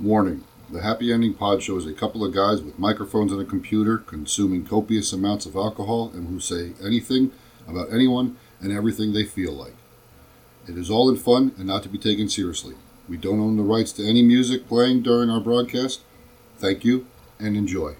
Warning The Happy Ending Pod Show is a couple of guys with microphones and a computer consuming copious amounts of alcohol and who say anything about anyone and everything they feel like. It is all in fun and not to be taken seriously. We don't own the rights to any music playing during our broadcast. Thank you and enjoy.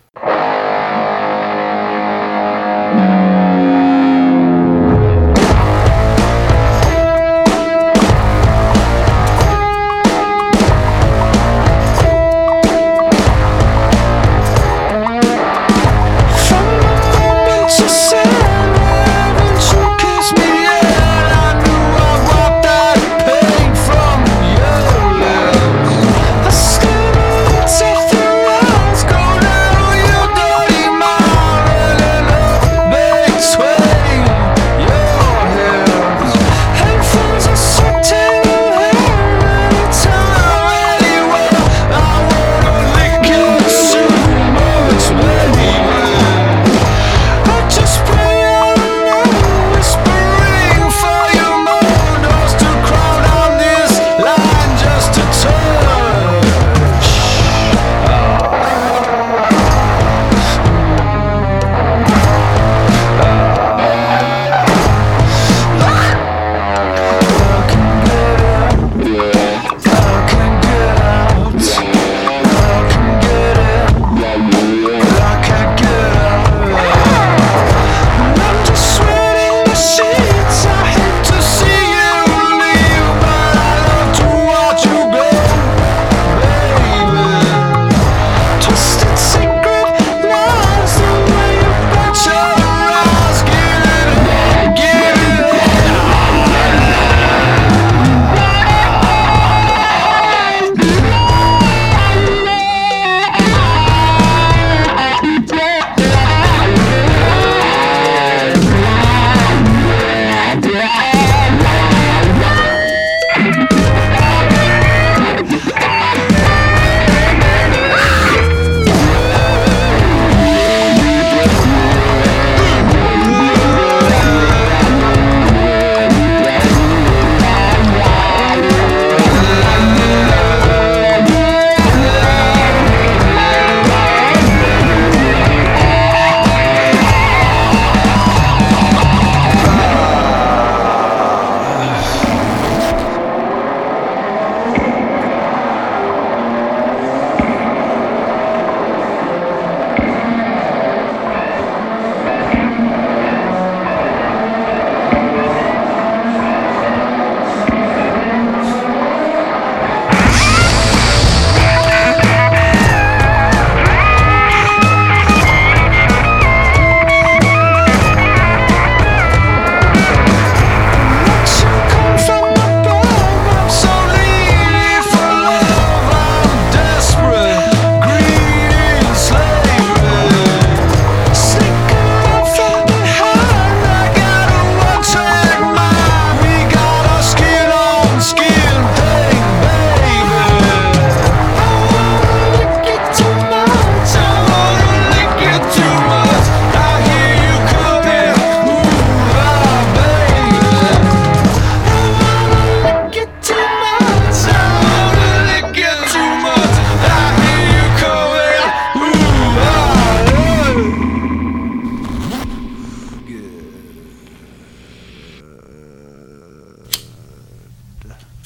ah, ah,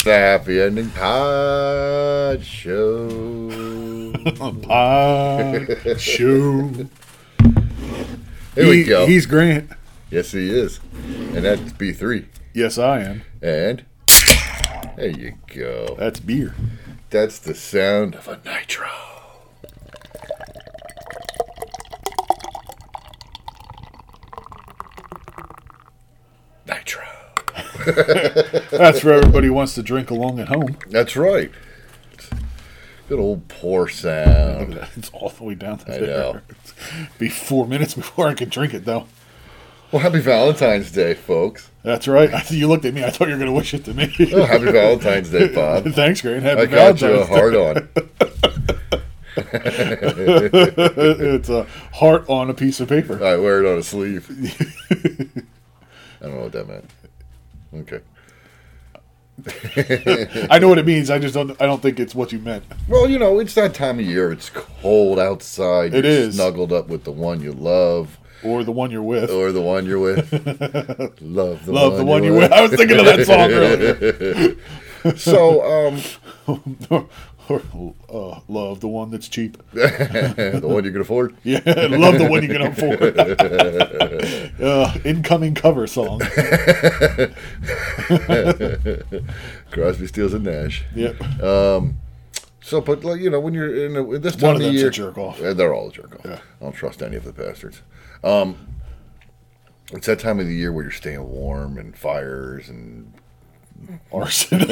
The Happy Ending Ah, Pod Show. pod show. Here he, we go. He's Grant. yes, he is. And that's B3. Yes, I am. And there you go. That's beer. That's the sound of a nitro. Nitro. That's for everybody who wants to drink along at home. That's right. Good old pour sound. It's all the way down there. I know. Be four minutes before I can drink it, though. Well, happy Valentine's Day, folks. That's right. I, you looked at me. I thought you were going to wish it to me. Oh, happy Valentine's Day, Bob. Thanks, Grant. Happy I got you a Valentine's Day. hard on. it's a heart on a piece of paper. I wear it on a sleeve. I don't know what that meant. Okay. I know what it means. I just don't. I don't think it's what you meant. Well, you know, it's that time of year. It's cold outside. It you're is. snuggled up with the one you love Or the one you're with. or the one you're with. love the Love one the one you with. I was thinking of that song earlier. so, um, or uh, love the one that's cheap. the one you can afford. Yeah, love the one you can afford. uh, incoming cover song. Crosby, Steals and Nash. Yep. So, but like, you know, when you're in, a, in this One of time of them's year, a jerk off. Yeah, They're all a jerk off. Yeah. I don't trust any of the bastards. Um, it's that time of the year where you're staying warm and fires and. Arson.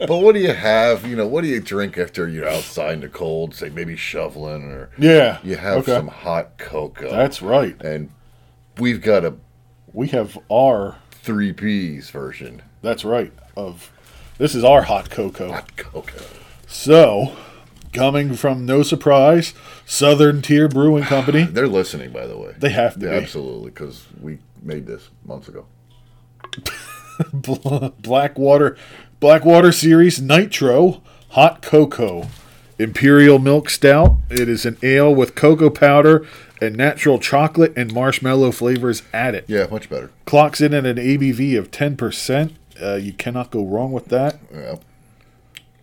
But what do you have? You know, what do you drink after you're outside in the cold? Say maybe shoveling or yeah. you have Okay. some hot cocoa. That's right. and we've got a We have our. three P's version. That's right. Of this is our hot cocoa. Hot cocoa. So, coming from no surprise, Southern Tier Brewing Company. They're listening, by the way. They have to Yeah, be. absolutely because we made this months ago. Bl- Blackwater Blackwater Series Nitro Hot Cocoa Imperial Milk Stout. It is an ale with cocoa powder and natural chocolate and marshmallow flavors added. Yeah, much better. Clocks in at an ABV of 10%. Uh, you cannot go wrong with that. Yeah.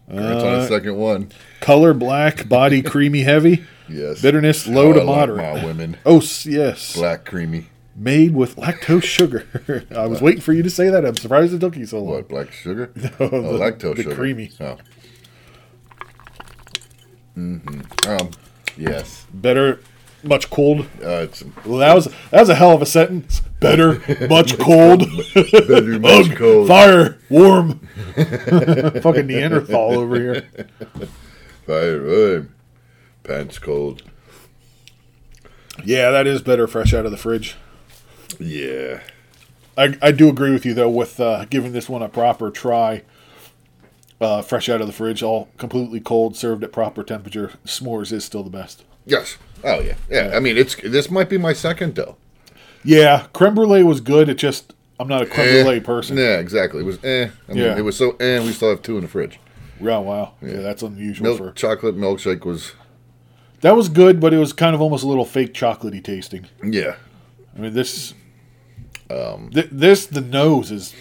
Congrats on Uh, the second one. Color black, body creamy heavy. Yes. Bitterness How low I to like moderate. my women. Oh, s- yes. Black creamy. Made with lactose sugar. I was waiting for you to say that. I'm surprised it took you so long. What, black sugar? No, the- lactose the sugar. creamy. Oh. Mm-hmm. Um, yes. Better, much cold. Uh, it's Well, that was that was a hell of a sentence. Better, much cold, better much cold. fire, warm. Fucking Neanderthal over here. Fire, wood. Pants cold. Yeah, that is better fresh out of the fridge. Yeah. I, I do agree with you though with uh, giving this one a proper try. Uh, fresh out of the fridge, all completely cold, served at proper temperature. S'mores is still the best. Yes. Oh yeah. Yeah. I mean, it's this might be my second though. Yeah, creme brulee was good. It just I'm not a creme Eh. brulee person. Yeah, exactly. It was eh. I mean, Yeah. it was so eh. We still have two in the fridge. Yeah, Oh, wow. Yeah, that's unusual Milk for. chocolate milkshake was That was good, but it was kind of almost a little fake chocolatey tasting. yeah. I mean, this, um, th- this the nose is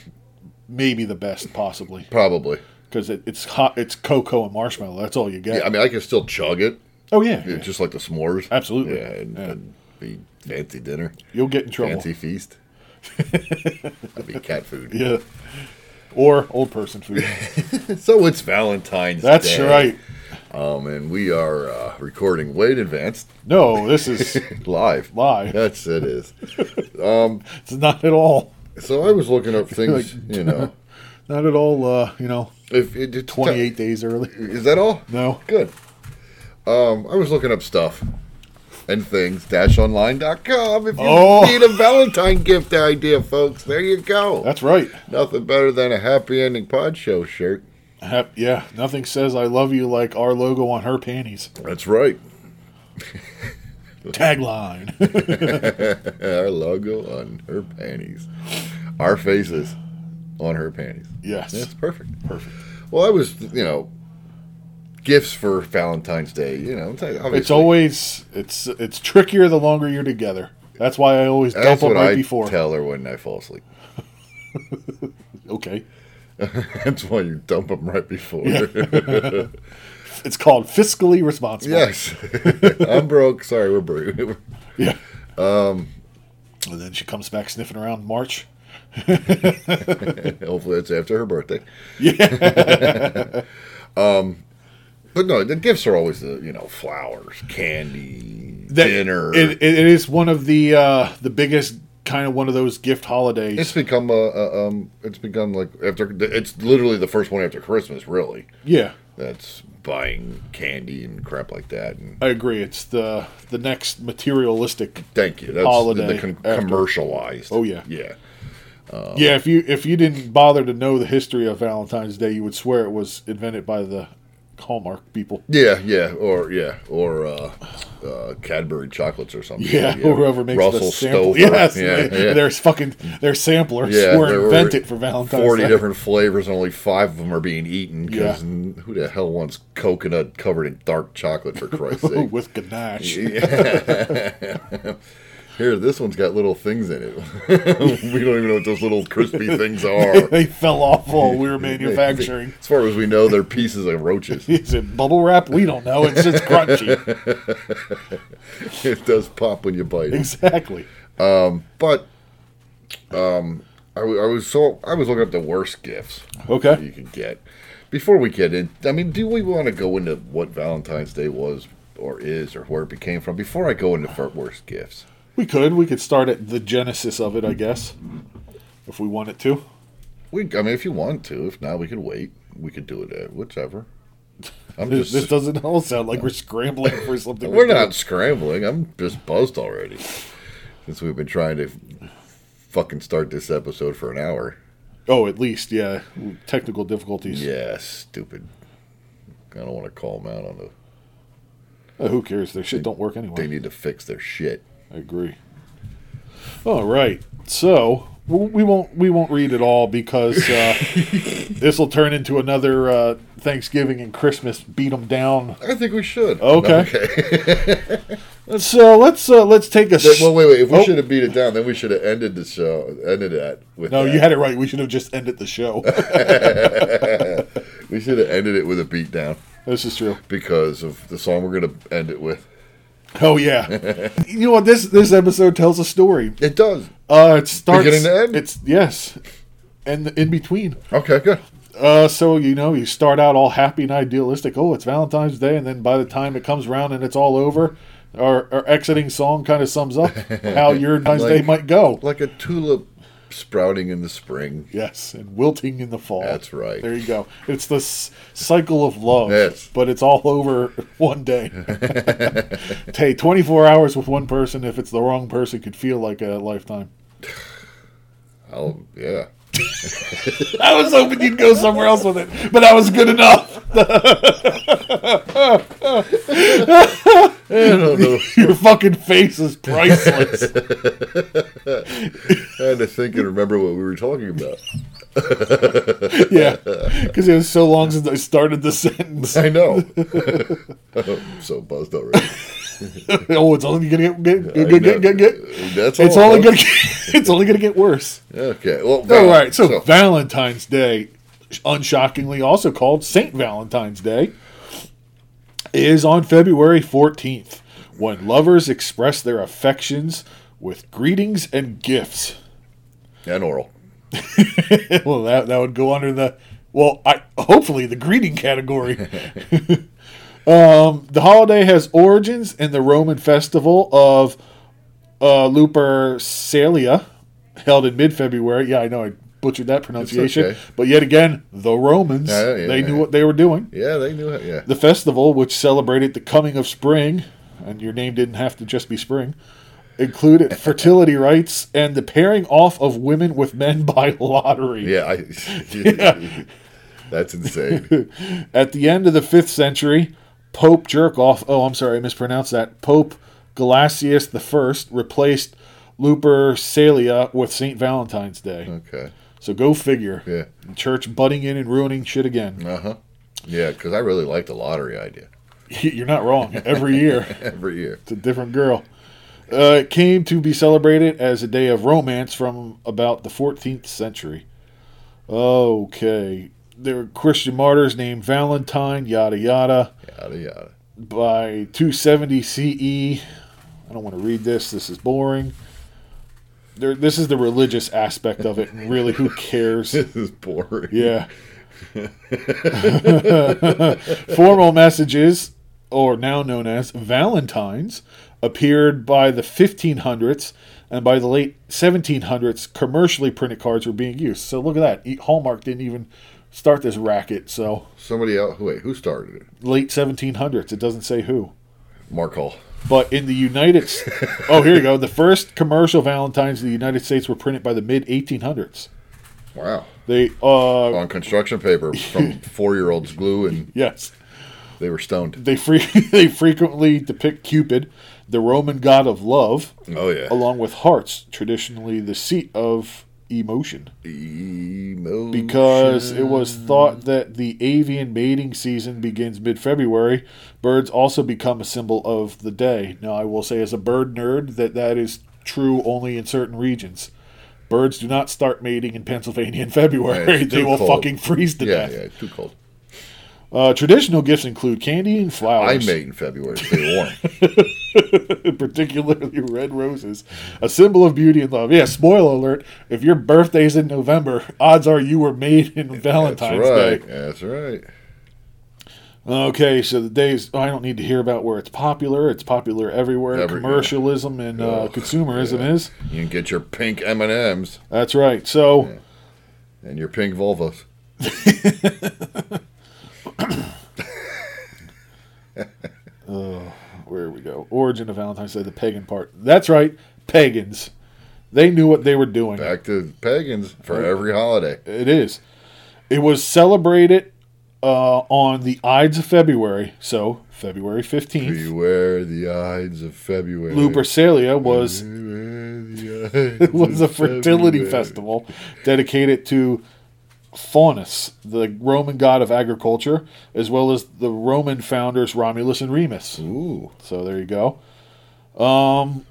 maybe the best possibly Probably. because it, it's hot, it's cocoa and marshmallow. That's all you get. Yeah, I mean, I can still chug it, oh yeah, yeah, yeah. just like the s'mores. Absolutely. Yeah, and, Yeah. and be fancy dinner, you'll get in trouble. fancy feast. That'd be cat food. Yeah, or old person food. So it's Valentine's That's Day. right. Um, and we are uh, recording way in advance, No, this is live. Live. That's it is. it's not at all, So I was looking up things, Like- you know. not at all. Uh, you know, If it, it's- twenty eight days early. Is that all? No. Good. Um, I was looking up stuff and things dash online.com if you Oh. need a Valentine gift idea, folks. There you go. That's right. Nothing better than a happy ending pod show shirt. Hap- Yeah, nothing says I love you like our logo on her panties. That's right. Tagline. Our logo on her panties. Our faces on her panties. yes. That's perfect. Perfect. Well, I was, you know, gifts for Valentine's Day, you know, it's like- obviously. It's always it's it's trickier the longer you're together. That's why I always that's dump them what right I before. tell her when I fall asleep. Okay, That's why you dump them right before. it's called fiscally responsible. Yes, I'm broke. Sorry, we're broke. Yeah. Um, and then she comes back sniffing around March. Hopefully, that's after her birthday. Um, Yeah. But no, the gifts are always the you know flowers, candy, That- dinner. It, it, it is one of the uh the biggest kind of one of those gift holidays. it's become a, a um. It's become like after. It's literally the first one after Christmas. Really, yeah, that's buying candy and crap like that. And I agree. It's the the next materialistic. thank you. That's Holiday the con- after. commercialized. Oh, yeah. yeah. Uh-huh. yeah, if you if you didn't bother to know the history of Valentine's Day, you would swear it was invented by the Hallmark people. Yeah, yeah, or yeah, or uh, uh, Cadbury chocolates or something. Yeah, whoever makes Russell the sample. Stover. Yes, yeah, they- yeah. their fucking their samplers Yeah, there were were invented for Valentine's Forty Day. different flavors, and only five of them are being eaten. Because who the hell wants coconut covered in dark chocolate for Christ's Ooh, sake? with ganache. Here, this one's got little things in it. we don't even know what those little crispy things are. they fell off while we were manufacturing. As far as we know, they're pieces of roaches. Is it bubble wrap? We don't know. It's just crunchy. it does pop when you bite. it. exactly. But um, I, wa- I was so I was looking up the worst gifts that Okay. you could get. Before we get in, I mean, do we want to go into what Valentine's Day was or is or where it became from? Before I go into fir- worst gifts, We could. We could start at the genesis of it, I guess, if we wanted to. we I mean, if you want to, if not, we could wait. We could do it at whichever. I'm This, this just doesn't all sound like we're scrambling for something. we're we not scrambling. I'm just buzzed already since we've been trying to fucking start this episode for an hour. don't- Oh, at least, yeah. Technical difficulties. Yeah, stupid. I don't want to call them out on the. Oh, who cares? Their shit don't work They anyway. need to fix their shit. I agree. All right. So w- we won't we won't read it all because uh, this will turn into another uh, Thanksgiving and Christmas beat 'em down. I think we should. Okay. okay. So let's uh, let's take a. Then- well, wait, wait. If we Oh. should have beat it down, then we should have ended the show. Ended that with. No, that. you had it right. We should have just ended the show. We should have ended it with a beat down this is true. because of the song we're gonna end it with. Oh yeah. you know what? This this episode tells a story. It does. Uh, it starts. Beginning to end? It's yes, and the in between. Okay, good. Uh, so you know, you start out all happy and idealistic. Oh, it's Valentine's Day, and then by the time it comes around and it's all over, our, our exiting song kind of sums up how your Valentine's Day Like- might go. Like a tulip sprouting in the spring. Yes, and wilting in the fall. That's right. There you go. It's the s- cycle of love, Yes. but it's all over one day. Hey, 24 hours with one person, if it's the wrong person, could feel like a lifetime. Oh yeah. I was hoping you'd go somewhere else with it, but I was good enough. I don't know. Your fucking face is priceless. I had to think and remember what we were talking about. yeah, because it was so long since I started the sentence. I know. I'm so buzzed already. oh, it's only gonna get get I get get, know. get, get. That's It's all. only gonna get, it's only gonna get worse. Okay. Well, All right, so, Valentine's Day, unshockingly also called Saint Valentine's Day, is on February fourteenth when lovers express their affections with greetings and gifts. and oral. well, that that would go under the well, I hopefully the greeting category. um, the holiday has origins in the Roman festival of uh, Lupercalia, held in mid-February. Yeah, I know I butchered that pronunciation, okay. but yet again, the Romans Yeah, yeah, they knew yeah. what they were doing. Yeah, they knew it. Yeah. The festival, which celebrated the coming of spring, and your name didn't have to just be spring, included fertility rites and the pairing off of women with men by lottery. Yeah, I, Yeah. that's insane. At the end of the 5th century, Pope Jerkoff, oh, I'm sorry, I mispronounced that. Pope Galasius I replaced Lupercalia with St. Valentine's Day. Okay. So go figure. Yeah. Church butting in and ruining shit again. Uh huh. Yeah, because I really like the lottery idea You're not wrong. Every year. every year. It's a different girl. Uh, it came to be celebrated as a day of romance from about the 14th century. Okay. There were Christian martyrs named Valentine, yada yada. Yada yada. By 270 CE, E. I don't want to read this. This is boring. There, this is the religious aspect of it, and really, who cares? This is boring. Yeah. Formal messages, or now known as Valentines, appeared by the 1500s, and by the late 1700s, commercially printed cards were being used. So look at that. E- Hallmark didn't even start this racket. So Somebody else. Wait, who started it? late 1700s. It doesn't say who. Mark Hall. But in the United S- oh, here you go. The first commercial Valentines in the United States were printed by the mid 1800s. Wow. They uh, On construction paper from four year olds glue and Yes. They were stoned. They fre- they frequently depict Cupid, the Roman god of love, Oh yeah. along with hearts, traditionally the seat of emotion, Emotion. because it was thought that the avian mating season begins mid-February. Birds also become a symbol of the day. Now, I will say, as a bird nerd, that that is true only in certain regions. Birds do not start mating in Pennsylvania in February. Yeah, it's they too will cold. fucking freeze to yeah, death. yeah, too cold. Uh, traditional gifts include candy and I flowers. mate in February. Stay warm. particularly red roses, a symbol of beauty and love. Yeah, spoiler alert: if your birthday's in November, odds are you were made in Valentine's That's Day. right. That's right. Okay, so the days oh, I don't need to hear about where it's popular. It's popular everywhere. Everywhere. Commercialism and uh, Ugh, consumerism is. You can get your pink M and M's That's right. So and your pink Volvos. where we go? Origin of Valentine's Day, the pagan part. That's right, pagans. They knew what they were doing. Back to pagans for every holiday. It is. It was celebrated uh, on the Ides of February, so February fifteenth. Beware the Ides of February. Lupercalia was Beware the Ides was a of fertility February. festival dedicated to Faunus, the Roman god of agriculture, as well as the Roman founders Romulus and Remus. Ooh, So there you go. Um,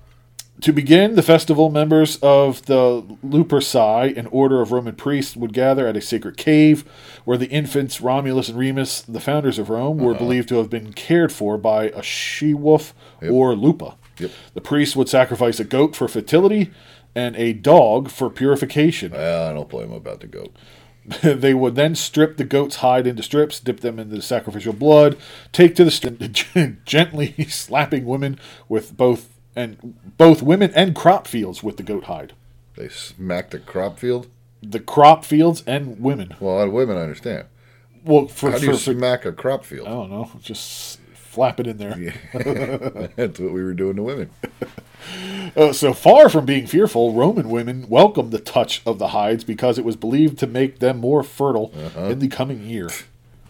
to begin, the festival members of the Luperci, an order of Roman priests, would gather at a sacred cave where the infants Romulus and Remus, the founders of Rome, Uh-huh. were believed to have been cared for by a she wolf or lupa. Yep. The priests would sacrifice a goat for fertility and a dog for purification. well, I don't blame him about the goat. they would then strip the goat's hide into strips, dip them into the sacrificial blood, take to the st- gently slapping women with both and both women and crop fields with the goat hide. They smacked the crop field. The crop fields and women. Well, on women, I understand. Well, for, How for, do you for- smack a crop I field? don't know, just flap it in there. Uh-huh. That's what we were doing to women. Uh, so far from being fearful, Roman women welcomed the touch of the hides because it was believed to make them more fertile Uh-huh. in the coming year.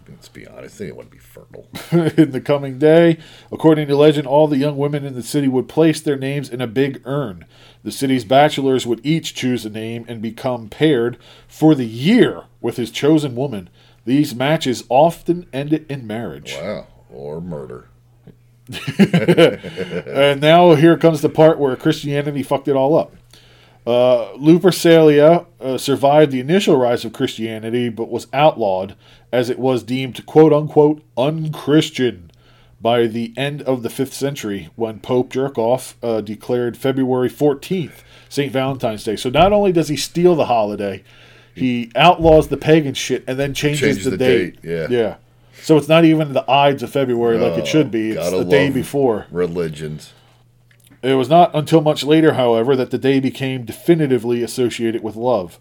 Let's be honest, they didn't want to be fertile. in the coming day. According to legend, all the young women in the city would place their names in a big urn. The city's bachelors would each choose a name and become paired for the year with his chosen woman. These matches often ended in marriage. Wow, or murder. And now here comes the part where Christianity fucked it all up. Uh, Lupercalia uh, survived the initial rise of Christianity, but was outlawed as it was deemed "quote unquote" unchristian by the end of the fifth century, when Pope Jerkoff uh, declared February fourteenth Saint Valentine's Day. So not only does he steal the holiday, he outlaws the pagan shit and then changes, Changes the, the date. date, yeah. yeah. So it's not even the Ides of February like it should be. It's Gotta the day love before. Religions. It was not until much later, however, that the day became definitively associated with love.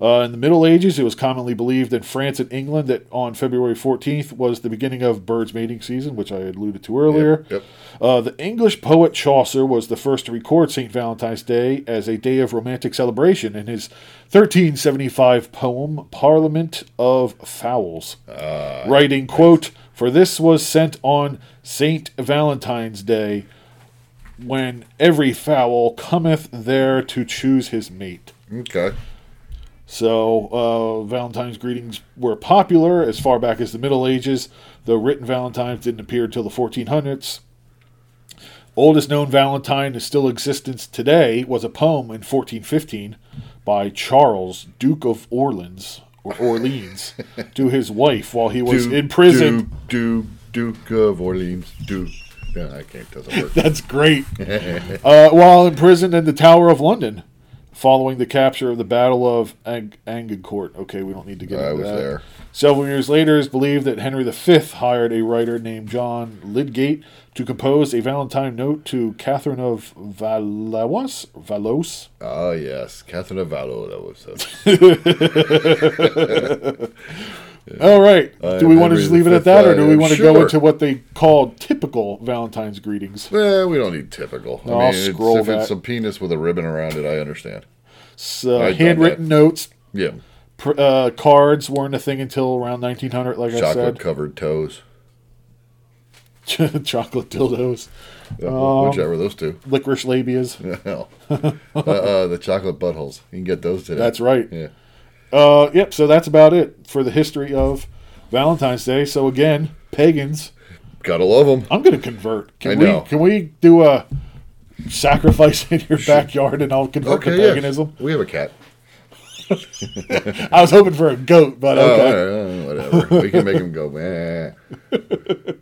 Uh, in the Middle Ages, it was commonly believed in France and England that on February 14th was the beginning of birds' mating season, which I alluded to earlier. yep. Uh, the English poet Chaucer was the first to record St. Valentine's Day as a day of romantic celebration in his 1375 poem, Parliament of Fowls Ah, writing quote for this was sent on saint valentine's day when every fowl cometh there to choose his mate Okay. so uh, valentine's greetings were popular as far back as the middle ages though written valentines didn't appear until the 1400s oldest known valentine is still existence today was a poem in 1415 by charles duke of orleans or orleans to his wife while he was in prison Duke, Duke, Duke of Orleans. Duke. No, I can't. Doesn't work. That's great. uh, while imprisoned in the Tower of London, following the capture of the Battle of Ang- Agincourt. Okay, we don't need to get I into was that. there. Several years later, it's believed that Henry V hired a writer named John Lydgate to compose a Valentine note to Catherine of Valois. Valos. Ah, yes, Catherine of Valois. That was. Uh, All Oh, right. I do we am want to Henry just leave it the at that, or Fifth, do I we am want to go sure. into what they call typical Valentine's greetings? eh, we don't need typical. I'll it's- scroll if it's that. a penis with a ribbon around it, I understand. So, I've done uh, handwritten notes, Yeah, pr- uh, cards weren't a thing until around 1900, like I said. chocolate covered toes. chocolate dildos, um, Uh, whichever those two. licorice labias. No. uh, uh, the chocolate buttholes. You can get those today. That's right. Yeah. Uh, yep. So that's about it for the history of Valentine's Day. So again, pagans. Gotta love them. I'm gonna convert. Can I we know. can we do a sacrifice in your backyard and I'll convert to Okay. Yeah. paganism? We have a cat. I was hoping for a goat, but Oh, okay. all right, uh, whatever. we can make him go. Meh.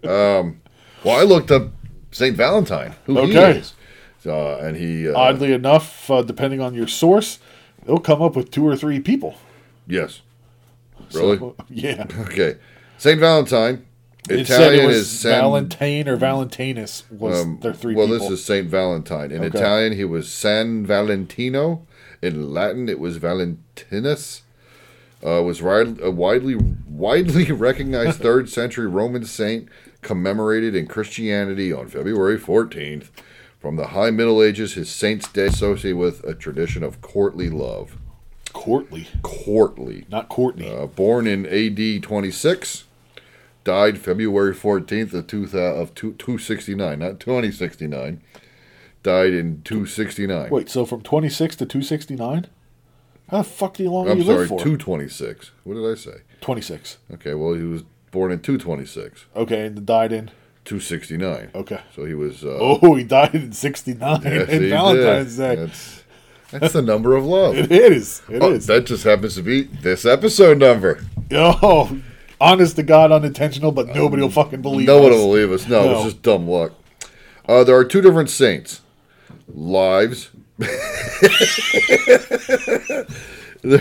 Um. Well, I looked up Saint Valentine. Who Okay. he is. Uh, and he uh, Oddly enough, uh, depending on your source, they'll come up with two or three people. Yes. Really? So, yeah. okay. Saint Valentine. It said it Italian was is San. Valentine or Valentinus was um, their three well, people. this is Saint Valentine. In Okay. Italian, he was San Valentino. In Latin, it was Valentinus. Uh, was ri- a widely widely recognized third century Roman saint, commemorated in Christianity on February fourteenth. From the High Middle Ages, his saint's day associated with a tradition of courtly love. Courtly, Courtly. not Courtney. Uh, born in AD 26, died February 14th of, two, thou- of two, 269, not 2069. Died in 269. Wait, so from 26 to 269? How the fuck do you long do I'm you sorry, live for? 226. What did I say? 26. Okay, well, he was born in 226, Okay, and died in. 269. Okay. So he was. Uh, Oh, he died in 69 yes, he in did. Valentine's Day. That's, that's the number of love. It is. It Oh, is. that just happens to be this episode number. Oh, honest to God, unintentional, but nobody will fucking believe No one us. will believe us. No, No. it's just dumb luck. Uh, there are two different saints' lives. there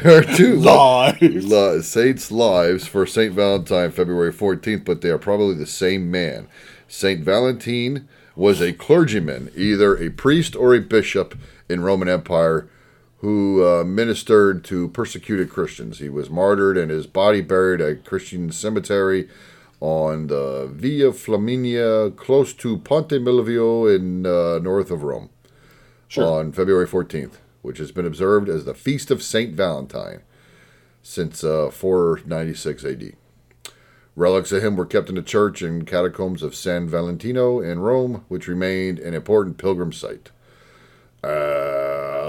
are two Lies. li- saints' lives for Saint Valentine, February fourteenth, but they are probably the same man. Saint Valentine was a clergyman, either a priest or a bishop in Roman Empire, who uh, ministered to persecuted Christians. He was martyred and his body buried at a Christian cemetery on the Via Flaminia, close to Ponte Milvio in uh, north of Rome, on February fourteenth, which has been observed as the feast of Saint Valentine since uh, 496 AD. Relics of him were kept in the church and catacombs of San Valentino in Rome, which remained an important pilgrim site. Uh,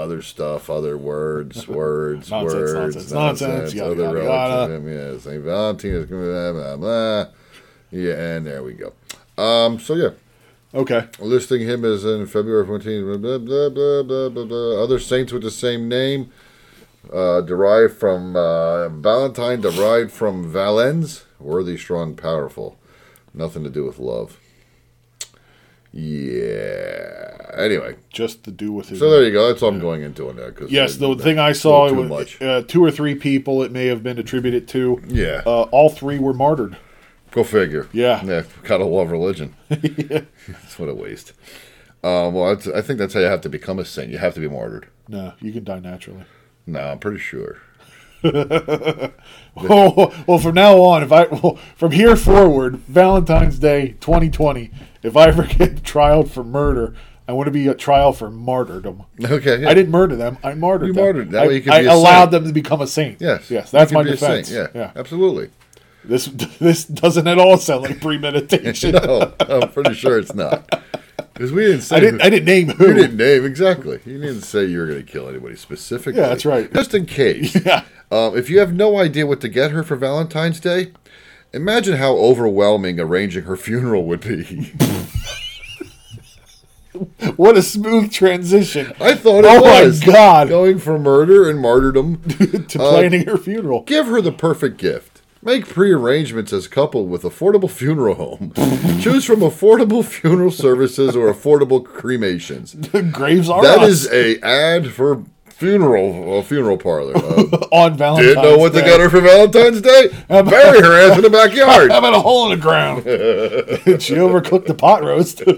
other stuff, other words, words, Nonsense, words, nonsense, nonsense, yada, other yada, relics yada. of him. Yeah, Saint Valentine is blah, blah, blah. Yeah, and there we go. Um, so yeah, Okay. listing him as in February 14, blah, blah, blah, blah, blah, blah. Other saints with the same name, uh, derived from uh, Valentine, derived from Valens, worthy, strong, powerful. Nothing to do with love. Yeah. Anyway, Just to do with his. so there you go. That's all I'm going into on that. Cause Yes, I- the that- thing I a saw little it too was much. uh, two or three people it may have been attributed to. Yeah. Uh, all three were martyred. Go figure. Yeah. Yeah. Gotta love religion. That's what a waste. Um, well, that's, I think that's how you have to become a saint. You have to be martyred. No, you can die naturally. No, I'm pretty sure. Oh, well, from now on, if I well, from here forward, Valentine's Day 2020, if I ever get trialed for murder, I want to be a trial for martyrdom. Okay. yeah. I didn't murder them. I martyred You them. martyred. That I, way you can I be a allowed saint. them to become a saint. Yes. Yes, that's You my can be a saint, defense. Yeah, yeah. Absolutely. This this doesn't at all sound like premeditation. No, I'm pretty sure it's not. Because we didn't say I didn't. I didn't name who. you didn't name exactly. You didn't say you were going to kill anybody specifically. Yeah, that's right. Just in case. Yeah. Um, if you have no idea what to get her for Valentine's Day, imagine how overwhelming arranging her funeral would be. What a smooth transition I thought it Oh my was. God. Going for murder and martyrdom. to uh, planning her funeral. Give her the perfect gift. Make pre-arrangements as a couple with affordable funeral home. Choose from affordable funeral services or affordable cremations. The graves are That on- is a ad for funeral uh, funeral parlor. Uh, on Valentine's. didn't know what Day. they got her for Valentine's Day? Bury her ass in the backyard. How about a hole in the ground? she overcooked the pot roast.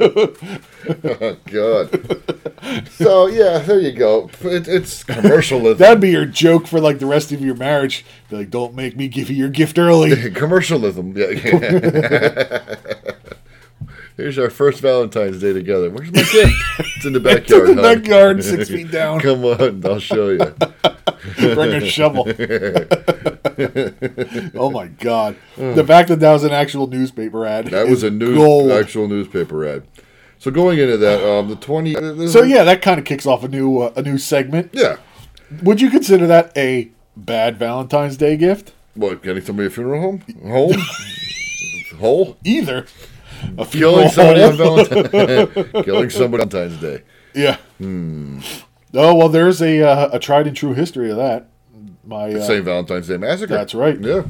God. So yeah, there you go. It, it's commercialism. That'd be your joke for like the rest of your marriage. Be like, don't make me give you your gift early. commercialism. Yeah, yeah. Here's our first Valentine's Day together. Where's my gift? It's in the backyard. In the hon. backyard, six feet down. Come on, I'll show you. Bring a shovel. oh my god! The fact that that was an actual newspaper ad. That is was a news, gold. actual newspaper ad. So going into that, um, the twenty. So yeah, that kind of kicks off a new uh, a new segment. yeah. Would you consider that a bad Valentine's Day gift? What getting somebody a funeral home? Home, hole, Either a funeral killing somebody on home. Valentine's, killing somebody on Valentine's Day. Yeah. Hmm. Oh well, there's a uh, a tried and true history of that. My uh, St. Valentine's Day massacre. That's right. Yeah,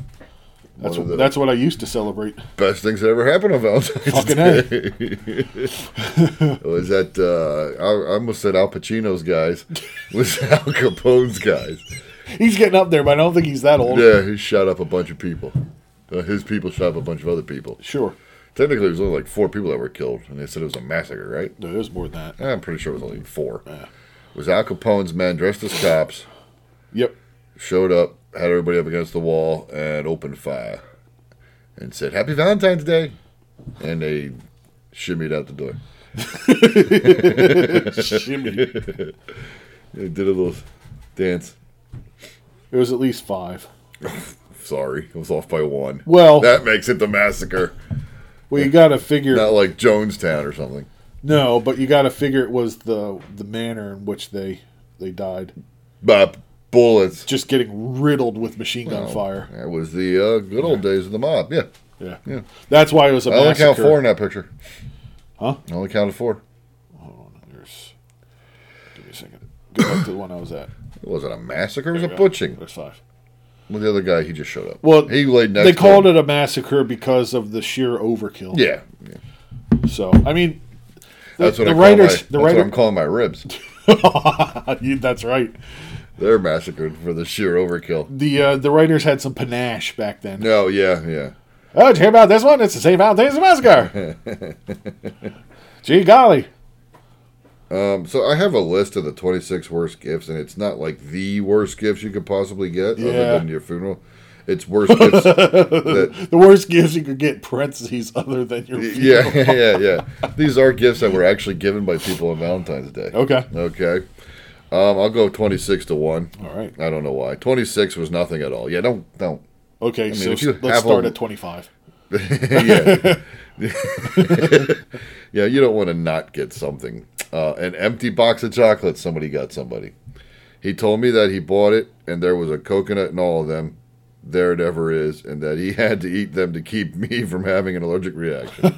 that's one of the- that's what I used to celebrate. best things that ever happened on Valentine's Fucking Day. was that uh, I, I almost said Al Pacino's guys? Was Al Capone's guys? He's getting up there, but I don't think he's that old. Yeah, he shot up a bunch of people. Uh, his people shot up a bunch of other people. Sure, Technically, it was only like four people that were killed, and they said it was a massacre, right? no, there's more than that. Eh, I'm pretty sure it was only four. It was Al Capone's men dressed as cops, Yep. showed up, had everybody up against the wall, and opened fire, and said "Happy Valentine's Day," and they shimmied out the door. Shimmy. They did a little dance. It was at least five. Sorry, I was off by one. Well- that makes it the massacre, Well, you got to figure. not No. like Jonestown or something. but you got to figure it was the the manner in which they they died. But bullets. Just getting riddled with machine gun fire. That was the uh, good old days of the mob. Yeah. Yeah. That's why it was a I only massacre. count four in that picture. Huh? I only counted four. There's- Give me a second. Go back to the one I was at. It wasn't a massacre. It was a Yeah, butching. There's five. Well, the other guy, he just showed up. Well, he laid next. they to called him. it a massacre because of the sheer overkill. Yeah. yeah. So I mean, the, That's what the I writers. Call the my, that's what I'm writer. calling my ribs. You- that's right. They're massacred for the sheer overkill. The uh, the writers had some panache back then. No. Yeah. Yeah. Oh, did you hear about this one? It's the same Valentine's Day Massacre. Gee golly. Um, so I have a list of the 26 worst gifts, and it's not like the worst gifts you could possibly get Yeah. other than your funeral. It's worst gifts that The worst gifts you could get, parentheses, other than your funeral. yeah, yeah, yeah. These are gifts that were actually given by people on Valentine's Day. Okay. Okay. Um, I'll go twenty six to one. All right. I don't know why. Twenty six was nothing at all. Yeah, don't don't. Okay, so if you let's have start a- at 25. yeah. yeah, you don't want to not get something. Uh, an empty box of chocolates somebody got somebody. He told me that he bought it and there was a coconut in all of them. There it ever is, and that he had to eat them to keep me from having an allergic reaction.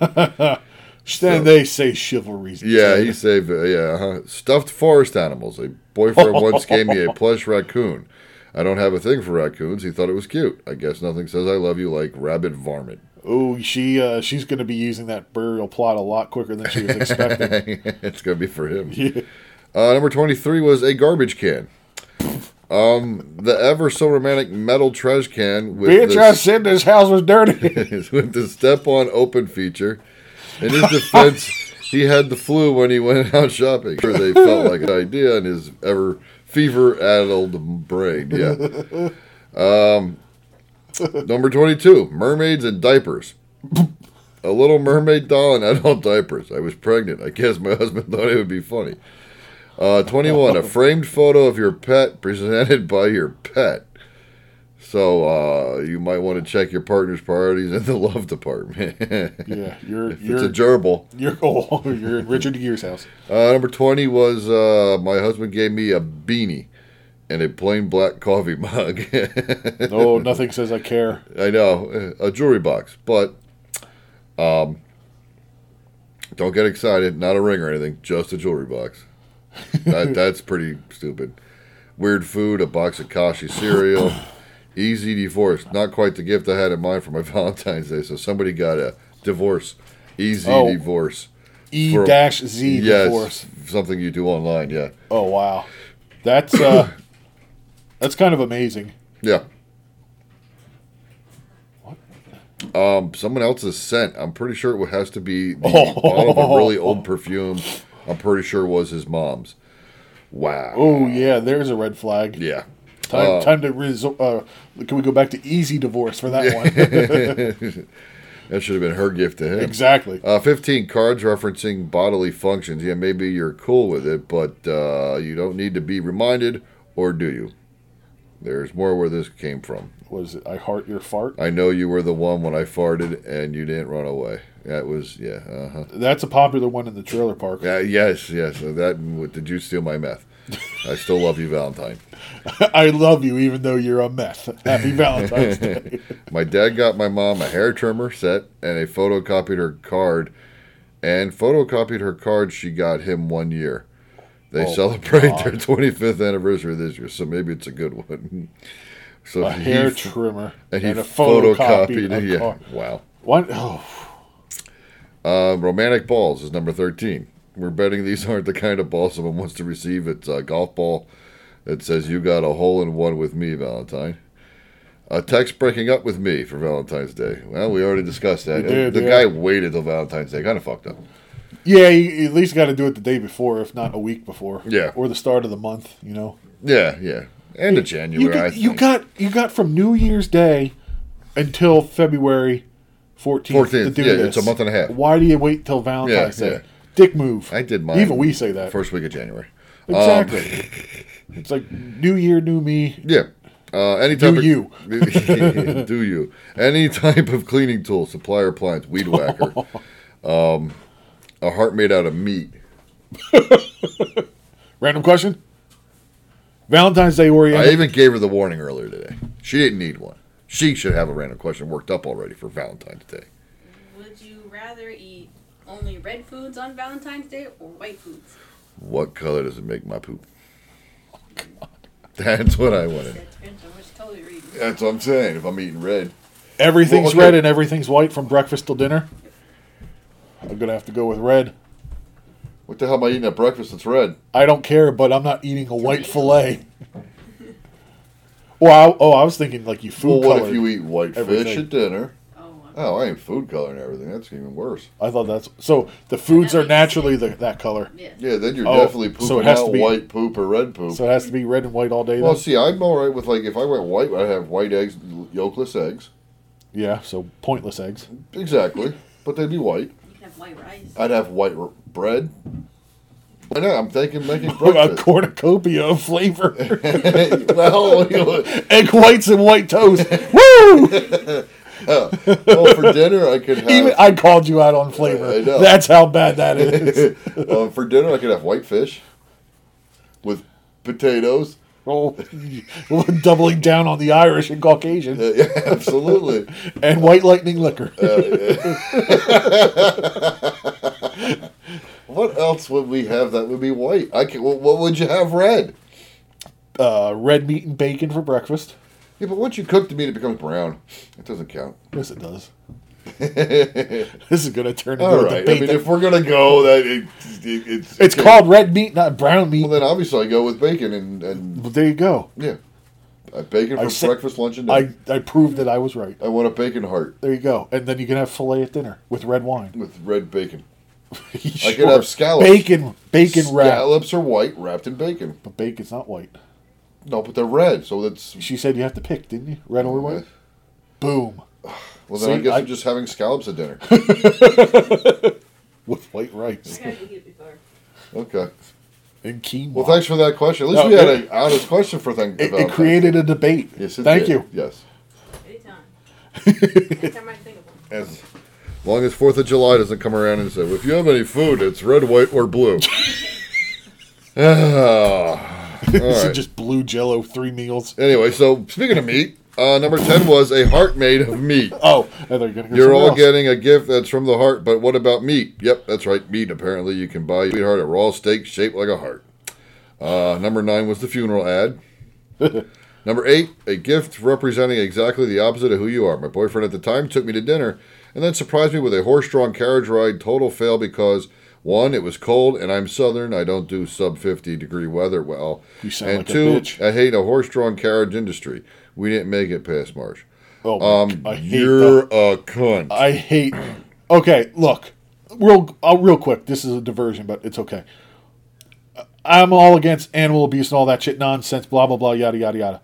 Then they say chivalry's Yeah, dead. he saved. Uh, yeah, uh-huh. stuffed forest animals. A boyfriend once gave me a plush raccoon. I don't have a thing for raccoons. He thought it was cute. I guess nothing says I love you like rabid varmint. Oh, she uh, she's going to be using that burial plot a lot quicker than she was expecting. it's gonna be for him. Yeah. Uh, number twenty-three was a garbage can. Um, the ever so romantic metal trash can with Bitch, the I said this house was dirty. with the step on open feature. In his defense, he had the flu when he went out shopping. Sure, they felt like an idea in his ever fever addled brain. Yeah. Um, number 22 Mermaids and Diapers. A little mermaid doll and adult diapers. I was pregnant. I guess my husband thought it would be funny. Uh, 21 A framed photo of your pet presented by your pet. So uh, you might want to check your partner's priorities in the love department. yeah, you're If it's you're a gerbil. you're oh, you're in Richard Gere's house. Uh, number 20 was uh, my husband gave me a beanie and a plain black coffee mug. No, nothing says I care. I know, a jewelry box, but um, don't get excited. Not a ring or anything, just a jewelry box. That, that's pretty stupid. Weird food, a box of Kashi cereal, easy divorce. Not quite the gift I had in mind for my Valentine's Day, so somebody got a divorce. Easy Oh. divorce. E For- dash Z divorce. something you do online, yeah. Oh wow, that's uh, that's kind of amazing. Yeah. Um, someone else's scent. I'm pretty sure it has to be the bottle of a really old perfume. I'm pretty sure was his mom's. Wow. Oh yeah, there's a red flag. Yeah. Oh. Time, time to resort. Uh, can we go back to easy divorce for that one? That should have been her gift to him. exactly. Uh, 15 cards referencing bodily functions. Yeah, maybe you're cool with it, but uh, you don't need to be reminded, or do you? There's more where this came from. Was it I Heart Your Fart? I know you were the one when I farted and you didn't run away. That was yeah. Uh huh. That's a popular one in the trailer park. Yeah, Uh, yes, yes. That did you steal my meth? I still love you, Valentine. I love you, even though you're a meth. Happy Valentine's Day. My dad got my mom a hair trimmer set and a photocopied her card, and photocopied her card she got him one year. They Oh, celebrate God. their 25th anniversary this year, so maybe it's a good one. So A he hair f- trimmer and and, he a photocopied. photocopied. it. a yeah, car. wow. One, oh, Uh, romantic balls is number 13. We're betting these aren't the kind of ball someone wants to receive. It's a golf ball that says, You got a hole in one with me, Valentine. A text breaking up with me for Valentine's Day. Well, we already discussed that. We did, the yeah. guy waited till Valentine's Day. Kind of fucked up. yeah. You, you at least got to do it the day before, if not a week before. Yeah. Or the start of the month. You know. Yeah, yeah. End of January, You, I got, think. you got you got from New Year's Day until February fourteenth. 14th, yeah, it's a month and a half. Why do you wait till Valentine's Yeah, Day? yeah. Dick move. I did mine. Even we say that. First week of January. Um, exactly. it's like New Year, New Me. Yeah. Uh, any type Do of, you. do you any type of cleaning tool, supplier appliance, weed whacker, um, a heart made out of meat. Random question. Valentine's Day I oriented. even gave her the warning earlier today. She didn't need one. She should have a random question worked up already for Valentine's Day. Would you rather eat only red foods on Valentine's Day or white foods? What color does it make my poop? That's what I wanted. That depends on which color you're eating. That's what I'm saying. If I'm eating red, everything's Well, okay. red and everything's white from breakfast till dinner. I'm gonna have to go with red. what the hell am I eating at breakfast that's red? I don't care, but I'm not eating a white fillet. Or I, oh, I was thinking like you Well, food what colored. if you eat white fish everything. at dinner? Oh, I'm Oh, I ain't food coloring everything. That's even worse. I thought that's so. The foods are naturally the, that color, yeah. Yeah, then you're Oh, definitely pooping so it has out to be- white poop or red poop. so it has to be red and white all day. well, then? see, I'm all right with like if I went white, I'd have white eggs, yolkless eggs, Yeah, so pointless eggs. exactly, but they'd be white. You can have white rice. I'd have white r- bread. Why not? I'm thinking making A breakfast. cornucopia of flavor: well, what do you- egg whites and white toast. Woo! well, for dinner I could have. Even I called you out on flavor. I know. That's how bad that is. um, for dinner I could have white fish with potatoes. Oh, doubling down on the Irish and Caucasian Uh, yeah, absolutely. and white lightning liquor. what else would we have that would be white? I can. Well, what would you have red? Uh, red meat and bacon for breakfast. Yeah, but once you cook the meat, it becomes brown. It doesn't count. Yes, it does. this is gonna turn into All a right. I debate. mean, that- if we're gonna go, that it, it, it's it's okay. called red meat, not brown meat. Well, then obviously I go with bacon and and Well, there you go. yeah, I bacon for I said- breakfast, lunch, and I, dinner. I proved that I was right. I, want a bacon heart There you go. And then you can have filet at dinner with red wine. with red bacon. Sure. could have scallops. Bacon, bacon wrap. Scallops are white, wrapped in bacon. But bacon's not white. No, but they're red, so that's She said you have to pick, didn't you? Red or white? Mm-hmm. Boom. well. Then I See, guess I- we're just having scallops at dinner. With white rice I had to eat it before. okay. and quinoa. Well, thanks for that question. At least No, we had it- an honest question for thing. It, about it created a debate. that. Yes, it Thank did. you. Yes. Anytime. Anytime I think of one. As long as Fourth of July doesn't come around and say, if you have any food, it's red, white, or blue. Ah. this right. is just blue jello, three meals. anyway, so speaking of meat, uh, number ten was a heart made of meat. Oh, and they're gonna go You're somewhere all else. getting a gift that's from the heart, but what about meat? Yep, that's right, meat. Apparently, you can buy your sweetheart a raw steak shaped like a heart. Uh, number nine was the funeral ad. number eight, a gift representing exactly the opposite of who you are. My boyfriend at the time took me to dinner and then surprised me with a horse-drawn carriage ride. Total fail because one, it was cold, and I'm southern. I don't do sub 50 degree weather well. You sound and like a two, bitch. I hate a horse-drawn carriage industry. We didn't make it past March. Oh, Um, I hate you're that. a cunt. I hate. Okay, look, real uh, real quick. This is a diversion, but it's okay. I'm all against animal abuse and all that shit nonsense. Blah blah blah. Yada yada yada.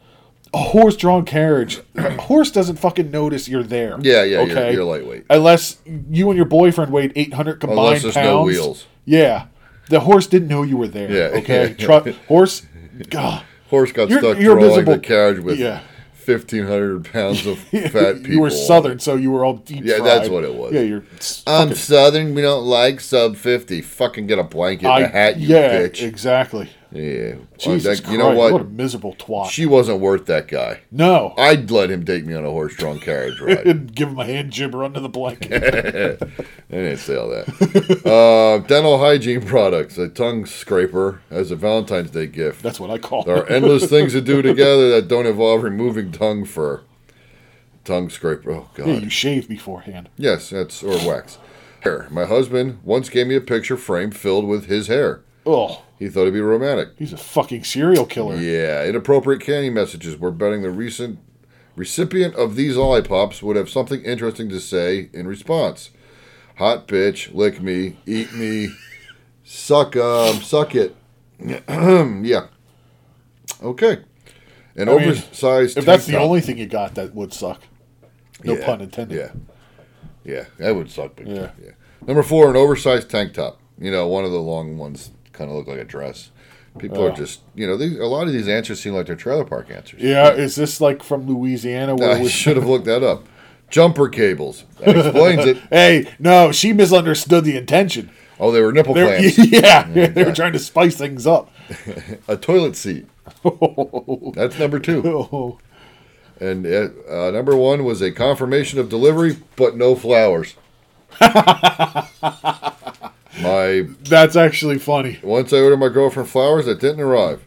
A horse-drawn carriage. A horse doesn't fucking notice you're there. Yeah, yeah, you're- you're lightweight. Unless you and your boyfriend weighed 800 combined Unless there's pounds. no wheels. Yeah, the horse didn't know you were there. Yeah, Okay. yeah. Tru- horse. God. Horse got You're- stuck you're drawing visible- the carriage with yeah. 1,500 pounds of fat people. you were Southern, so you were all deep Yeah, fried. that's what it was. Yeah, you're. I'm Southern. We don't like sub 50. Fucking get a blanket and a hat, you yeah, bitch. exactly. yeah. Well, Jesus that- you know Christ, what? a miserable twat. She wasn't worth that guy. no. I'd let him take me on a horse-drawn carriage ride. and give him a hand jibber under the blanket. I didn't say all that. uh, dental hygiene products, a tongue scraper as a Valentine's Day gift. That's what I call There it. are endless things to do together that don't involve removing tongue fur. Tongue scraper. Oh God. Yeah, you shave beforehand. Yes, that's or wax. Hair. My husband once gave me a picture frame filled with his hair. Oh, He thought it'd be romantic. he's a fucking serial killer. Yeah, inappropriate candy messages. We're betting the recent recipient of these lollipops would have something interesting to say in response. Hot bitch, lick me, eat me, suck um, suck it. yeah. Okay. An I mean, oversized. If that's the tank top. only thing you got, that would suck. No Yeah, pun intended. Yeah. Yeah, that would suck. Big Yeah. time, yeah. Number four, an oversized tank top. You know, one of the long ones kind of look like a dress. People are Ugh. just, you know, these, a lot of these answers seem like they're trailer park answers. Yeah, is this like from Louisiana where I we should have looked that up. Jumper cables. That explains it. Hey, no, she misunderstood the intention. Oh, they were nipple They were- plants. yeah, they were trying to spice things up. A toilet seat. That's number two. Oh, And uh, uh, number one was a confirmation of delivery, but no flowers. my that's actually funny. once I ordered my girlfriend flowers that didn't arrive,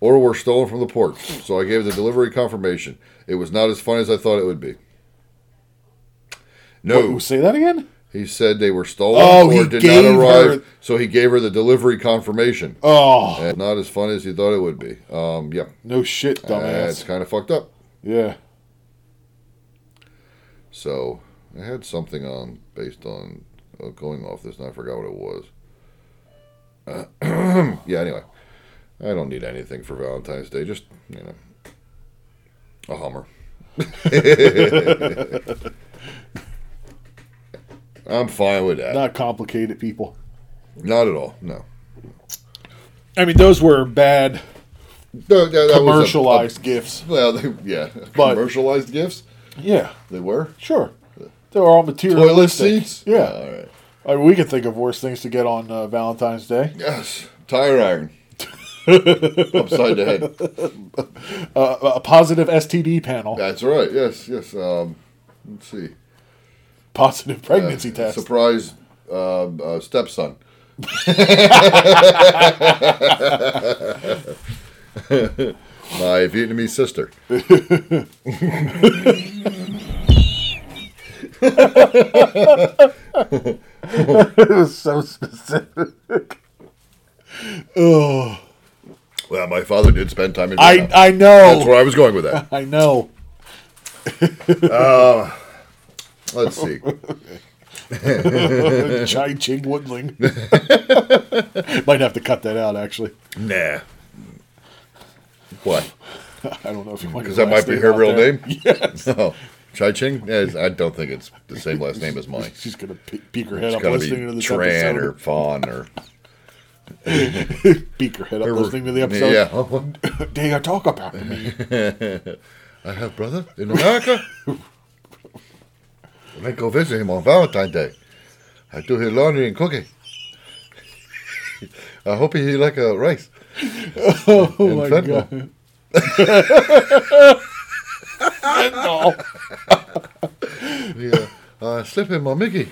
or were stolen from the porch. So I gave the delivery confirmation. It was not as fun as I thought it would be. No, Wait, say that again? He said they were stolen Oh, or he did not gave arrive, her- so he gave her the delivery confirmation. Oh, And not as fun as he thought it would be. Um, yeah, no shit, that's dumbass. kind of fucked up. yeah. So I had something on based on uh, going off this, and I forgot what it was. Uh, yeah, anyway, I don't need anything for Valentine's Day. Just you know, a Hummer. I'm fine with that. Not, Not complicated people. at all. No. I mean, those were bad No, that- that was a- a- commercialized gifts. Well, they, yeah, But- commercialized gifts. Yeah, They were sure. They were all toilet materialistic. seats. Yeah. all right. I mean, we can think of worse things to get on uh, Valentine's Day. Yes, tire iron upside the head. Uh, a positive STD panel, That's right. Yes, yes. Um, let's see. positive pregnancy Uh, test. Surprise, uh, uh, stepson. My Vietnamese sister. it was so specific. oh, Well, my father did spend time in I Vietnam. I That's know, where I was going with that. I know. Let's see. Chai Ching Woodling. Might have to cut that out. Actually, nah. What? I don't know if you want. Because Because that might be her real name? Yes. Oh, Chai Ching? Yeah, it's- I don't think it's the same last name as mine. She's gonna pe- peek her head It's up gotta listening to be this Tran or episode. Fawn or. Peek her head up listening to the episode. Yeah. Oh, They are talk about me. I have brother in America. and I go visit him on Valentine's Day. I do his laundry and cooking. I hope he like a rice. Oh And my fentanyl. god. Fentanyl. Yeah. Uh, slip him my Mickey.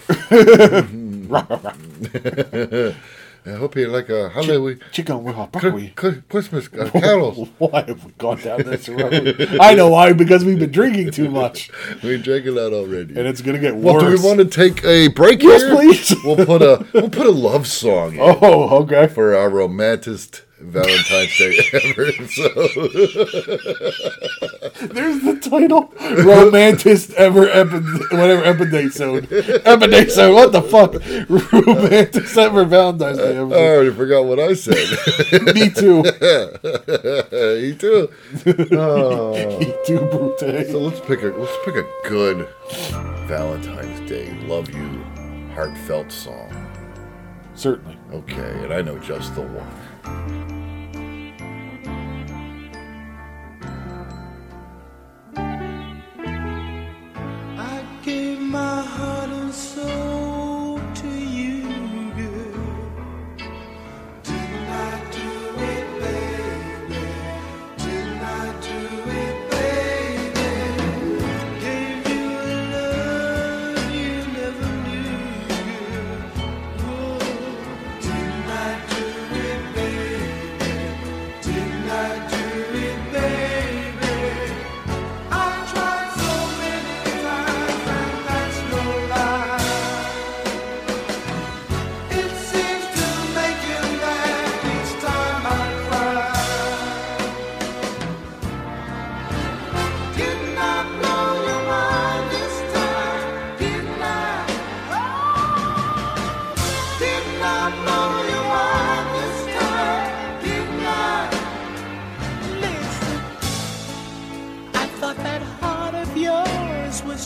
I hope he like a Halloween Chicken with hot Cri- broccoli. Cri- Christmas uh, carols. Why have we gone down this road? I know why, because we've been drinking too much. we drinking that already. And it's gonna get worse. well, do we want to take a break Yes, here? please. We'll put a we'll put a love song in Oh, okay. for our romanticest Valentine's Day ever. So There's the title. Romanticest ever epi- whatever episode. Episode. What the fuck? Romanticest ever Valentine's Day I ever. already forgot what I said. Uh, Me too. you too. Oh. Me too, Brute. So let's pick a let's pick a good Valentine's Day love you heartfelt song. Certainly. Okay, and I know just the one.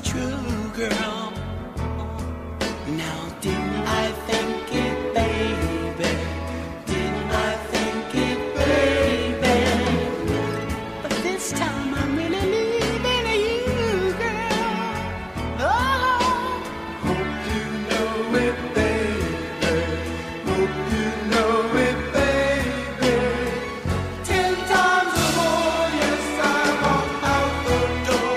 true girl. Now, did I think it, baby? Did I think it, baby? But this time I'm really leaving you, girl. Oh, hope you know it, baby. Hope you know it, baby. Ten times or more, yes, I walk out the door.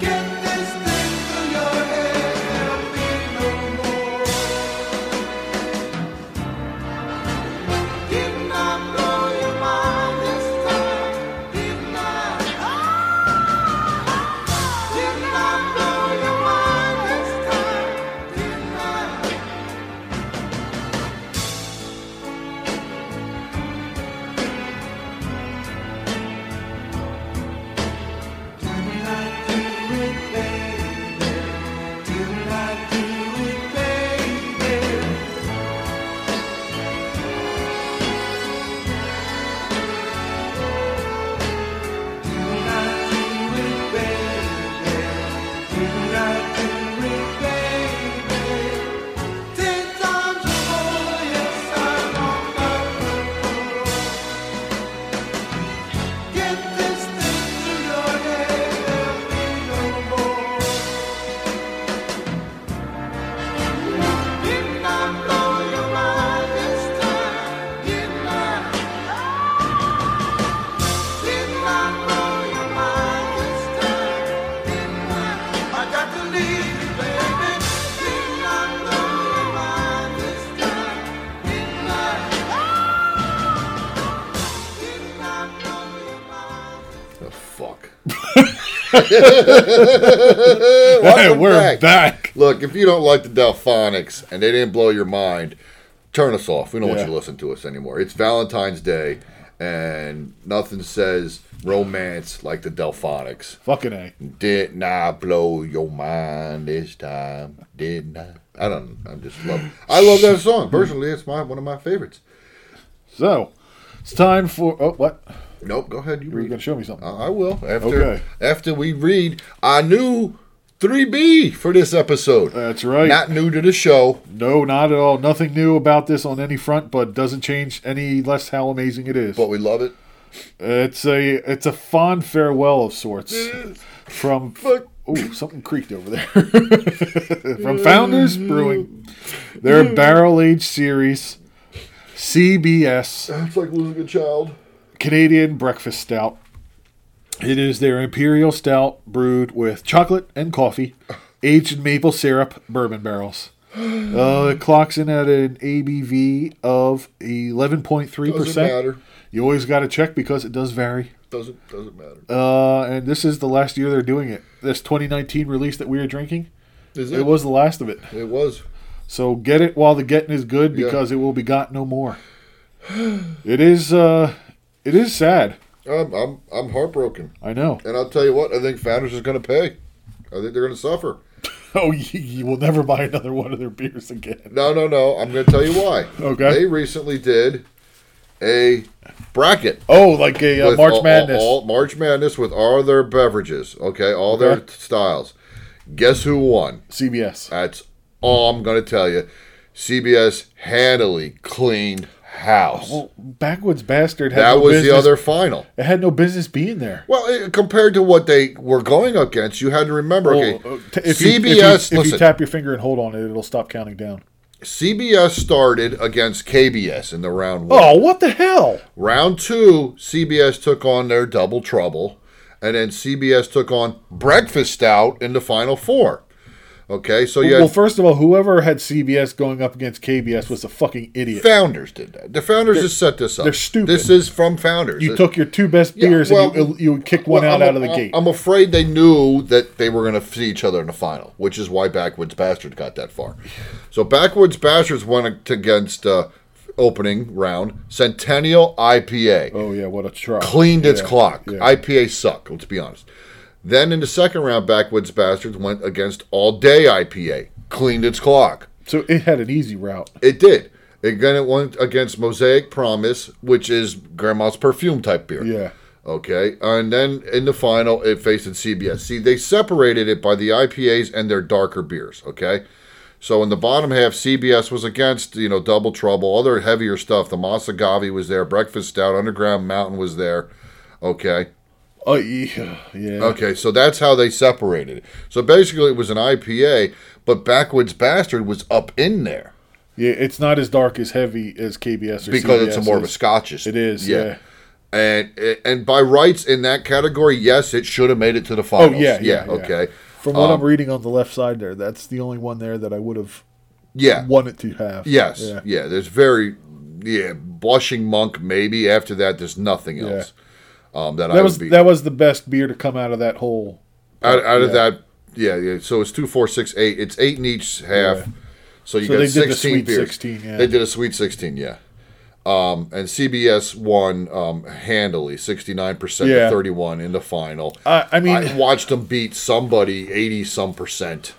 Get this thing through your head, there'll be no more. Did not blow your mind this time, did not. Did not blow your mind this time, did not. Did Get this thing through your head, there'll be no more. Did not blow your mind this time, did not. Did not blow your mind this time, did not. I got to leave, baby. Did not blow your mind this time, did not. Did not blow your mind. The fuck. Hey, Welcome we're back. Look, if you don't like the Delphonics and they didn't blow your mind, turn us off. We don't want Yeah. you to listen to us anymore. It's Valentine's Day, and nothing says romance like the Delphonics. Fucking A. Did not blow your mind this time. Did not. I don't. I just love. I love that song personally. It's my one of my favorites. So it's time for. Oh, what? Nope. Go ahead. You You were read. going to show me something. I I will after Okay. after we read. I knew three B for this episode. That's right. Not new to the show. no, not at all. Nothing new about this on any front, but doesn't change any less how amazing it is. But we love it. It's a it's a fond farewell of sorts from oh something creaked over there from Founders Brewing, their barrel aged series, CBS It's like losing a child. Canadian Breakfast Stout. It is their imperial stout brewed with chocolate and coffee, aged in maple syrup bourbon barrels. Uh, it clocks in at an ABV of eleven point three Doesn't percent. matter. You always got to check because it does vary. Doesn't doesn't matter. Uh, and this is the last year they're doing it. This 2019 release that we are drinking, Is it was the last of it. It was. So get it while the getting is good Yeah. because it will be got no more. It is uh it is sad. I'm I'm I'm heartbroken. I know. And I'll tell you what. I think Founders is going to pay. I think they're going to suffer. Oh, you, you will never buy another one of their beers again. No, no, no. I'm going to tell you why. Okay. They recently did a bracket. Oh, like a uh, with March all- all- Madness. all- March Madness with all their beverages. Okay, all their Okay. t- styles. Guess who won? CBS. That's all I'm going to tell you. CBS handily cleaned house. Well, backwoods bastard. Had that no was the business- other final. It had no business being there. Well, it, compared to what they were going against, you had to remember. Okay, Well, uh, t- CBS. if you- if you- if you, listen, tap your finger and hold on it, it'll stop counting down. CBS started against KBS in the round one. Oh, what the hell? Round two, CBS took on their double trouble, and then CBS took on Breakfast Out in the final four. Okay, so you Well, had first of all, whoever had CBS going up against KBS was a fucking idiot. founders did that. The founders just set this up. they're stupid. This is from founders. you It- took your two best Yeah, beers well, and you, you kicked one Well, out I'm- out of the I'm- gate. I'm afraid they knew that they were going to see each other in the final, which is why Backwoods Bastard got that far. So Backwoods Bastards went against uh, opening round Centennial IPA. oh yeah, what a try! cleaned its Yeah, clock. yeah. IPA suck, let's be honest. Then in the second round, Backwoods Bastards went against All Day IPA, cleaned its clock. so it had an easy route. It did. Again, it went against Mosaic Promise, which is Grandma's perfume type beer. Yeah. Okay, and then in the final, it faces CBS. See, they separated it by the IPAs and their darker beers. Okay, so in the bottom half, CBS was against you know Double Trouble, other heavier stuff. The Masagavi was there, Breakfast Stout, Underground Mountain was there. Okay, Oh, yeah. yeah. Okay, so that's how they separated it. So basically, it was an IPA, but Backwoods Bastard was up in there Yeah, it's not as dark as heavy as KBS or because it's a CBS more of a is. Scottish. It is, yeah. And and by rights in that category, yes, it should have made it to the finals. Oh, yeah, yeah, yeah. okay. From what I'm Um, reading on the left side there, that's the only one there that I would have Yeah. wanted to have. Yes. Yeah. Yeah. There's very yeah, blushing monk maybe. After that, there's nothing else. Um, that, I That was would be that was the best beer to come out of that whole. out, out of yeah. that. Yeah, yeah. So it's two, four, six, eight. It's eight in each half. Yeah. So you So got they did the sixteen Sweet beers. 16, yeah. They did a sweet sixteen. Yeah. Um, and CBS won um, handily, sixty nine percent to Yeah. thirty one in the final. I- I mean- I watched them beat somebody eighty some percent.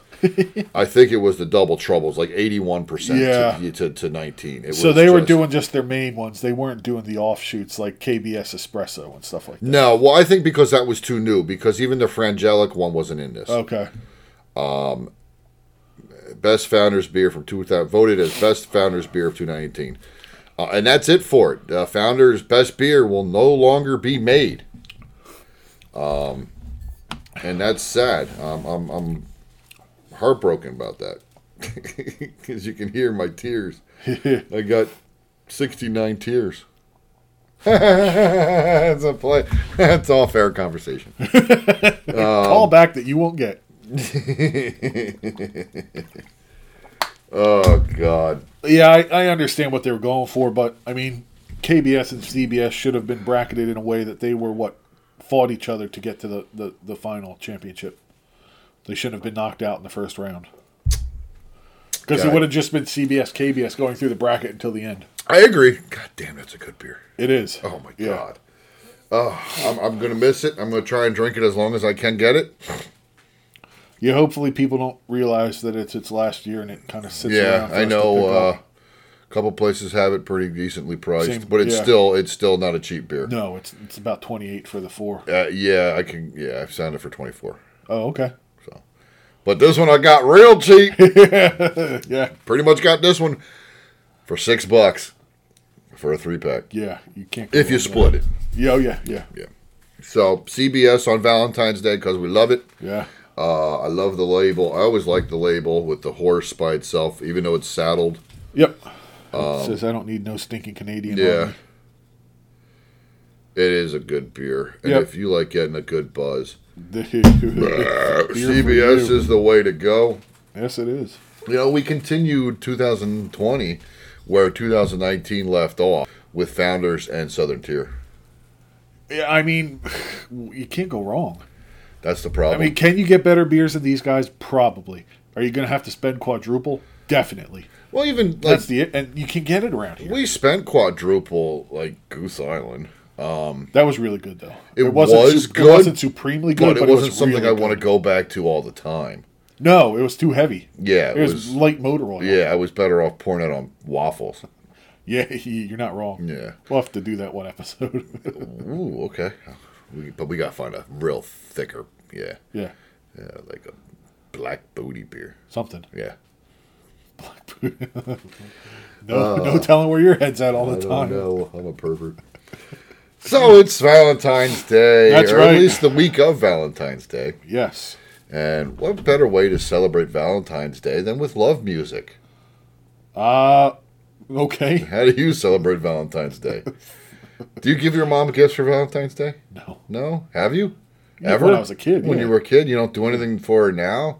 I think it was the double troubles, like eighty one Yeah. percent to to to nineteen. It So was they were just- doing just their main ones. They weren't doing the offshoots like KBS Espresso and stuff like that. No, well, I think because that was too new. Because even the Frangelic one wasn't in this. Okay. Best Founders Beer from 2000, voted as Best Founders Beer of 2019. Uh, and that's it for it. Uh, Founders Best Beer will no longer be made. Um, and that's sad. Um, I'm, I'm heartbroken about that. Because you can hear my tears. I got 69 tears. that's a play. That's all fair conversation. Um, Call back that you won't get. Oh God. Yeah, I, I understand what they were going for, but I mean, KBS and CBS should have been bracketed in a way that they were what fought each other to get to the, the, the final championship. They shouldn't have been knocked out in the first round. Because Yeah, it I- would have just been CBS, KBS going through the bracket until the end. I agree. God damn, that's a good beer. It is. Oh my Yeah. god. Oh, I'm, I'm gonna miss it. I'm gonna try and drink it as long as I can get it. Yeah, hopefully people don't realize that it's its last year and it kind of sits yeah, around. for I us to know pick uh, up. a couple places have it pretty decently priced, Same- but it's yeah. still it's still not a cheap beer. No, it's it's about 28 for the four. Uh, yeah, I can. Yeah, I've signed it for 24. Oh, okay. But this one I got real cheap. Yeah. pretty much got this one for six bucks for a three pack Yeah, you can't. go if you wrong split there. it. Yeah, oh, yeah, yeah, Yeah. So CBS on Valentine's Day because we love it. yeah. Uh, I love the label. I always like the label with the horse by itself, even though it's saddled. Yep. it says I don't need no stinking Canadian. Um, Yeah. Army." It is a good beer. And Yep. if you like getting a good buzz, Beer for CBS you. is the way to go. Yes, it is. You know, we continued 2020 where 2019 left off with Founders and Southern Tier. Yeah, I mean, you can't go wrong. That's the I problem. mean, can you get better beers than these guys? Probably. Are you going to have to spend quadruple? Definitely. well, even like That's the it, and you can get it around here. we spent quadruple like Goose Island, That was really good, though. It was It good, wasn't supremely good, but, it wasn't was something really I want to good. go back to all the time. No, it was too heavy. Yeah, it, it was, was- light motor oil. Yeah, I was better off pouring it on waffles. yeah, you're not wrong. Yeah. we'll have to do that one episode. Ooh, okay. We, but we gotta find a real thicker, yeah, yeah, yeah, like a black booty beer. something. Yeah, No, Uh, no telling where your head's at all the time. know. I'm a pervert. So it's Valentine's Day, That's or right. at least the week of Valentine's Day. Yes. And what better way to celebrate Valentine's Day than with love music? Uh okay. How do you celebrate Valentine's Day? do you give your mom gifts for Valentine's Day? No. No, have you? Yeah, Ever? when I was a kid, When yeah. you were a kid, you don't do anything for her now.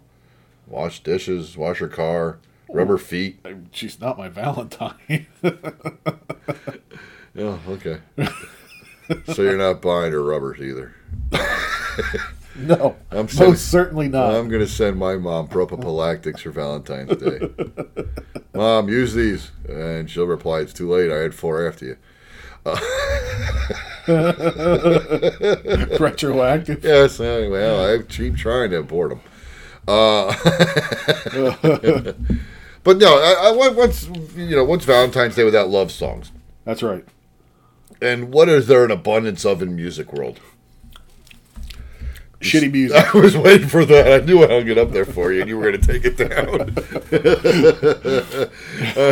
Wash dishes, wash her car, rub her feet. I- She's not my Valentine. Yeah, okay. so you're not buying her rubbers either. no. I'm most sorry. certainly not. I'm gonna send my mom propopalactics for Valentine's Day. mom, use these, and she'll reply, "It's too late. I had four after you." Retroactive. Yes. uh, Well, I keep trying to import them. Uh, but no, I, I, once you know, what's Valentine's Day without love songs? That's right. And what is there an abundance of in music world? Shitty music. I was waiting for that. I knew I hung it up there for you, and you were going to take it down.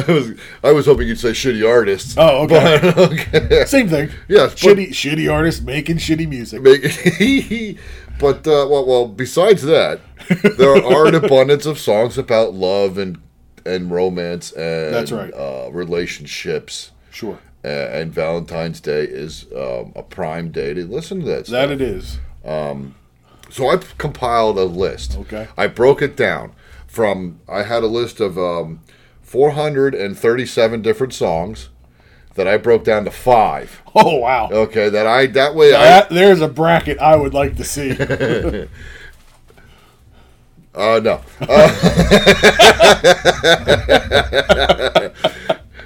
I was I was hoping you'd say shitty artists. Oh, okay. But, okay. Same thing. Yeah, but- Shitty, shitty artists making shitty music. Make- but uh, well, well, besides that, there are an abundance of songs about love and and romance and That's right. uh, relationships. Sure. Uh, and Valentine's Day is um, a prime day to listen to that. That stuff. it is. So I've compiled a list. Okay. I broke it down from I had a list of um, 437 different songs that I broke down to five. Oh, wow. Okay, that I that way I That- there's a bracket I would like to see. Uh, no.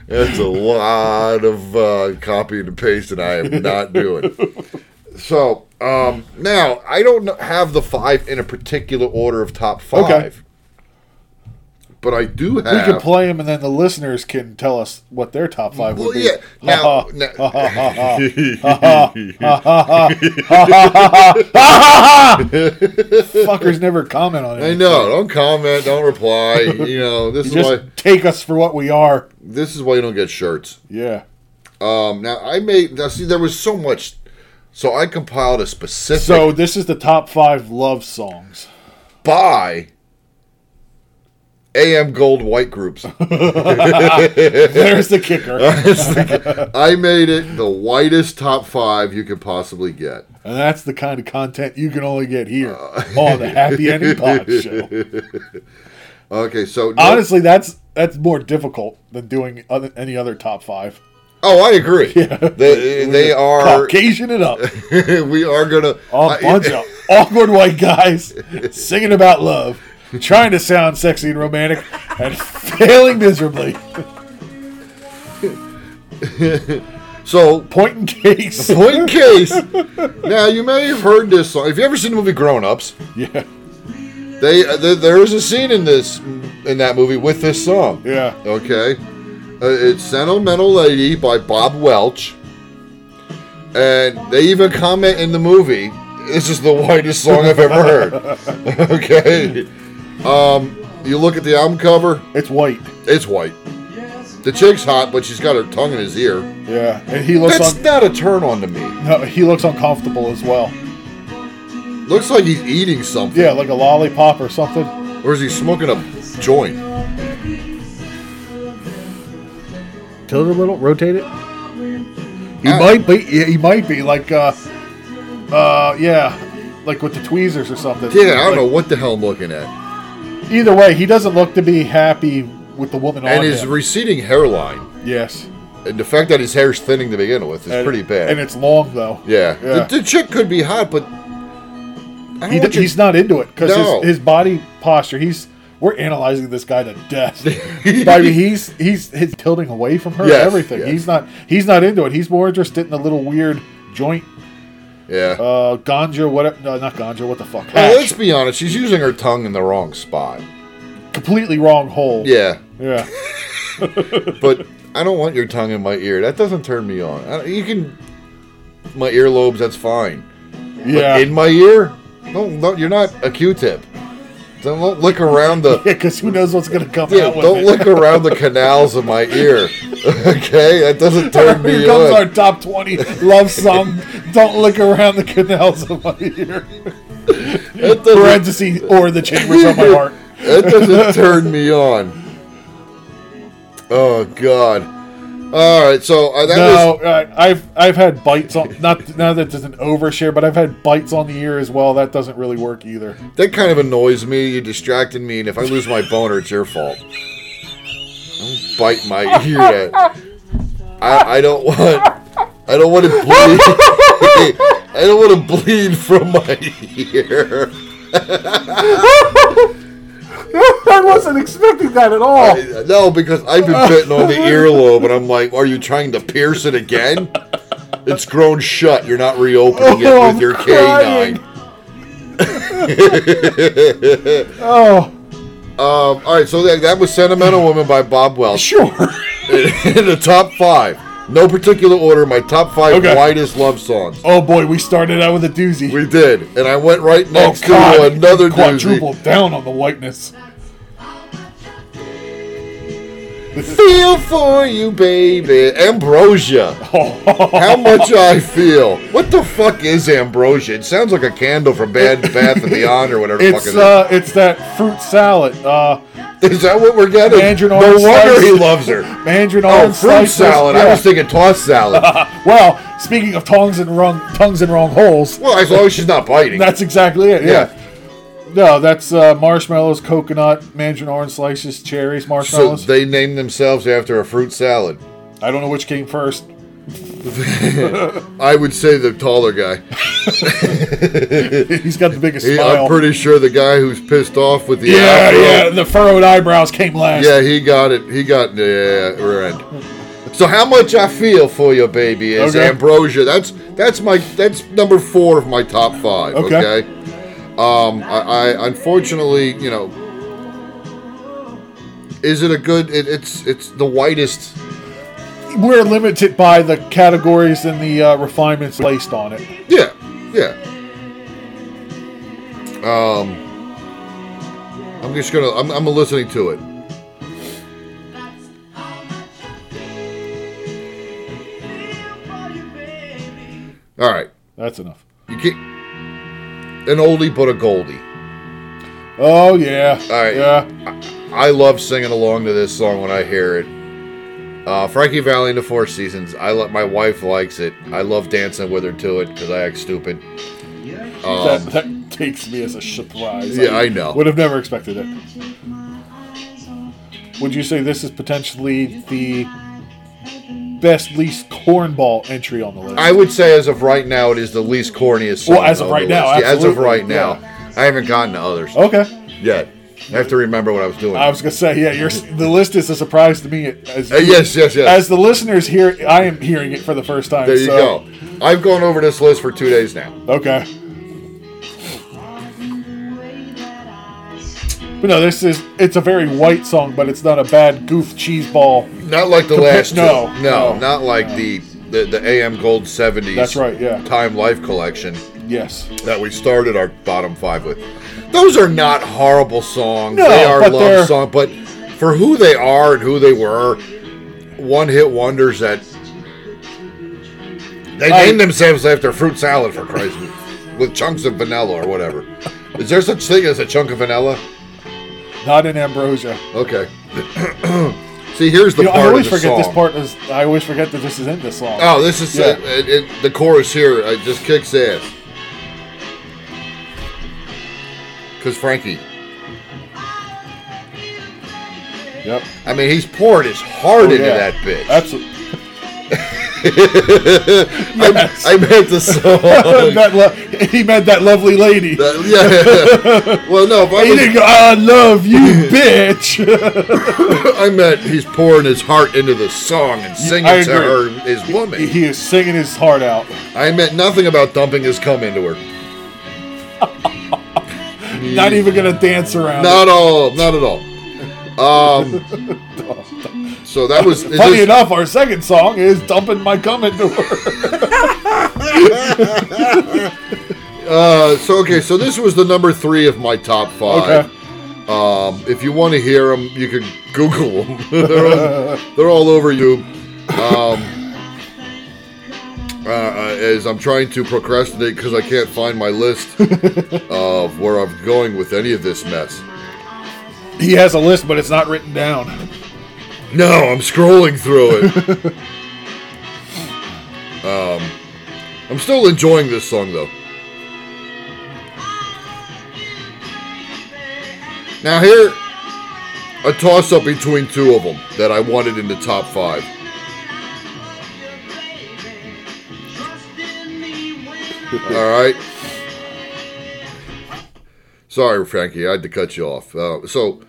That's a lot of uh, copying and pasting I am not doing. So um, now I don't kn- have the five in a particular order of top five, Okay. but I do have. We can play them, and then the listeners can tell us what their top five would Well, be. Oh, yeah. Uh-huh. Now, Fuckers never comment on I it. know. Don't comment. Don't reply. You know this You is just why take us for what we are. this is why you don't get shirts. Yeah. Um, now I made now see there was so much, so I compiled a specific So this is the top five love songs. by AM Gold White groups. There's the kicker, and I made it the whitest top five you could possibly get. that's the kind of content you can only get here on the Happy Ending Pod Show. Okay, so no- Honestly, that's that's more difficult than doing other, any other top five. oh, I agree. They, they are. Caucasian it up, we are gonna. a bunch of awkward white guys singing about love, trying to sound sexy and romantic, and failing miserably. so Point in case. point in case. now you may have heard this song. If you ever seen the movie Grown Ups, Yeah, they uh, there, there is a scene in this in that movie with this song. yeah. Okay. Uh, it's Sentimental Lady by Bob Welch. And they even comment in the movie, this is the whitest song I've ever heard. okay. Um, you look at the album cover, It's white. it's white. The chick's hot, but she's got her tongue in his ear. Yeah, and he looks That's un- not a turn on to me. no, he looks uncomfortable as well. Looks like he's eating something. Yeah, like a lollipop or something. Or is he smoking a joint? tilt it a little, rotate it. He Ah. might be. yeah, He might be like, uh, uh, yeah, like with the tweezers or something. Yeah, I don't know what the hell I'm looking at. know. Either way, he doesn't look to be happy with the woman on And his him. receding hairline, yes, and the fact that his hair's thinning to begin with, is And- pretty bad. and it's long though. Yeah. Yeah. The, the chick could be hot, but I don't he, want d- you- he's not into it because No. his, his body posture. He's we're analyzing this guy to death. But I mean, he's he's he's tilting away from her. and Yes, everything. yes. He's not he's not into it. He's more interested in the little weird joint yeah. uh ganja. What? No, not ganja. What the fuck? well, Hash. let's be honest. She's using her tongue in the wrong spot. completely wrong hole. Yeah, Yeah. but I don't want your tongue in my ear. That doesn't turn me on. I, you can my earlobes. That's fine. Yeah. In my ear? Don't, don't. You're not a Q-tip. Don't, don't lick around the. Because who knows what's gonna come Yeah, out with don't it. lick around the canals of my ear. Okay, that doesn't turn Here me comes on. our top twenty love song. don't lick around the canals of my ear. That doesn't- Parentheses or the chambers of my heart. That doesn't turn me on. Oh God! All right, so uh, that No, was uh, I've I've had bites on not now that doesn't overshare, but I've had bites on the ear as well. That doesn't really work either. that kind of annoys me. You distracted me, and if I lose my boner, it's your fault. Don't bite my ear. That I, I don't want. I don't want to bleed. I don't want to bleed from my ear. I wasn't expecting that at all. No, because I've been bitten on the earlobe, and I'm like, are you trying to pierce it again? It's grown shut. You're not reopening Oh, it I'm with your crying. K9. Oh, Um, all right, so that, that was "Sentimental Woman" by Bob Welch sure. in the top five. No particular order. My top five Okay. widest love songs. Oh boy, we started out with a doozy. We did, and I went right next to another Oh, quadruple doozy. down on the whiteness. Feel for you, baby. Ambrosia. How much I feel. What the fuck is ambrosia? It sounds like a candle from Bad Bath and Beyond or whatever. the fuck It's it is. uh, it's that fruit salad. Uh, Is that what we're getting? Mandarin no orange wonder slice. he loves her. mandarin Oh, orange fruit slices. salad. I Yeah. was thinking toss salad. Well, speaking of tongs and wrong tongues and wrong holes, well, as long as she's not biting. that's exactly it. Yeah. No, that's uh, marshmallows, coconut, mandarin orange slices, cherries, So marshmallows. they named themselves after a fruit salad. I don't know which came first. I would say the taller guy. He's got the biggest He, smile. I'm pretty sure the guy who's pissed off with the yeah, afro- yeah. The furrowed eyebrows came last. Yeah, he got it. He got the yeah, rear end. So how much I feel for you, baby, is Okay. ambrosia. That's that's my that's number four of my top five. Okay. Okay. Um, I, I unfortunately, you know, is it a good? It, it's it's the whitest. We're limited by the categories and the uh, refinements placed on it. Yeah, yeah. Um, I'm just gonna. I'm I'm listening to it. All right. That's enough. You get an oldie but a goldie. Oh yeah. All right. Um, Yeah. I love singing along to this song when I hear it. Uh, Frankie Valley and the Four Seasons. I love my wife likes it. I love dancing with her to it because I act stupid. that, that takes me as a surprise. Yeah, I know. Would have never expected it. Would you say this is potentially the best least cornball entry on the list? I would say as of right now, it is the least corniest song. Well, as of the right now, list. Yeah, as of absolutely. Oh. right now, I haven't gotten to others okay. yet. I have to remember what I was doing. I was gonna say yeah. You're, the list is a surprise to me as Uh, yes, yes, yes. as the listeners hear. it, I am hearing it for the first time. there you so- go. I've gone over this list for two days now. Okay. But no, this is it's a very white song, but it's not a bad goof cheese ball. Not like the Compa- last. two. no, no, no, not like the, the the AM Gold '70s. That's right, yeah. Time Life collection Yes. that we started our bottom five with. Those are not horrible songs. No, they are but they're- love songs, but for who they are and who they were, one hit wonders that they I- named themselves after fruit salad for Christ's sake, with chunks of vanilla or whatever. Is there such thing as a chunk of vanilla? Not in Ambrosia. Okay. See, here's the You know, part I always of the forget song. this part is I always forget that this is in this song. Oh, this is Yeah. it, it, it- the chorus here. It just kicks ass. Cause Frankie, Yep. I mean, he's pouring his heart into Oh, Yeah. that bitch. Absolutely. I, I meant the song. that lo- he meant that lovely lady. Uh, yeah. well, no, if I, he was, didn't go, I love you, bitch. I meant he's pouring his heart into the song and singing I to her, agree. his woman. he is singing his heart out. I meant nothing about dumping his cum into her. Not even gonna dance around. it. Not all. Not at all. Um. So that was is Funny this- enough, our second song is Dumping My Cum Into Her. Uh, so okay, so this was the number three of my top five. Okay. Um, if you want to hear them, you can Google them. they're, all, they're all over you. Um, uh, uh, as I'm trying to procrastinate because I can't find my list of where I'm going with any of this mess. He has a list, but it's not written down. No, I'm scrolling through it. um, I'm still enjoying this song though. Now here, a toss-up between two of them that I wanted in the top five. All right. Sorry, Frankie, I had to cut you off. Uh, so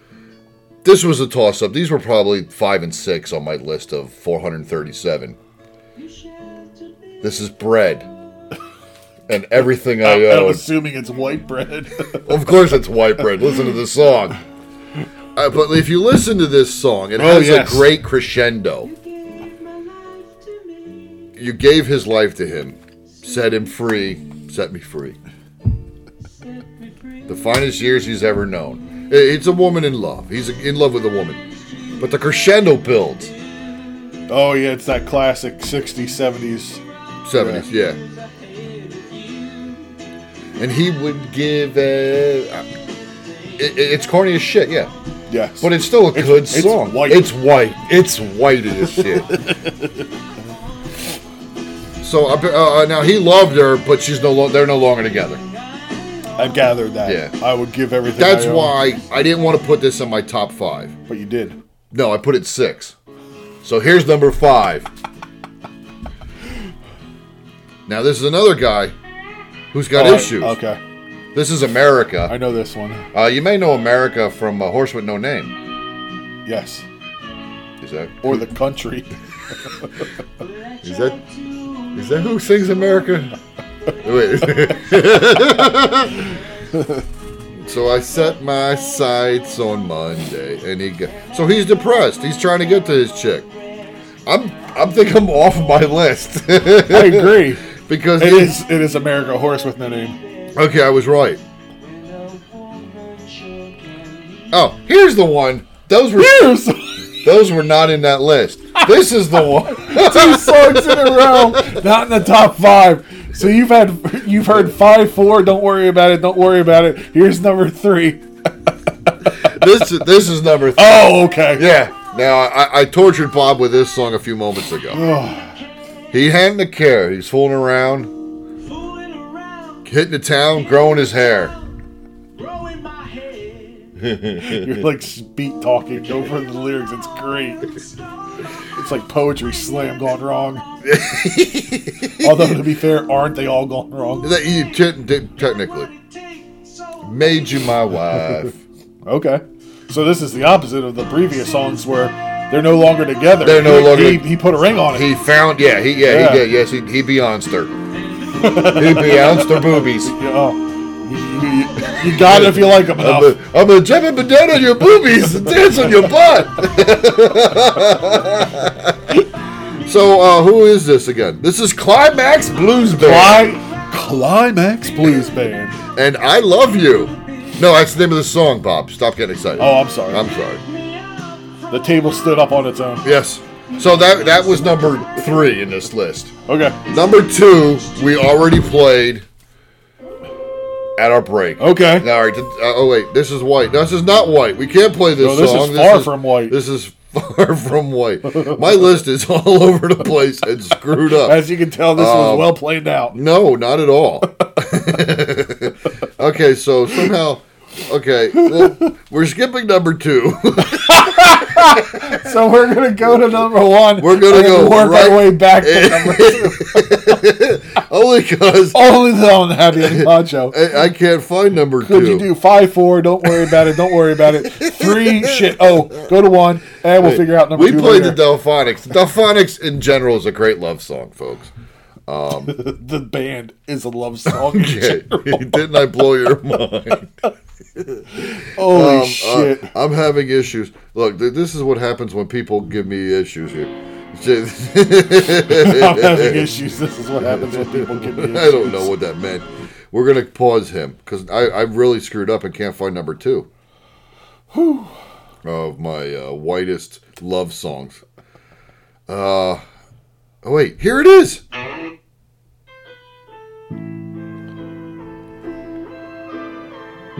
this was a toss-up. These were probably five and six on my list of 437. This is bread and everything I I'm own. assuming it's white bread. Of course, it's white bread. Listen to the song. Uh, but if you listen to this song, it Oh, has yes. a great crescendo. you gave his life to him, set him free, set me free. The finest years he's ever known. I- It's a woman in love. He's in love with a woman. But the crescendo builds. Oh, yeah, it's that classic 60s, 70s. 70s, yeah. And he would give a. It, it's corny as shit, yeah. Yes. But it's still a It's- good it's song. white. It's white. It's white as shit. so uh, uh, now he loved her, but she's no lo- they're no longer together. I gathered that. Yeah. I would give everything. That's I own, why I didn't want to put this in my top five. But you did. No, I put it six. So here's number five. Now this is another guy who's got Oh, I- issues. okay. This is I America. know this one. Uh, you may know America from uh, Horse with No Name. Yes. Is that Or the country. Is that is that who sings America? Wait. so I set my sights on Monday, and he got, so he's depressed. He's trying to get to his chick. I'm I'm think I'm off my list I agree. because It he- is. It is America a horse with no name. okay. I was right. Oh, here's the one. Those were Years. those were not in that list. This is the one. Two songs in a row, not in the top five. So you've had you've heard five, four. Don't worry about it. Don't worry about it. Here's number three. This this is number three. Oh, okay. Yeah. Now I, I tortured Bob with this song a few moments ago. he hadn't a care. He's fooling around, Fooling around, hitting the town, growing his hair. growing my head. You're like beat talking over the lyrics. It's great. It's like poetry slam gone wrong. Although to be fair, aren't they all gone wrong? That you te- te- technically made you my wife. Okay. So this is the opposite of the previous songs where they're no longer together. They're no He- longer- He, he put a ring on it. he found. Yeah. He. Yeah. Yeah. He did. Yes. He. He beyonds her. he beyonds her boobies. Yeah, oh. You, you- you got it if you like them I'm enough. a, I'm a jumping banana on your boobies and dance on your butt. so, uh, who is this again? This is Climax Blues Band. Cli- Climax Blues Band. and I love you. No, that's the name of the song, Bob. Stop getting excited. Oh, I'm sorry. I'm sorry. The table stood up on its own. Yes. So that that was number three in this list. Okay. Number two, we already played at our break. Okay. All right. th- uh, oh wait, this is white. No, this is not white. We can't play this No, this is song. far from white. This is far from white. My list is all over the place and screwed up. As you can tell, this Um, was well planned out. No, not at all. okay, so somehow, okay, well, we're skipping number two. So we're gonna go to number one. We're gonna and then go work right- our way back to number Only because I, only the unhappy ending poncho. I can't find number Could two. you do five four? Don't worry about it. Don't worry about it. Three shit. Oh, go to one, and we'll figure out number we two. played later. the Delphonics. Delphonics in general is a great love song, folks. The band is a love song. Okay, didn't I blow your mind? Holy Um, uh, shit! I'm having issues. Look, th- this is what happens when people give me issues here. I'm having issues. This is what happens when people get me. I don't know what that meant. We're gonna pause him because I, I really screwed up and can't find number two of my uh, whitest love songs. Uh, oh wait, here it is.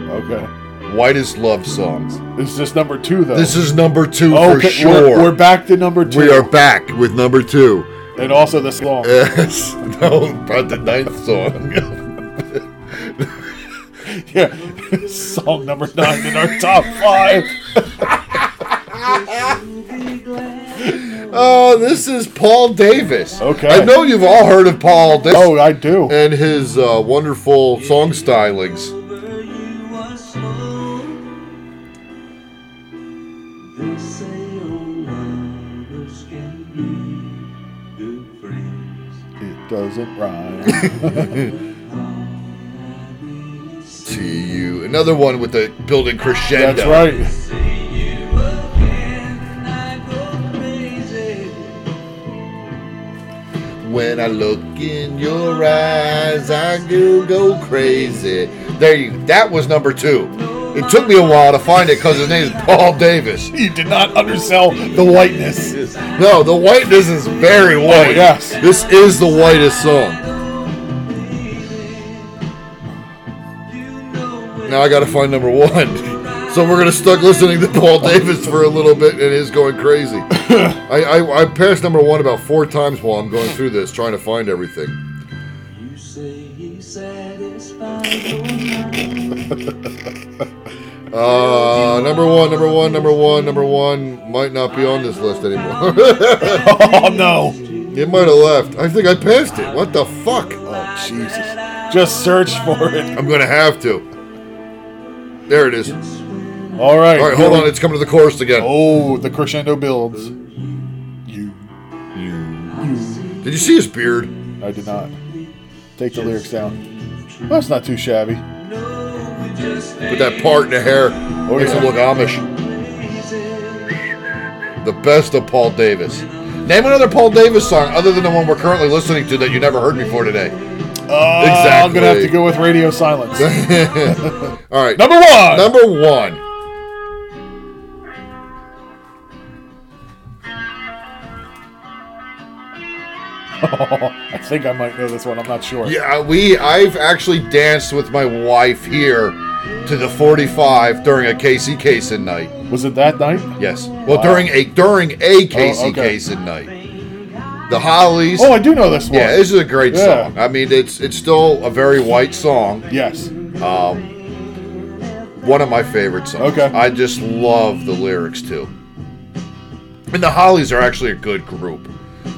Okay, Whitest love songs. it's just number two though. Oh, This is number two for okay. sure. We're, we're back to number two, We are back with number two. and also this song. Yes, no, but the ninth song. Yeah, song number nine in our top five. Oh, this is Paul Davis. Okay. I know you've all heard of Paul Davis. Oh, I do. and his uh, wonderful song stylings. It doesn't rhyme. See you. Another one with the building crescendo. That's right. When I look in your eyes, I do go crazy. There you. That was number two. It took me a while to find it because his name is Paul Davis. You did not undersell the whiteness. No, the whiteness is very white. yes. This is the whitest song. Now I gotta find number one. So we're gonna stuck listening to Paul Davis for a little bit and it's going crazy. I, I, I passed number one about four times while I'm going through this trying to find everything. Uh, number one, number one, number one, number one might not be on this list anymore. Oh no! It might have left. I think I passed it. What the fuck? Oh Jesus! Just search for it. I'm gonna have to. There it is. All right. All right, hold on. It's coming to the chorus again. Oh, the crescendo builds. You. Did you see his beard? I did not. Take the lyrics down. Well, that's not too shabby. With that part in the hair, makes Oh, yeah. him look Amish. The best of Paul Davis. Name another Paul Davis song other than the one we're currently listening to that you never heard before Uh, today. I'm Exactly. gonna have to go with Radio Silence. All right, Number one. number one. I think I might know this one. I'm not sure. Yeah, uh, we. I've actually danced with my wife here to the 45 during a Casey Kasem night. Was it that night? Yes. Well, Wow. during a during a Casey Oh, okay. Kasem night, the Hollies. Oh, I do know this one. yeah, this is a great Yeah. song. I mean, it's it's still a very white song. yes. Um, one of my favorite songs. Okay. I just love the lyrics too. And the Hollies are actually a good group.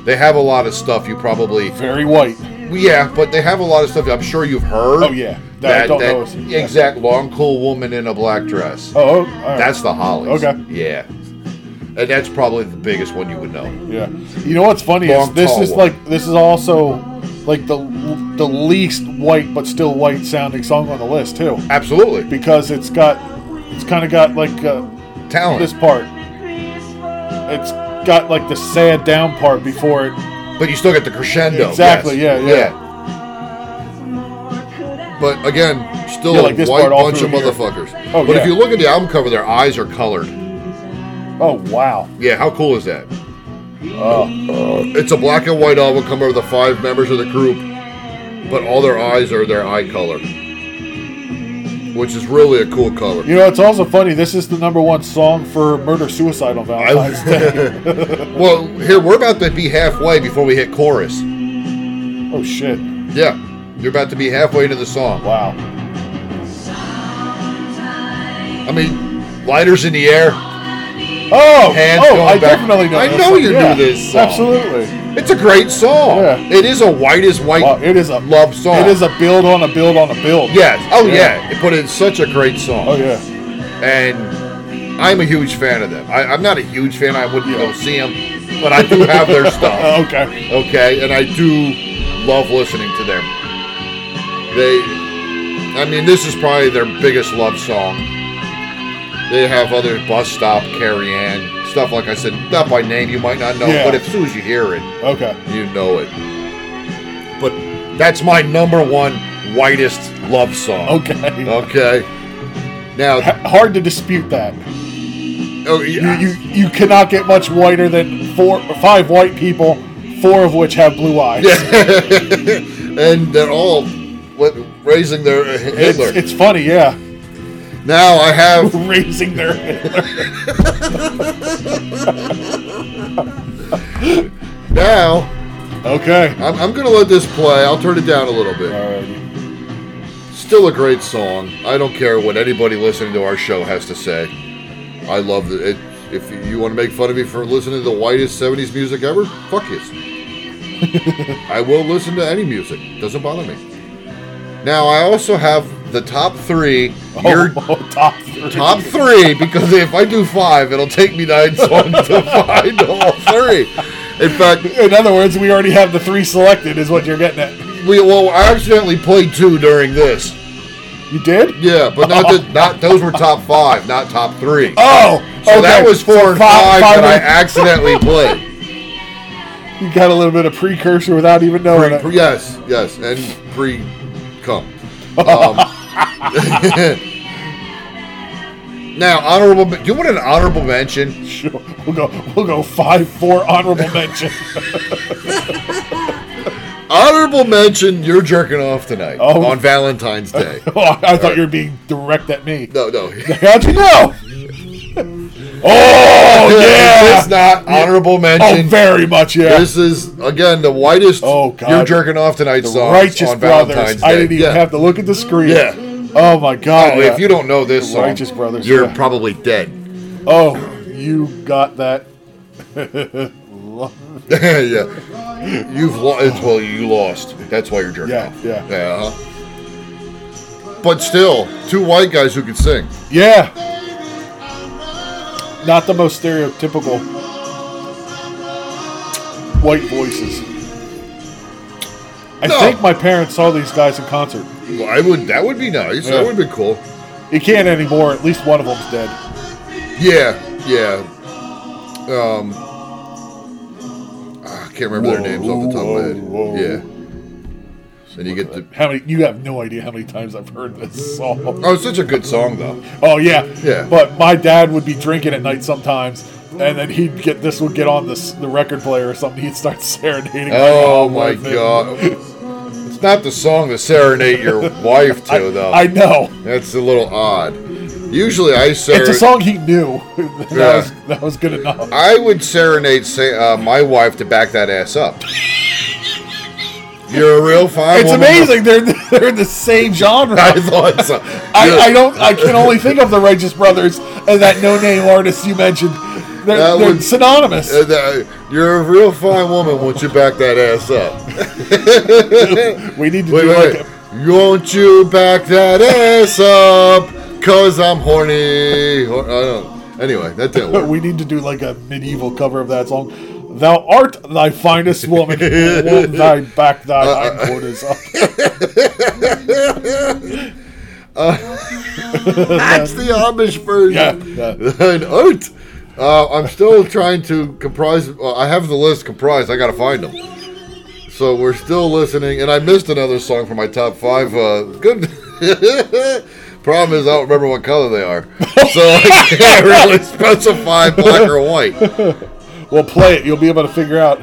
They have a lot of stuff you probably Very white. yeah, but they have a lot of stuff I'm sure you've heard. Oh, yeah. That I don't know is- yeah. exact long cool woman in a black dress. Oh, all right. That's the Hollies. Okay. Yeah. And that's probably the biggest one you would know. yeah. You know what's funny Long, is this tall is one. like this is also like the the least white but still white sounding song on the list too Absolutely. because it's got it's kind of got like uh, Talent. this part. It's got like the sad down part before it. but you still get the crescendo. Exactly, yes. yeah, yeah. But again, still Yeah, like a this white part all bunch through of here. motherfuckers. Oh, but if yeah. you look at the album cover, their eyes are colored. Oh wow. Yeah, how cool is that? Oh. It's a black and white album cover of the five members of the group, but all their eyes are their eye color, which is really a cool color. You know, it's also funny. This is the number one song for murder Oh, suicide on Valentine's Day. Well, here we're about to be halfway before we hit chorus. oh shit! Yeah, you're about to be halfway into the song. Wow. I mean, lighters in the air. Oh, Hands oh, going I back. definitely know. I this know one. you yeah, knew this song. Absolutely. It's a great song. Yeah. It is a white as white Wow, it is a love song. It is a build on a build on a build. yes. Oh Yeah. yeah. But it's such a great song. Oh yeah. and I'm a huge fan of them. I, I'm not a huge fan. I wouldn't go Yeah. see them, but I do have their Oh, stuff. okay. Okay, and I do love listening to them. They, I mean, this is probably their biggest love song. They have other bus stop, Carrie Ann, stuff like I said, not by name, you might not know, Yeah. but as soon as you hear it, Okay. you know it. But that's my number one whitest love song. Okay. Okay. Now, H- hard to dispute that. oh, yeah. You, you you cannot get much whiter than four five white people, four of which have blue eyes. and they're all what, raising their It's, Hitler. it's funny, yeah. now I have Raising their Hitler. now Okay. I'm, I'm gonna let this play. I'll turn it down a little bit. Alrighty. Still a great song. I don't care what anybody listening to our show has to say. I love it. it if you want to make fun of me for listening to the whitest '70s music ever, fuck yes. I will listen to any music. Doesn't bother me. Now I also have the top three. Your Oh, top three. top three because if I do five, it'll take me nine songs to find all three. In fact, In other words, we already have the three selected, is what you're getting at. we well, I accidentally played two during this. You did? Yeah, but not that not those were top five, not top three. Oh, So that okay. was four So and five, that I was- accidentally played. You got a little bit of precursor without even knowing Pre- it. yes, yes, and pre cum. Um, now, honorable. Do you want an honorable mention? Sure. We'll go. We'll go five four honorable mention. Honorable mention. You're jerking off tonight Oh. on Valentine's Day. oh, I thought you were being direct at me. no, no. How'd you know? oh It's yeah. not honorable Oh, mention. very much yeah. This is again the whitest. Oh, God. You're jerking off tonight. the songs righteous on brothers. Valentine's I Day. didn't even Yeah. have to look at the screen. Yeah. Oh my god. Oh, yeah. If you don't know this The song, Righteous Brothers, you're yeah. probably dead. Oh, you got that. yeah, you've lost. Well, you lost. That's why you're jerking Yeah, off. yeah. uh-huh. But still, two white guys who can sing. Yeah. Not the most stereotypical white voices. I No. think my parents saw these guys in concert. Well, I would. That would be nice. Yeah. That would be cool. You can't anymore. At least one of them's dead. Yeah, yeah. Um, ah, I can't remember their names off the top of my head. Whoa, whoa. Yeah. And you get the. How many? You have no idea how many times I've heard this song. Oh, it's such a good song though. Oh yeah, Yeah. But my dad would be drinking at night sometimes, and then he'd get this would get on this the record player or something. He'd start serenading. Oh my with it. god. It's not the song to serenade your wife I, to, though. I know. That's a little odd. Usually I serenade. It's a song he knew. that, Yeah. was, that was good enough. I would serenade say, uh, my wife to back that ass up. You're a real fine It's woman. amazing. They're they're in the same genre. I I, thought so. I don't. I can only think of the Righteous Brothers and that no name artist you mentioned. They're, That they're would- synonymous. Uh, that- You're a real fine woman once you back that ass up. we need to Wait, do wait, like wait. Won't you back that ass up? Cause I'm horny. Hor- I don't Anyway, that didn't But work. we need to do like a medieval cover of that song. Thou art thy finest woman, won't thy back thy Uh, hindquarters up. That's the Amish Yeah, version. yeah. An oat. Uh, I'm still trying to comprise. Uh, I have the list comprised. I gotta find them. So we're still listening, and I missed another song from my top five. Uh, good. Problem is, I don't remember what color they are, so I can't really specify black or white. Well, play it. You'll be able to figure out.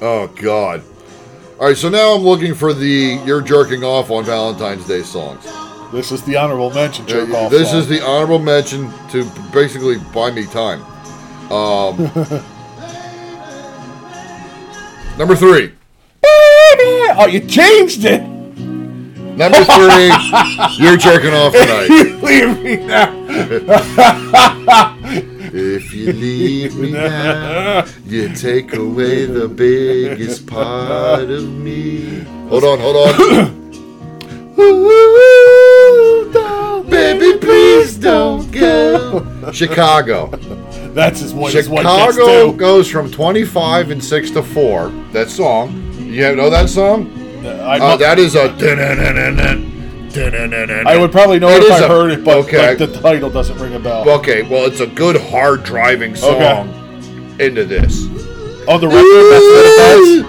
Oh God! All right, so now I'm looking for the "You're Jerking Off on Valentine's Day" songs. This is the honorable mention. Jerk Uh, off this song. is the honorable mention to basically buy me time. Um, number three. Oh, you changed it. Number three. you're jerking off tonight. You leave me now. If you leave me now, you take away the biggest part of me. Hold on, hold on. Baby, please don't go. Chicago. That's his one. His one gets Chicago too. goes from 25 and 6 to 4. That song. You know that song? I, Oh, that is a. I would probably know It if is I a- heard it, but okay. but the title doesn't ring a bell. Okay, well, it's a good hard driving song into this. On Oh, the record,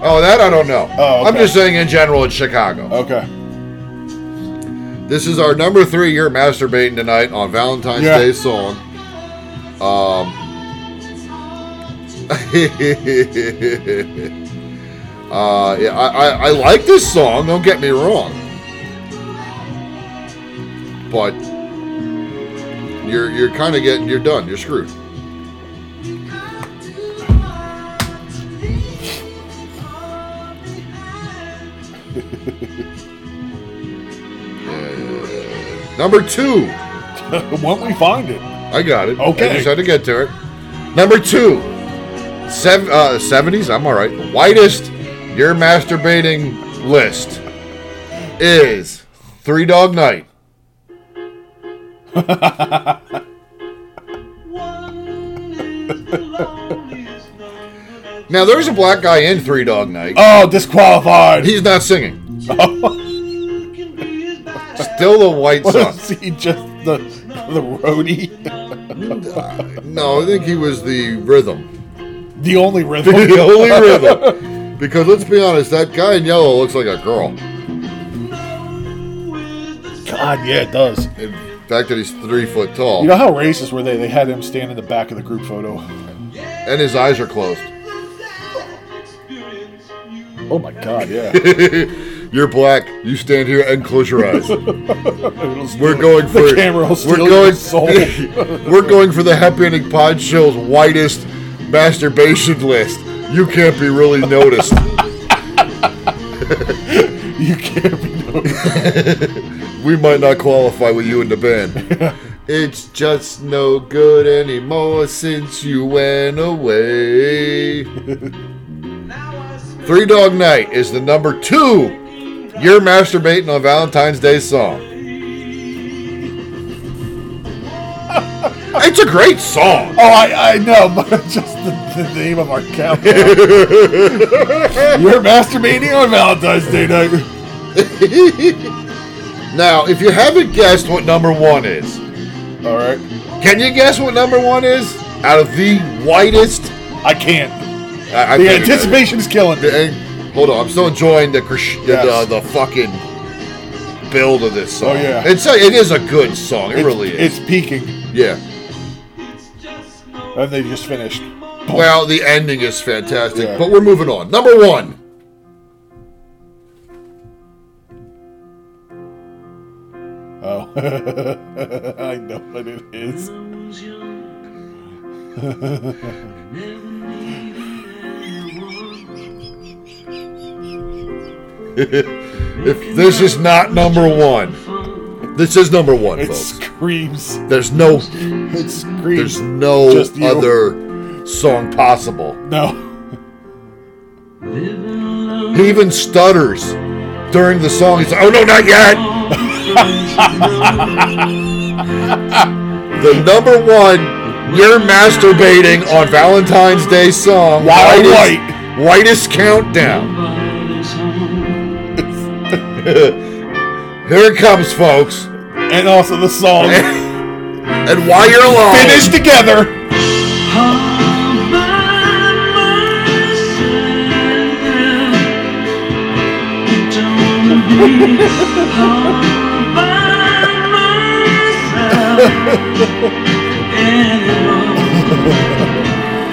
Oh, that I don't know. Oh, I'm okay. just saying in general in Chicago. that's the Okay. This is our number three year masturbating tonight on Valentine's Yeah. Day song. Um, uh, yeah, I, I, I like this song, don't get me wrong. But you're you're kind of getting you're done, you're screwed. Number two, Won't we find it? I got it. I Okay. just had to get to it. Number two, sev- uh, 70s, I'm all right. Whitest you're masturbating list is Three Dog Night. now, there's a black guy in Three Dog Night. Oh, disqualified. He's not singing. Still a white What song. is he just the the roadie? No, I think he was the rhythm. The only Oh, rhythm. the only rhythm. Because let's be honest, that guy in yellow looks like a girl. God, yeah, it does. In fact, that he's three foot tall You know how racist were they? They had him stand in the back of the group photo. and his eyes are closed. Oh my God, yeah. You're black. You stand here and close your eyes. It'll steal- We're going for the camera. Will steal we're your going soul. we're going for the Happy Ending Pod Show's widest masturbation list. You can't be really noticed. you can't be. we might not qualify with you in the band. it's just no good anymore since you went away. Three Dog Night is the number two. You're masturbating on Valentine's Day song. it's a great song. Oh, I, I know, but it's just the, the name of our countdown. You're masturbating on Valentine's Day night. Now, if you haven't guessed what number one is, All right, can you guess what number one is? Out of the widest, I can't. I, I The figured that. anticipation's killing me. The- and- hold on, I'm still enjoying the cres- the- Yes. the, the fucking build of this Oh, song. yeah. it's a, it is a good song. It really is. It's peaking, yeah. and they just finished. Well, the ending is fantastic, Yeah. but we're moving on. Number one. Oh, I know what it is. If this is not number one, this is number one, It folks. screams. There's no, It there's screams. no Just you. other song possible. No. He even stutters during the song. He's like, oh no, not yet. the number one, you're masturbating on Valentine's Day song. Wild Whitest- White. Whitest countdown. Here it comes, folks. And also the song. and while you're alone, Finished together.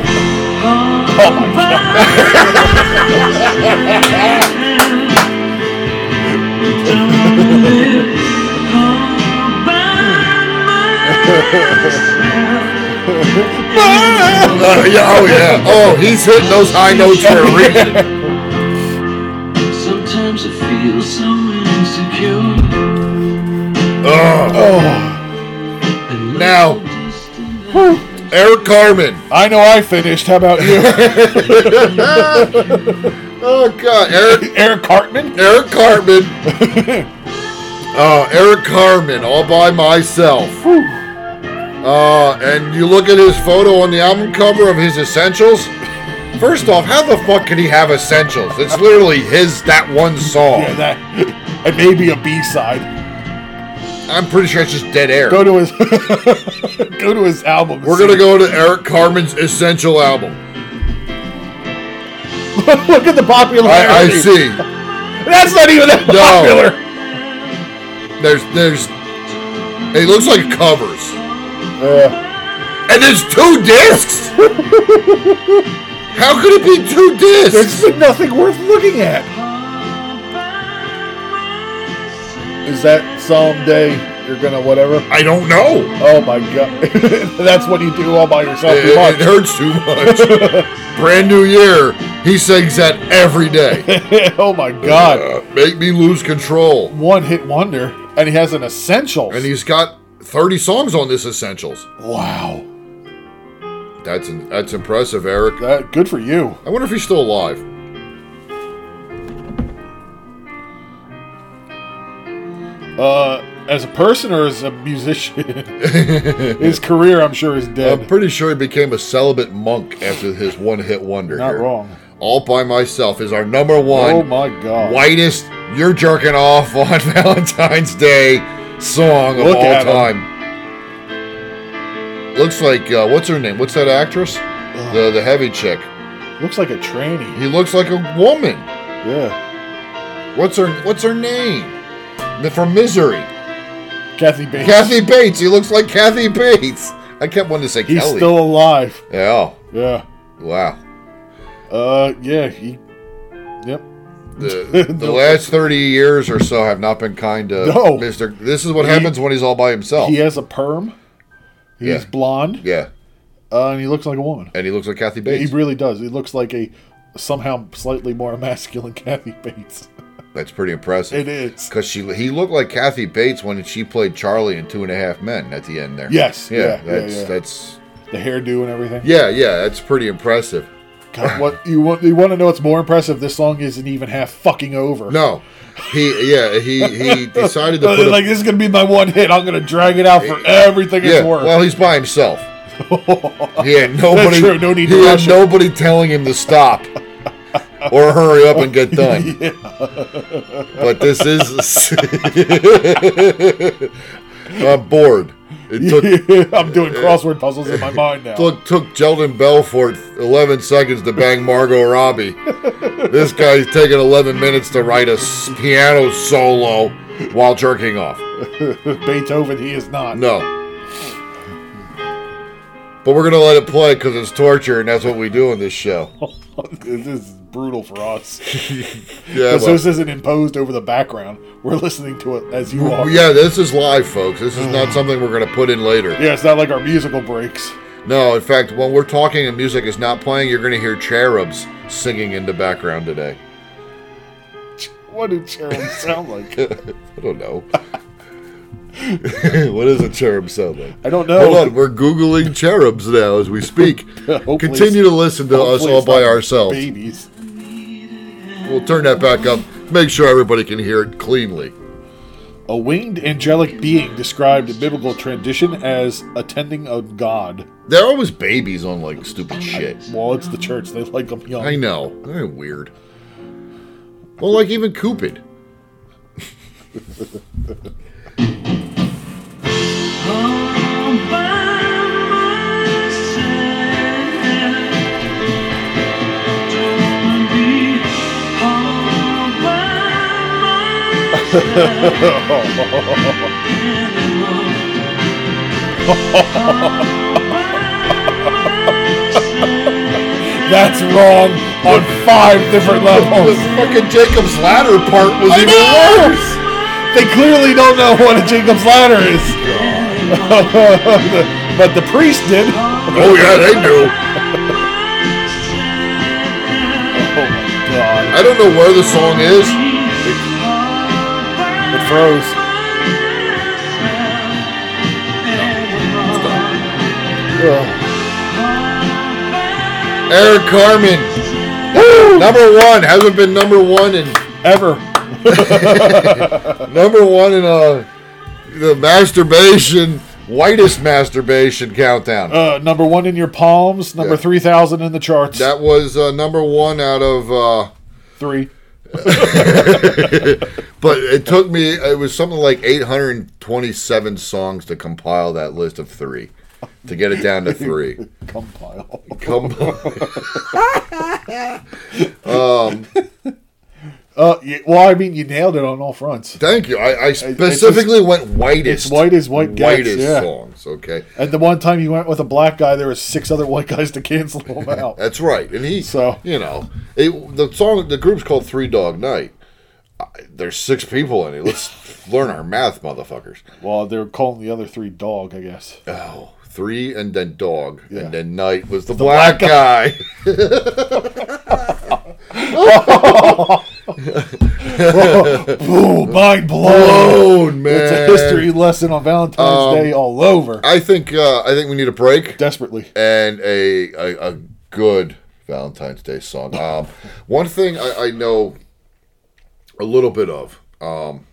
Oh my god. Uh, yeah, oh yeah, oh he's hitting those high notes for a reason. Sometimes I feel so insecure. Ugh. Oh, Now, Eric Carmen. I know I finished. How about you, Oh God, Eric Eric Cartman? Eric Cartman. uh, Eric Carmen, all by myself. Uh, and you look at his photo on the album cover of his essentials. First off, how the fuck can he have essentials? It's literally his that one song. Yeah, that. And maybe a B side. I'm pretty sure it's just dead air. Go to his. go to his album. and We're see. gonna go to Eric Carmen's essential album. Look at the popularity. I, I see. That's not even that No. popular. There's there's it looks like covers. and there's two discs? How could it be two There's discs? been nothing worth looking at. Is that someday you're gonna whatever? I don't know. Oh my god. That's what you do all by yourself. It, You watch. it hurts too much. Brand new year. He sings that every day. oh my god. Uh, make me lose control. One hit wonder. And he has an essential. And he's got 30 songs on this essentials. Wow. That's that's impressive, Eric. That, good for you. I wonder if he's still alive. Uh, as a person or as a musician? His career, I'm sure, is dead. I'm pretty sure he became a celibate monk after his one hit wonder. Not here. wrong. All by myself is our number one. Oh my god. whitest you're jerking off on Valentine's Day song of Look all at 'em. time. Looks like uh, what's her name? What's that actress? The the heavy chick. Looks like a tranny. He looks like a woman. Yeah. What's her What's her name? The- From Misery. Kathy Bates. Kathy Bates. He looks like Kathy Bates. I kept wanting to say He's Kelly. still alive. yeah. Yeah. Wow. Uh, yeah, he. Yep. The, the No. last 30 years or so have not been kind to No. Mr. This is what He- happens when he's all by himself. He has a perm. He's Yeah. blonde, yeah. uh, and he looks like a woman. And he looks like Kathy He Bates. really does. He looks like a somehow slightly more masculine Kathy Bates. That's pretty impressive. It is. Because she, he looked like Kathy Bates when she played Charlie in Two and a Half Men at the end there. Yes, yeah, yeah, that's yeah. that's The hairdo and everything. yeah, yeah. That's pretty impressive. God, what you want? You want to know what's more impressive? This song isn't even half fucking over. No, he yeah he he decided to Uh, put a- like this is gonna be my one hit. I'm gonna drag it out for everything yeah. it's worth. Well, he's by himself. he had nobody. true, no need to he had rush it. nobody telling him to stop or hurry up and get done. But this is I'm bored. It took I'm doing crossword puzzles in my mind now. took, took Sheldon Belfort 11 seconds to bang Margot Robbie. this guy's taking 11 minutes to write a s- piano solo while jerking off. Beethoven, he is not. No. But we're going to let it play because it's torture, and that's what we do in this show. this is brutal for us. Yeah, Because well- this isn't imposed over the background. We're listening to it as you are. yeah, this is live, folks. This is not something we're going to put in later. Yeah, it's not like our musical breaks. No, in fact, when we're talking and music is not playing, you're going to hear cherubs singing in the background today. What do cherubs sound like? I don't know. what does a cherub sound like? I don't Hold know. on, we're googling cherubs now as we speak. Hopefully Continue to listen to us Hopefully all it's by not ourselves. Babies. We'll turn that back up. Make sure everybody can hear it cleanly. A winged angelic being described in biblical tradition as attending a god. They're always babies on like stupid shit. Well, it's the church. They like them young. I know. They're weird. Well, like even Cupid. That's wrong on five different The levels. fucking Jacob's Ladder part was I even know! worse. They clearly don't know what a Jacob's ladder is. but the priest did. Oh yeah, they do. Oh my god. I don't know where the song is. It froze. Ugh. Eric Carmen, number one, hasn't been number one in Ever. number one in uh the masturbation whitest masturbation countdown. Uh, number one in your palms, number Yeah. 3,000 in the charts. that was uh, number one out of. uh Three. But it took me. It was something like 827 songs to compile that list of three, to get it down to three. Compile. Come Uh, y- well, I mean, you nailed it on all fronts. Thank you. I, I specifically went whitest. It's white as white gets, Whitest yeah. songs. Okay, And the one time you went with a black guy, there was six other white guys to cancel him out. that's right. And he, So- you know, it, the song, the group's called Three Dog Night. I, there's six people in it. Let's learn our math, motherfuckers. Well, they were calling the other three dog, I guess. Oh, three and then dog, Yeah. and then night was the, black, black guy. Ooh, mind blown. oh man, It's a history lesson on Valentine's Day all over. I think uh, I think we need a break. Desperately. and a a, a good Valentine's Day song. Um, one thing I, I know a little bit of. Um,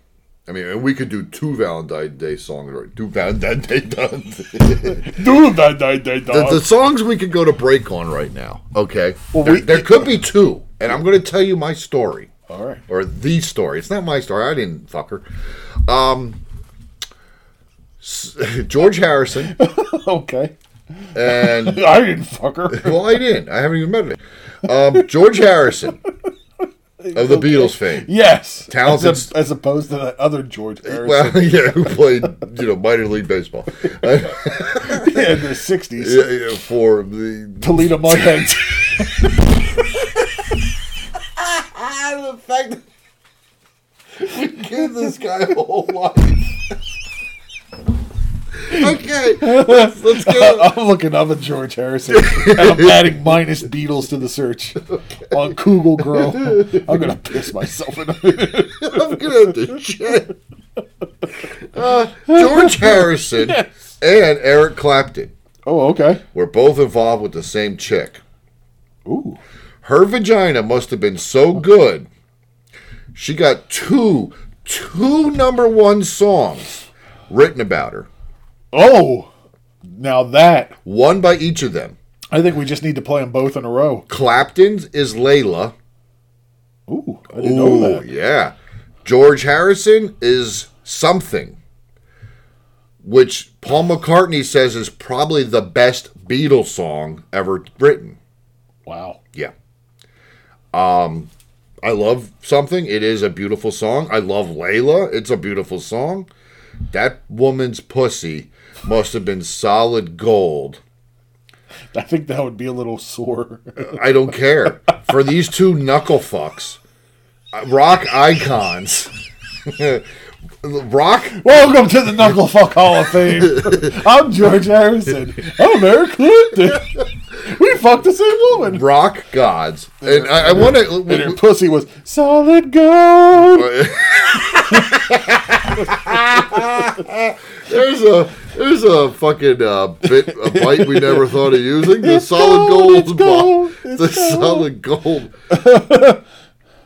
I mean, and we could do two Valentine's Day songs, or two Valentine's Day. the, Dude, that night, that dog. the songs we could go to break on right now. Okay, Uh, Well, there, we- there could be two, and I'm going to tell you my story all right. or the story. It's not my story. I didn't fuck her. Um, s- George Harrison Okay. and I didn't fuck her. well, I didn't. I haven't even met him. Um, George Harrison of the Beatles fame. Yes, Townsend- as, op- as opposed to that other George Harrison Well, yeah, who played you know minor league baseball Uh, in the '60s. yeah, yeah, for the Toledo Mudheads. the fact that give this guy a whole life. okay, let's, let's go. I'm looking up at George Harrison and I'm adding minus Beatles to the search on Google Chrome. I'm gonna piss myself in a minute. I'm gonna have to check. Uh, George Harrison and Eric Clapton Oh, okay. were both involved with the same chick. Ooh. Her vagina must have been so good. She got two, two number one songs written about her, Oh, now that one by each of them. I think we just need to play them both in a row. Clapton's is Layla. Ooh, I didn't know Ooh, that. yeah. George Harrison is something, which Paul McCartney says is probably the best Beatles song ever written. Wow. Yeah. Um, I love something. It is a beautiful song. I love Layla. It's a beautiful song. That woman's pussy must have been solid gold. I think that would be a little sore. I don't care. For these two knuckle fucks, uh, rock icons, rock Welcome to the Knucklefuck Hall of Fame. I'm George Harrison. I'm Eric Clapton. We fucked the same woman. rock gods. And I, I want And her to. pussy was solid gold. There's a there's a fucking uh, bit a bite we never thought of using the It's solid gold, gold, it's gold, bo- it's the gold. solid gold.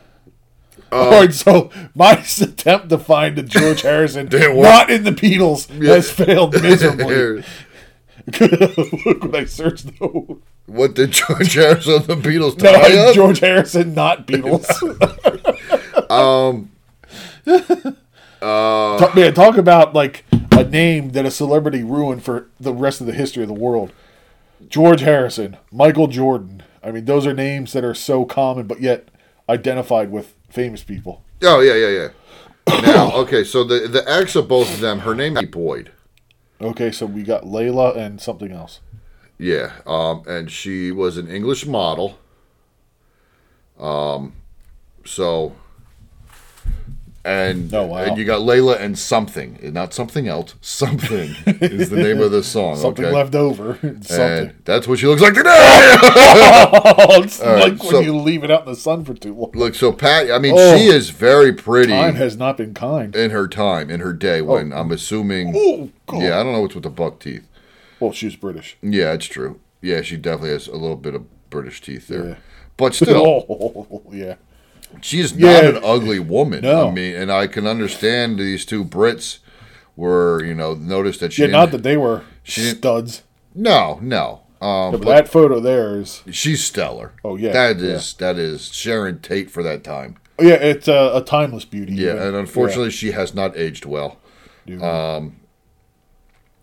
All right, so my attempt to find a George Harrison Didn't work. not in the Beatles has failed miserably. Here, Look what I searched though. What did George Harrison of the Beatles No, tie up? George Harrison, not Beatles. uh, um. Talk, man, talk about like a name that a celebrity ruined for the rest of the history of the world. George Harrison, Michael Jordan. I mean, those are names that are so common, but yet identified with famous people. Oh yeah, yeah, yeah. Now, okay, so the the ex of both of them, her name is Boyd. Okay, so we got Layla and something else. Yeah, um, and she was an English model. Um, so, and, Oh, wow. and you got Layla and something, not something else. Something is the name of this song. Something Oh, okay? left over. Something. And that's what she looks like today. oh, it's right, like so- when you leave it out in the sun for too long. Look, so Pat, I mean, Oh. she is very pretty Time has not been kind. in her time, in her day. When I'm assuming, Oh, God. yeah, I don't know what's with the buck teeth. Well, she's British. Yeah, it's true. Yeah, she definitely has a little bit of British teeth there. Yeah. But still, Oh, yeah. she is Yeah. not an ugly woman. No. I mean, and I can understand these two Brits were, you know, noticed that she Yeah, not that didn't- they were she didn't- studs. No, no. Um, Yeah, but but that photo there is. she's stellar. Oh, yeah, That yeah. is that is Sharon Tate for that time. oh, Yeah, it's a, a timeless beauty. Yeah, uh, even. and unfortunately she has not aged well. Yeah, dude.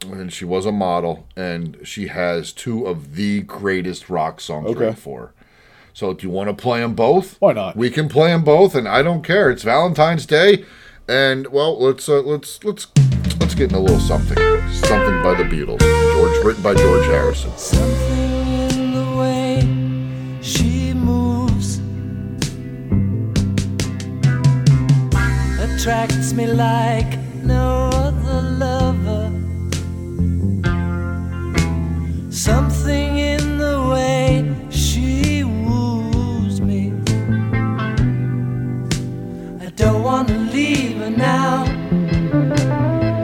And she was a model and she has two of the greatest rock songs Okay. written for. her. So do you want to play them both? Why not? We can play them both, and I don't care. It's Valentine's Day, and well, let's uh, let's let's let's get in a little something, something by the Beatles, George, written by George Harrison. Something in the way she moves attracts me like no other lover. Something in the way she woos me. I don't want to leave her now.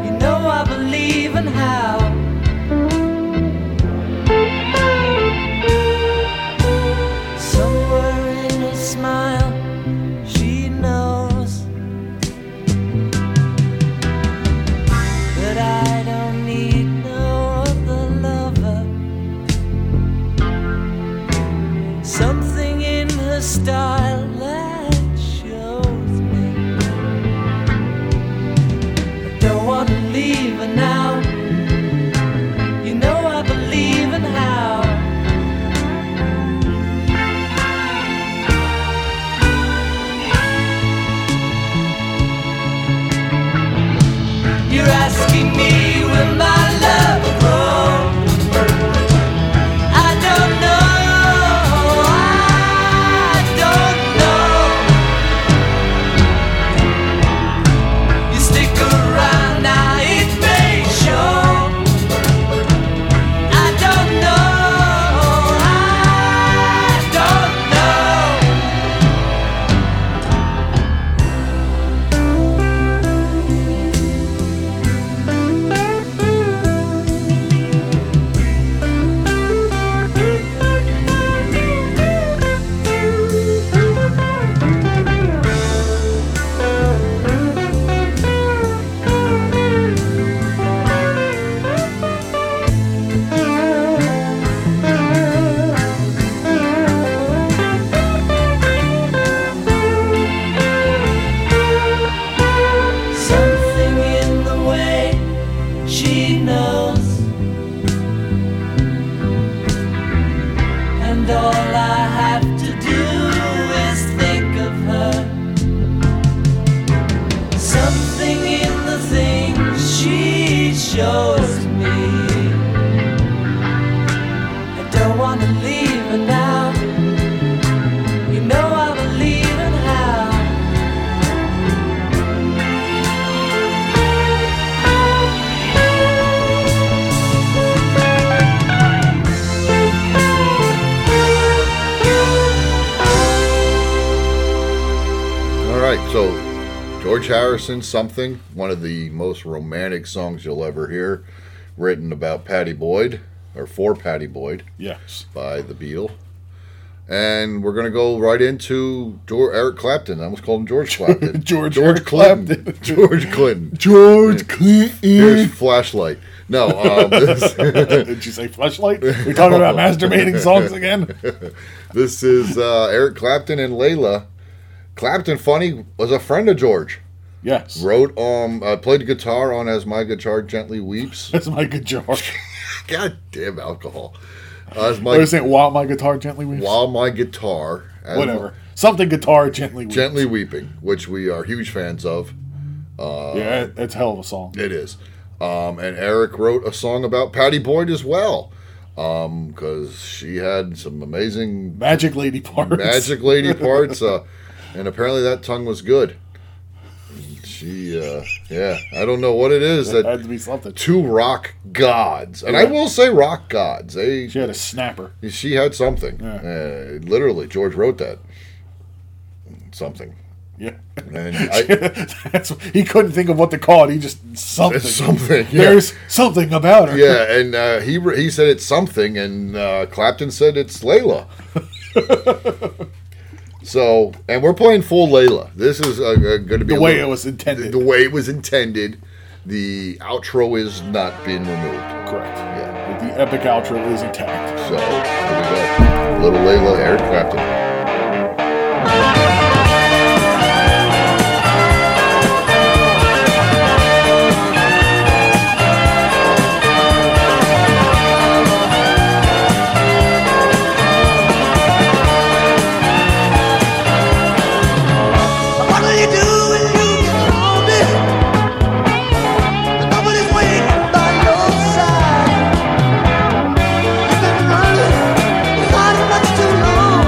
You know I believe in how. Somewhere in her smile, she knows that I don't need no other lover. Something in her style that shows me I don't want to leave her now. You know I believe and all I have to do is think of her. Something in the things she shows me. I don't want to leave her now. You know I believe in how. All right, so George Harrison, something one of the most romantic songs you'll ever hear, written about Patty Boyd or for Patty Boyd Yes. by the Beatle. And we're gonna go right into Geor Eric Clapton. I almost called him George Clapton. George Eric Clapton. George Clinton. George Clinton. Here's flashlight. No, um, this, Did you say flashlight? We're talking about masturbating songs again. this is uh, Eric Clapton and Layla. Clapton, funny, was a friend of George. Yes. Wrote um, uh, played guitar on "As My Guitar Gently Weeps." That's my guitar. God damn alcohol. As I my was saying, while my guitar gently weeps. while my guitar as Whatever. Something guitar gently weeps. gently weeping, which we are huge fans of. yeah, that's a hell of a song. It is. Um, and Eric wrote a song about Patty Boyd as well, because she had some amazing Magic Lady Parts. magic lady parts, uh, and apparently that tongue was good. She, uh, yeah, I don't know what it is That had that to be something. two rock gods, and I Yeah. will say rock gods. They She had a snapper. She had something. Uh, literally, George wrote that. Something. Yeah. And I, That's, he couldn't think of what to call it. He just something. something. Yeah. There's something about her. yeah, and uh, he re- he said it's something, and uh, Clapton said it's Layla. so, and we're playing full Layla. This is uh, going to be The a way little- it was intended. The way it was intended. The outro is not being removed. Correct. Yeah. But the epic outro is intact. So here we go. Little Layla, Eric Clapton. What'll you do when you get lonely? And nobody's waiting by your side. You've been running, you've much too long.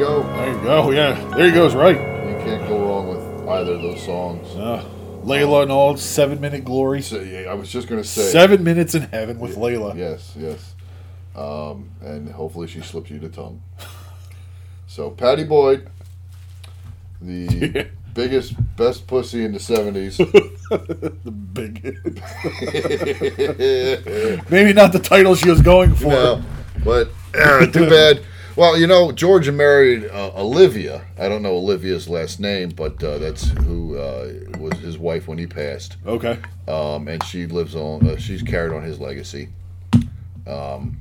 Yeah, there he goes, right. You can't go wrong with either of those songs. Uh, Layla and all seven minute glory. So, yeah, I was just gonna say Seven minutes in heaven with Layla. Yes, yes. Um, and hopefully she slipped you the tongue. So Patty Boyd, the biggest, best pussy in the seventies. The big, maybe not the title she was going for. well, but uh, too bad. Well, you know, Georgia married uh, Olivia. I don't know Olivia's last name, but uh, that's who uh, was his wife when he passed. Okay. um, and she lives on. Uh, she's carried on his legacy. Um,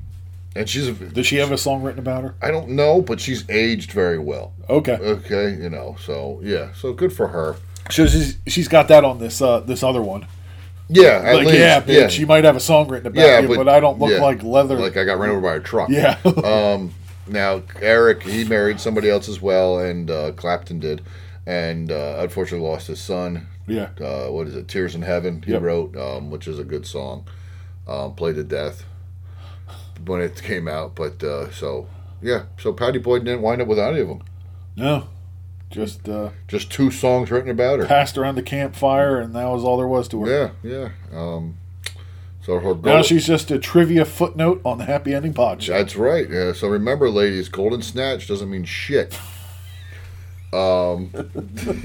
and she's. A, Does she have a song written about her? I don't know, but she's aged very well. Okay. Okay, you know. So yeah, so good for her. So she's she's got that on this uh this other one. Yeah, at like least, yeah, bitch, she might have a song written about yeah, you, but, I don't look yeah, like leather. Like I got run over by a truck. yeah. Um, now Eric, he married somebody else as well, and uh, Clapton did, and uh, unfortunately lost his son. yeah. Uh, what is it? Tears in Heaven. He Yep. wrote, um, which is a good song. Um, played to death when it came out, but uh, so yeah, so Patty Boyd didn't wind up with any of them. No. Just uh Just two songs written about her. passed around the campfire and that was all there was to her. Yeah, yeah. Um, so Now her gold- she's just a trivia footnote on the happy ending pod show. That's right. Yeah. So remember, ladies, golden snatch doesn't mean shit. Um,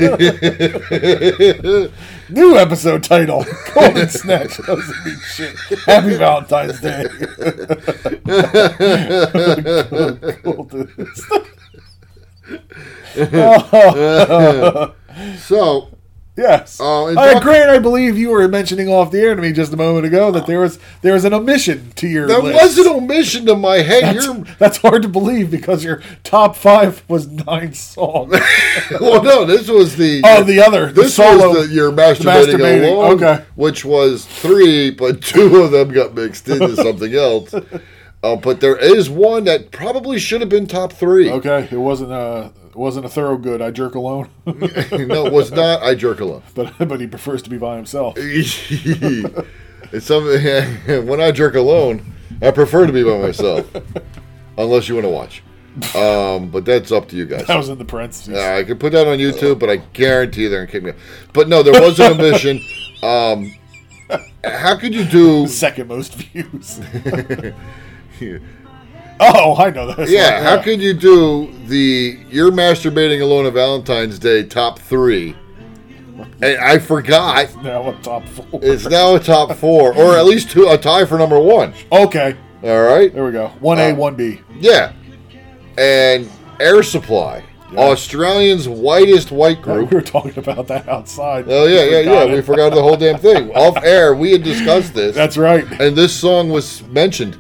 New episode title Golden Snatch doesn't mean shit. Happy Valentine's Day. Golden Snatch. Oh. so Yes. Oh, and I Doc- agree, and I believe you were mentioning off the air to me just a moment ago that there was there was an omission to your that list. was an omission to my head. You're That's, that's hard to believe because your top five was nine songs. well, no, this was the Oh, the other, the this solo, was the, you're masturbating, masturbating, along, okay. which was three, but two of them got mixed into something else. Uh, but there is one that probably should have been top three. Okay, it wasn't a it wasn't a thorough good. I jerk alone, no, it was not. I jerk alone. but but he prefers to be by himself. it's something when I jerk alone, I prefer to be by myself, unless you want to watch. Um, but that's up to you guys. That was in the parentheses. Yeah, I could put that on YouTube, but I guarantee they're gonna kick me. out. But no, there was an omission. Um, how could you do? Second most views. oh, I know this. Yeah, one, how could you do the "You're masturbating alone" on Valentine's Day top three? And I forgot. now a top four? It's now a top four, or at least two, a tie for number one. okay, All right. there we go. One A, Uh, one B. Yeah. And Air Supply, Australians' whitest white We group. were talking about that outside. Oh yeah, We yeah, forgot yeah. We it. forgot the whole damn thing. Off air, we had discussed this. That's right. and this song was mentioned,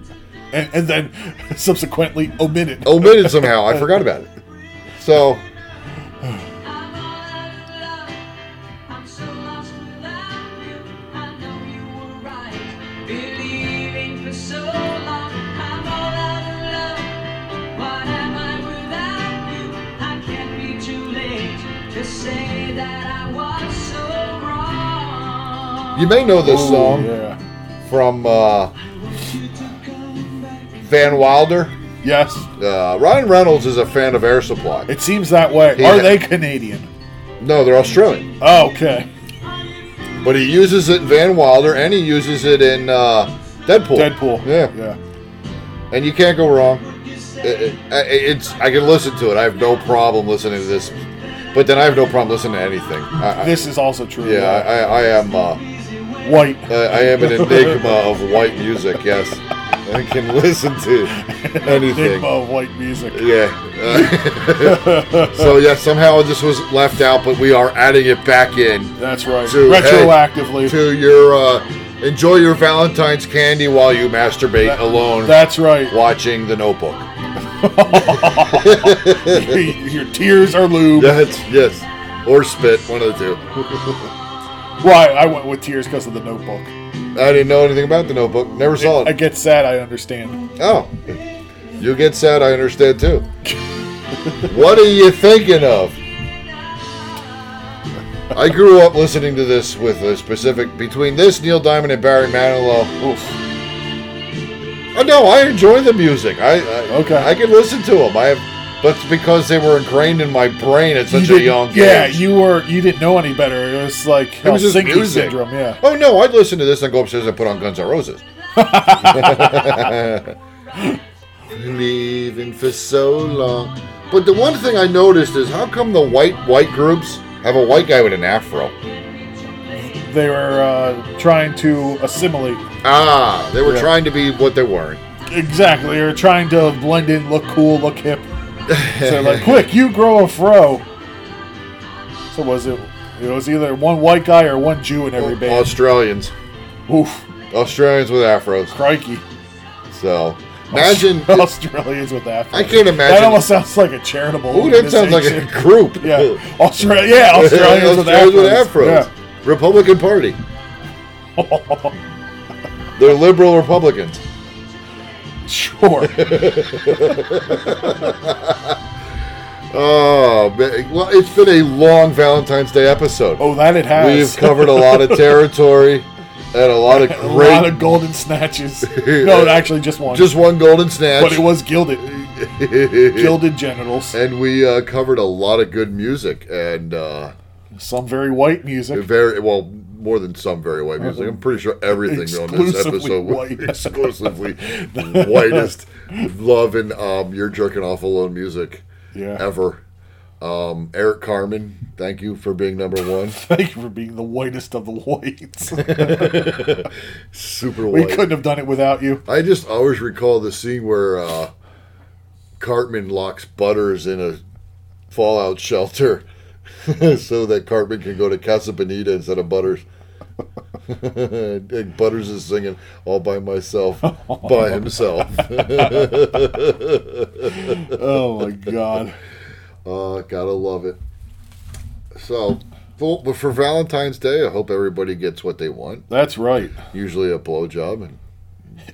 and, and then subsequently omitted. omitted somehow. I forgot about it. So I'm so lost without you. I know you were right. Believing for so long, I'm all out of love. What am I without you? I can't be too late to say that I was so wrong. you may know this song Yeah. from uh, Van Wilder. Yes, Uh, Ryan Reynolds is a fan of Air Supply. it seems that way. Yeah. Are they Canadian? Oh, No, they're Australian, Okay. but he uses it in Van Wilder, and he uses it in uh, Deadpool. Deadpool. Yeah. Yeah. and you can't go wrong. It- it- it's I can listen to it. I have no problem listening to this, but then I have no problem listening to anything. I, I- This is also true. yeah, I, I am. Uh, White. I uh, I am an enigma of white music. Yes, I can listen to anything. Enigma of white music. Yeah. uh, so yeah, somehow this was left out, but we are adding it back in That's right. To- Retroactively. to your uh, enjoy your Valentine's candy while you masturbate alone, That's right. watching The Notebook. Your tears are lube. Yes, yes. Or spit, one of the two. Why? I went with tears because of the notebook. I didn't know anything about the notebook. Never saw I it. get sad, I understand. Oh. You get sad, I understand too. what are you thinking of? I grew up listening to this with a specific between this, Neil Diamond, and Barry Manilow. Oof. Oh, no, I enjoy the music. I, I Okay. I can listen to them. I have But it's because they were ingrained in my brain at You such a didn't- young Yeah, age. you were you didn't know any better. It was like It was just Helsinki music. syndrome. Yeah. Oh no, I'd listen to this and go upstairs and put on Guns N' Roses. Leaving for so long. But the one thing I noticed is how come the white white groups have a white guy with an afro? They were uh, trying to assimilate. Ah, they were Yeah. trying to be what they weren't. Exactly. They were trying to blend in, look cool, look hip. So they're like, quick, you grow a fro. So was it? It was either one white guy or one Jew in Oh, every band. Australians. Oof, Australians with afros. crikey! So imagine Australians with that. I can't imagine. That almost sounds like a charitable. Ooh, that sounds like a organization. group. yeah, Australia. Yeah, Australians with Australians with afros. afros. Yeah. Republican Party. They're liberal Republicans. Sure. Oh, man. well, it's been a long Valentine's Day episode. Oh, that it has. We've covered a lot of territory and a lot of a great. lot of golden snatches. No, actually, just one. just one golden snatch. but it was gilded, gilded genitals. and we uh, covered a lot of good music and uh, Some very white music. very well more than some very white music. I'm pretty sure everything on this Uh-huh. Exclusively episode was white. exclusively whitest love and um, you're jerking off alone music Yeah. ever. Um, Eric Carmen, thank you for being number one. Thank you for being the whitest of the whites. Super we white. couldn't have done it without you. I just always recall the scene where uh, Cartman locks Butters in a fallout shelter so that Cartman can go to Casa Bonita instead of Butters. And Butters is singing all by myself, by himself. Oh my god. Uh, gotta love it. So, for, but for Valentine's Day, I hope everybody gets what they want. That's right. Usually a blowjob and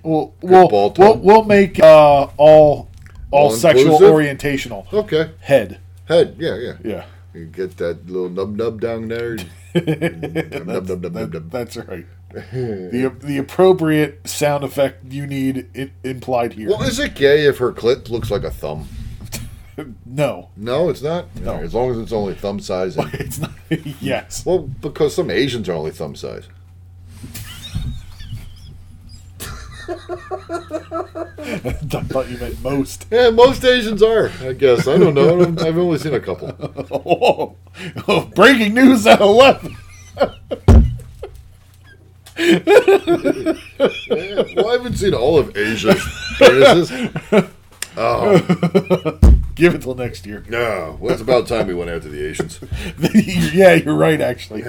We'll we'll, ball, Tom. we'll, we'll make uh, all all All sexual inclusive? orientational okay, head. head, yeah, yeah. Yeah. You get that little nub nub down there. nub, nub, nub, nub, nub, That- nub. that's right. the the appropriate sound effect you need i implied here. Well, is it gay if her clit looks like a thumb? no, No, it's not. No. as long as it's only thumb size. and- it's not. yes. well, because some Asians are only thumb size. I thought you meant most. Yeah, most Asians are. I guess I don't know. I don't, I've only seen a couple. Oh, breaking news at 11. Yeah, well, I haven't seen all of Asia's penises. Oh, Give it till next year. No, well, it's about time we went after the Asians. yeah, you're right, actually.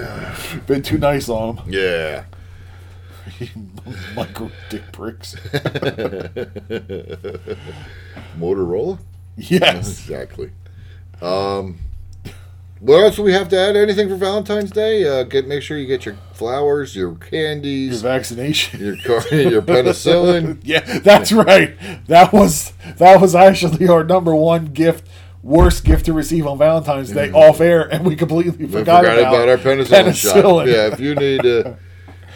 Been too nice on them. Yeah. Micro dick pricks. Motorola. Yes. Exactly. Um, what else do we have to add? Anything for Valentine's Day? Uh, get make sure you get your flowers, your Your candies, vaccination. your car, your penicillin. Yeah, that's right. That was that was actually our number one gift, worst gift to receive on Valentine's Day off air, and we completely Mm. We forgot, about, our penicillin, shot. penicillin. Yeah, if you need to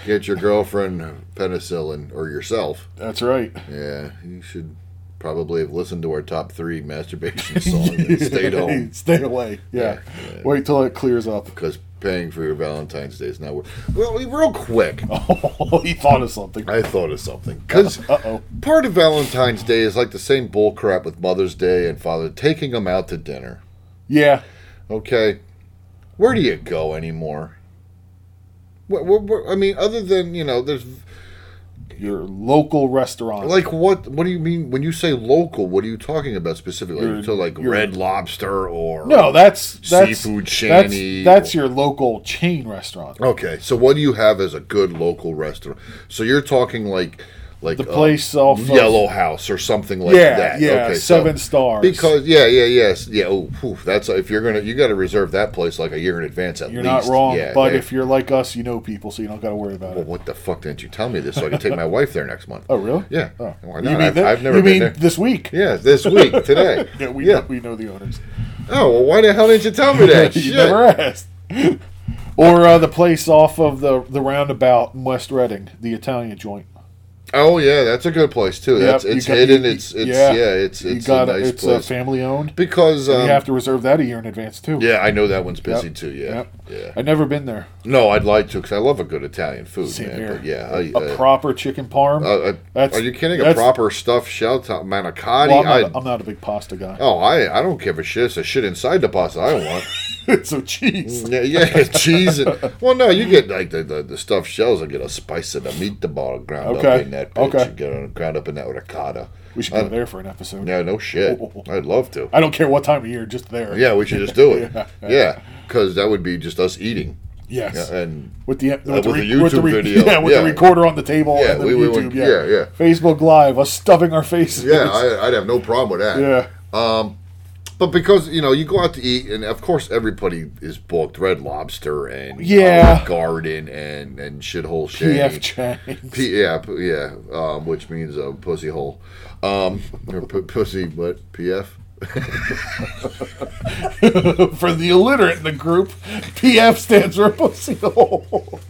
get your girlfriend penicillin or yourself, That's right. yeah, you should probably have listened to our top three masturbation songs and stayed home Stay away. Yeah. Wait till it clears up. because paying for your Valentine's Day is not worth. Well, real quick, Oh, he thought of something. I thought of something because Uh-oh. part of Valentine's Day is like the same bull crap with Mother's Day and Father taking them out to dinner. Yeah. Okay, where do you go anymore? Where, where, where, I mean, other than you know, there's Your local restaurant. Like what? What do you mean when you say local? What are you talking about specifically? Your- so like your- Red Lobster or no, that's that's Seafood that's, shanty. that's your local chain restaurant. Okay, so what do you have as a good local restaurant? So you're talking like like The uh, place off of- Yellow House or something like yeah, that. yeah, okay, so- seven stars. Because yeah, yeah, yes, yeah. Oh, phew, that's if you're gonna you got to reserve that place like a year in advance at you're least. not wrong, Yeah, but yeah. if you're like us, you know people, so you don't got to worry about well, it. what the fuck didn't you tell me this so I can take my wife there next month? Oh, really? Yeah. Oh. Why You not? mean I've, thi- I've never you been mean there. this week? yeah, this week today. Yeah, we Know, we know the owners. Oh well, why the hell didn't you tell me that? you Shit. never asked. or uh, the place off of the the roundabout in West Reading, the Italian joint. Oh yeah, that's a good place too. That's Yep, you it's got- hidden. you- it's it's yeah. yeah. it's You it's gotta- a nice it's uh, place family owned. because um, you have to reserve that a year in advance too. yeah, I know that one's busy Yep, too. Yeah, yep. yeah. I've never been there. No, I'd like to because I love a good Italian food, Same man. here. But yeah, I, A uh, proper chicken parm. uh, uh, That's- are you kidding? A that's- proper stuffed shell top manicotti. well, I'm, I, not, I'm not a big pasta guy. oh, I I don't give a shit. It's the shit inside the pasta I want. so cheese. Mm, yeah, yeah, cheese. And, well, no, you get like the, the, the stuffed shells. I get a spice of the meatball ground up Okay, in that. Bitch. okay. You get it ground up in that ricotta. We should I- go there for an episode. Uh, Yeah, no shit. I'd love to. I don't care what time of year, just there. Yeah, we should just do it. Yeah. yeah, because that would be just us eating. Yes. Yeah, and with the, with with the, the re- with the YouTube re- video, Yeah, with yeah. the recorder on the table. Yeah, and the we- we YouTube, would- yeah. yeah, yeah. Facebook Live, us stuffing our faces. yeah, I, I'd have no problem with that. yeah. But because you know you go out to eat, and of course everybody is booked. Red Lobster and Yeah. Olive Garden and and shithole PF shit. Chang. P- yeah, p- yeah, um, which means a pussy hole, um, or p- pussy what? PF. for the illiterate in the group, PF stands for pussy hole.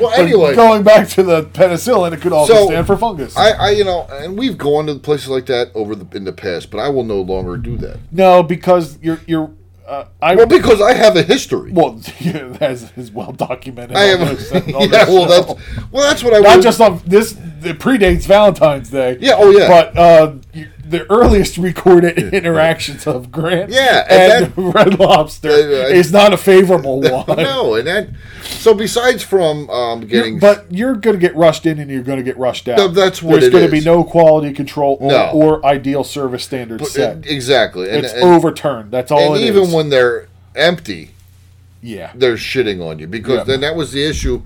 Well, anyway, Going back to the penicillin, it could also So, stand for fungus. I, I you know, and we've gone to places like that over the in the past, but I will no longer do that. no, because you're you're. Uh, I Well, because I have a history. well, yeah, that is well documented. I on am. this- on yeah, this well, show. that's well, that's what I not would- just on this. It predates Valentine's Day. Yeah, oh, yeah. But uh, you- the earliest recorded interactions of Grant, Yeah, and and, Red Lobster Uh, I- is not a favorable one. no, and that. So besides from um, getting, but you're going to get rushed in and you're going to get rushed out. No, that's what There's it gonna is. be no quality control or, No. or ideal service standards set. exactly, and, it's and, overturned. That's all and it even is. when they're empty, yeah. they're shitting on you because Yeah. then that was the issue,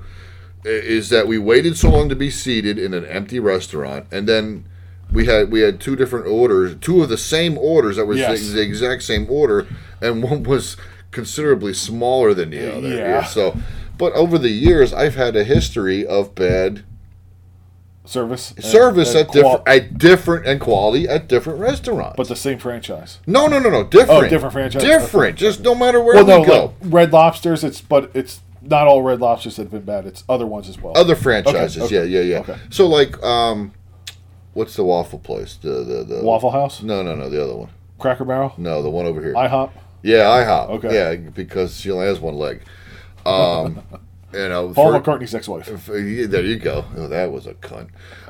i- is that we waited so long to be seated in an empty restaurant, and then. We had we had two different orders, two of the same orders that were Yes. the exact same order, and one was considerably smaller than the other. Yeah. So, but over the years, I've had a history of bad Service. and- service and at qual- different at different and quality at different restaurants. but the same franchise. no, no, no, no, different, Oh, different franchise. different. Just no matter where Well, no, we go, like Red Lobsters. It's but it's not all Red Lobsters that have been bad. It's other ones as well. other franchises. okay, Yeah, yeah, yeah. okay. So like, um, what's the waffle place? The the, the Waffle House, No, no, no, the other one. Cracker Barrel, No, the one over here. IHOP. yeah, IHOP. Okay. Yeah, because she only has one leg. Um, you know, Paul for- McCartney's ex-wife. for- yeah, there you go. Oh, that was a cunt.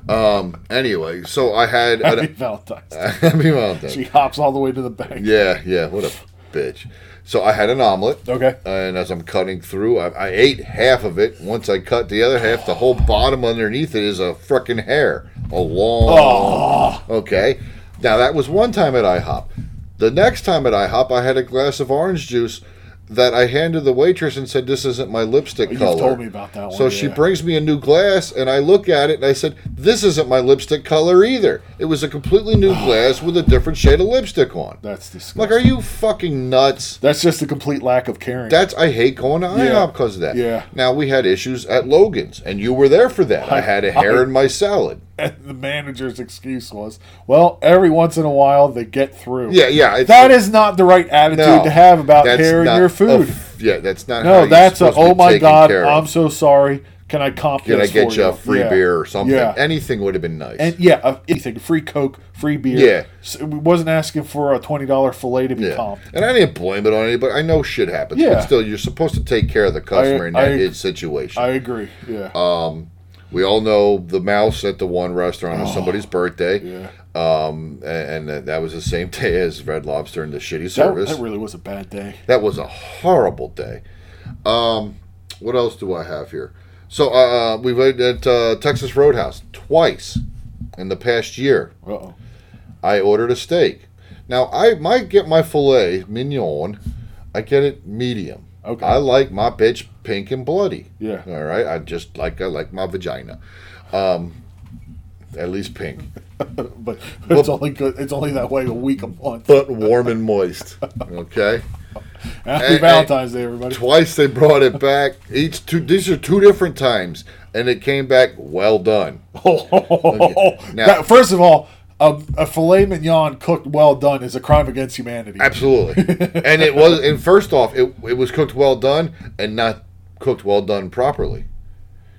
Um, anyway, so I had Happy an, Valentine's. Day. Happy Mountain. She hops all the way to the bank. Yeah, yeah. What a bitch. So I had an omelet. Okay. And as I'm cutting through, I, I ate half of it. Once I cut the other half, the whole bottom underneath it is a frickin' hair. A long. Okay. Now, that was one time at IHOP. The next time at IHOP, I had a glass of orange juice that I handed the waitress and said, This isn't my lipstick Oh, You've color. told me about that one, So she yeah. brings me a new glass, and I look at it and I said, This isn't my lipstick color either. It was a completely new glass with a different shade of lipstick on. That's Like, disgusting. are you fucking nuts? That's just a complete lack of caring. That's I hate going to Yeah. IHOP because of that. Yeah. Now we had issues at Logan's, and you were there for that. I, had a hair in my salad. and the manager's excuse was, "Well, every once in a while they get through." Yeah, yeah. it's- That is not the right attitude no, to have about that's hair in not your a food. f- yeah, that's not. how no, you're that's a. supposed to be Oh my taken God, care of. I'm so sorry. Can I comp? Can I this get for you a free Yeah. beer or something? Yeah. Anything would have been nice. and yeah, uh, anything free Coke, free beer. Yeah. S- we wasn't asking for a twenty dollar fillet to be yeah. comped. And I didn't blame it on anybody. I know shit happens, but Yeah. still, you're supposed to take care of the customer in I- that I- his situation. I agree. Yeah, Uh, we all know the mouse at the one restaurant on somebody's birthday. Oh. yeah. Um, and, and that was the same day as Red Lobster and the shitty That, service. that really was a bad day. That was a horrible day. Um, what else do I have here? So uh, we went at uh, Texas Roadhouse twice in the past year. Uh oh. I ordered a steak. Now I might get my filet mignon. I get it medium. Okay. I like my bitch pink and bloody. Yeah. All right. I just like I like my vagina. Um, at least pink, But but it's only good. It's only that way a week a month. but warm and moist. Okay. Happy eh. Valentine's Day, everybody. Twice they brought it back. Each two. These are two different times, and it came back well done. Oh, Now- that- first of all, a, a filet mignon cooked well done is a crime against humanity. Absolutely. and it was. And first off, it it was cooked well done, and not cooked well done properly.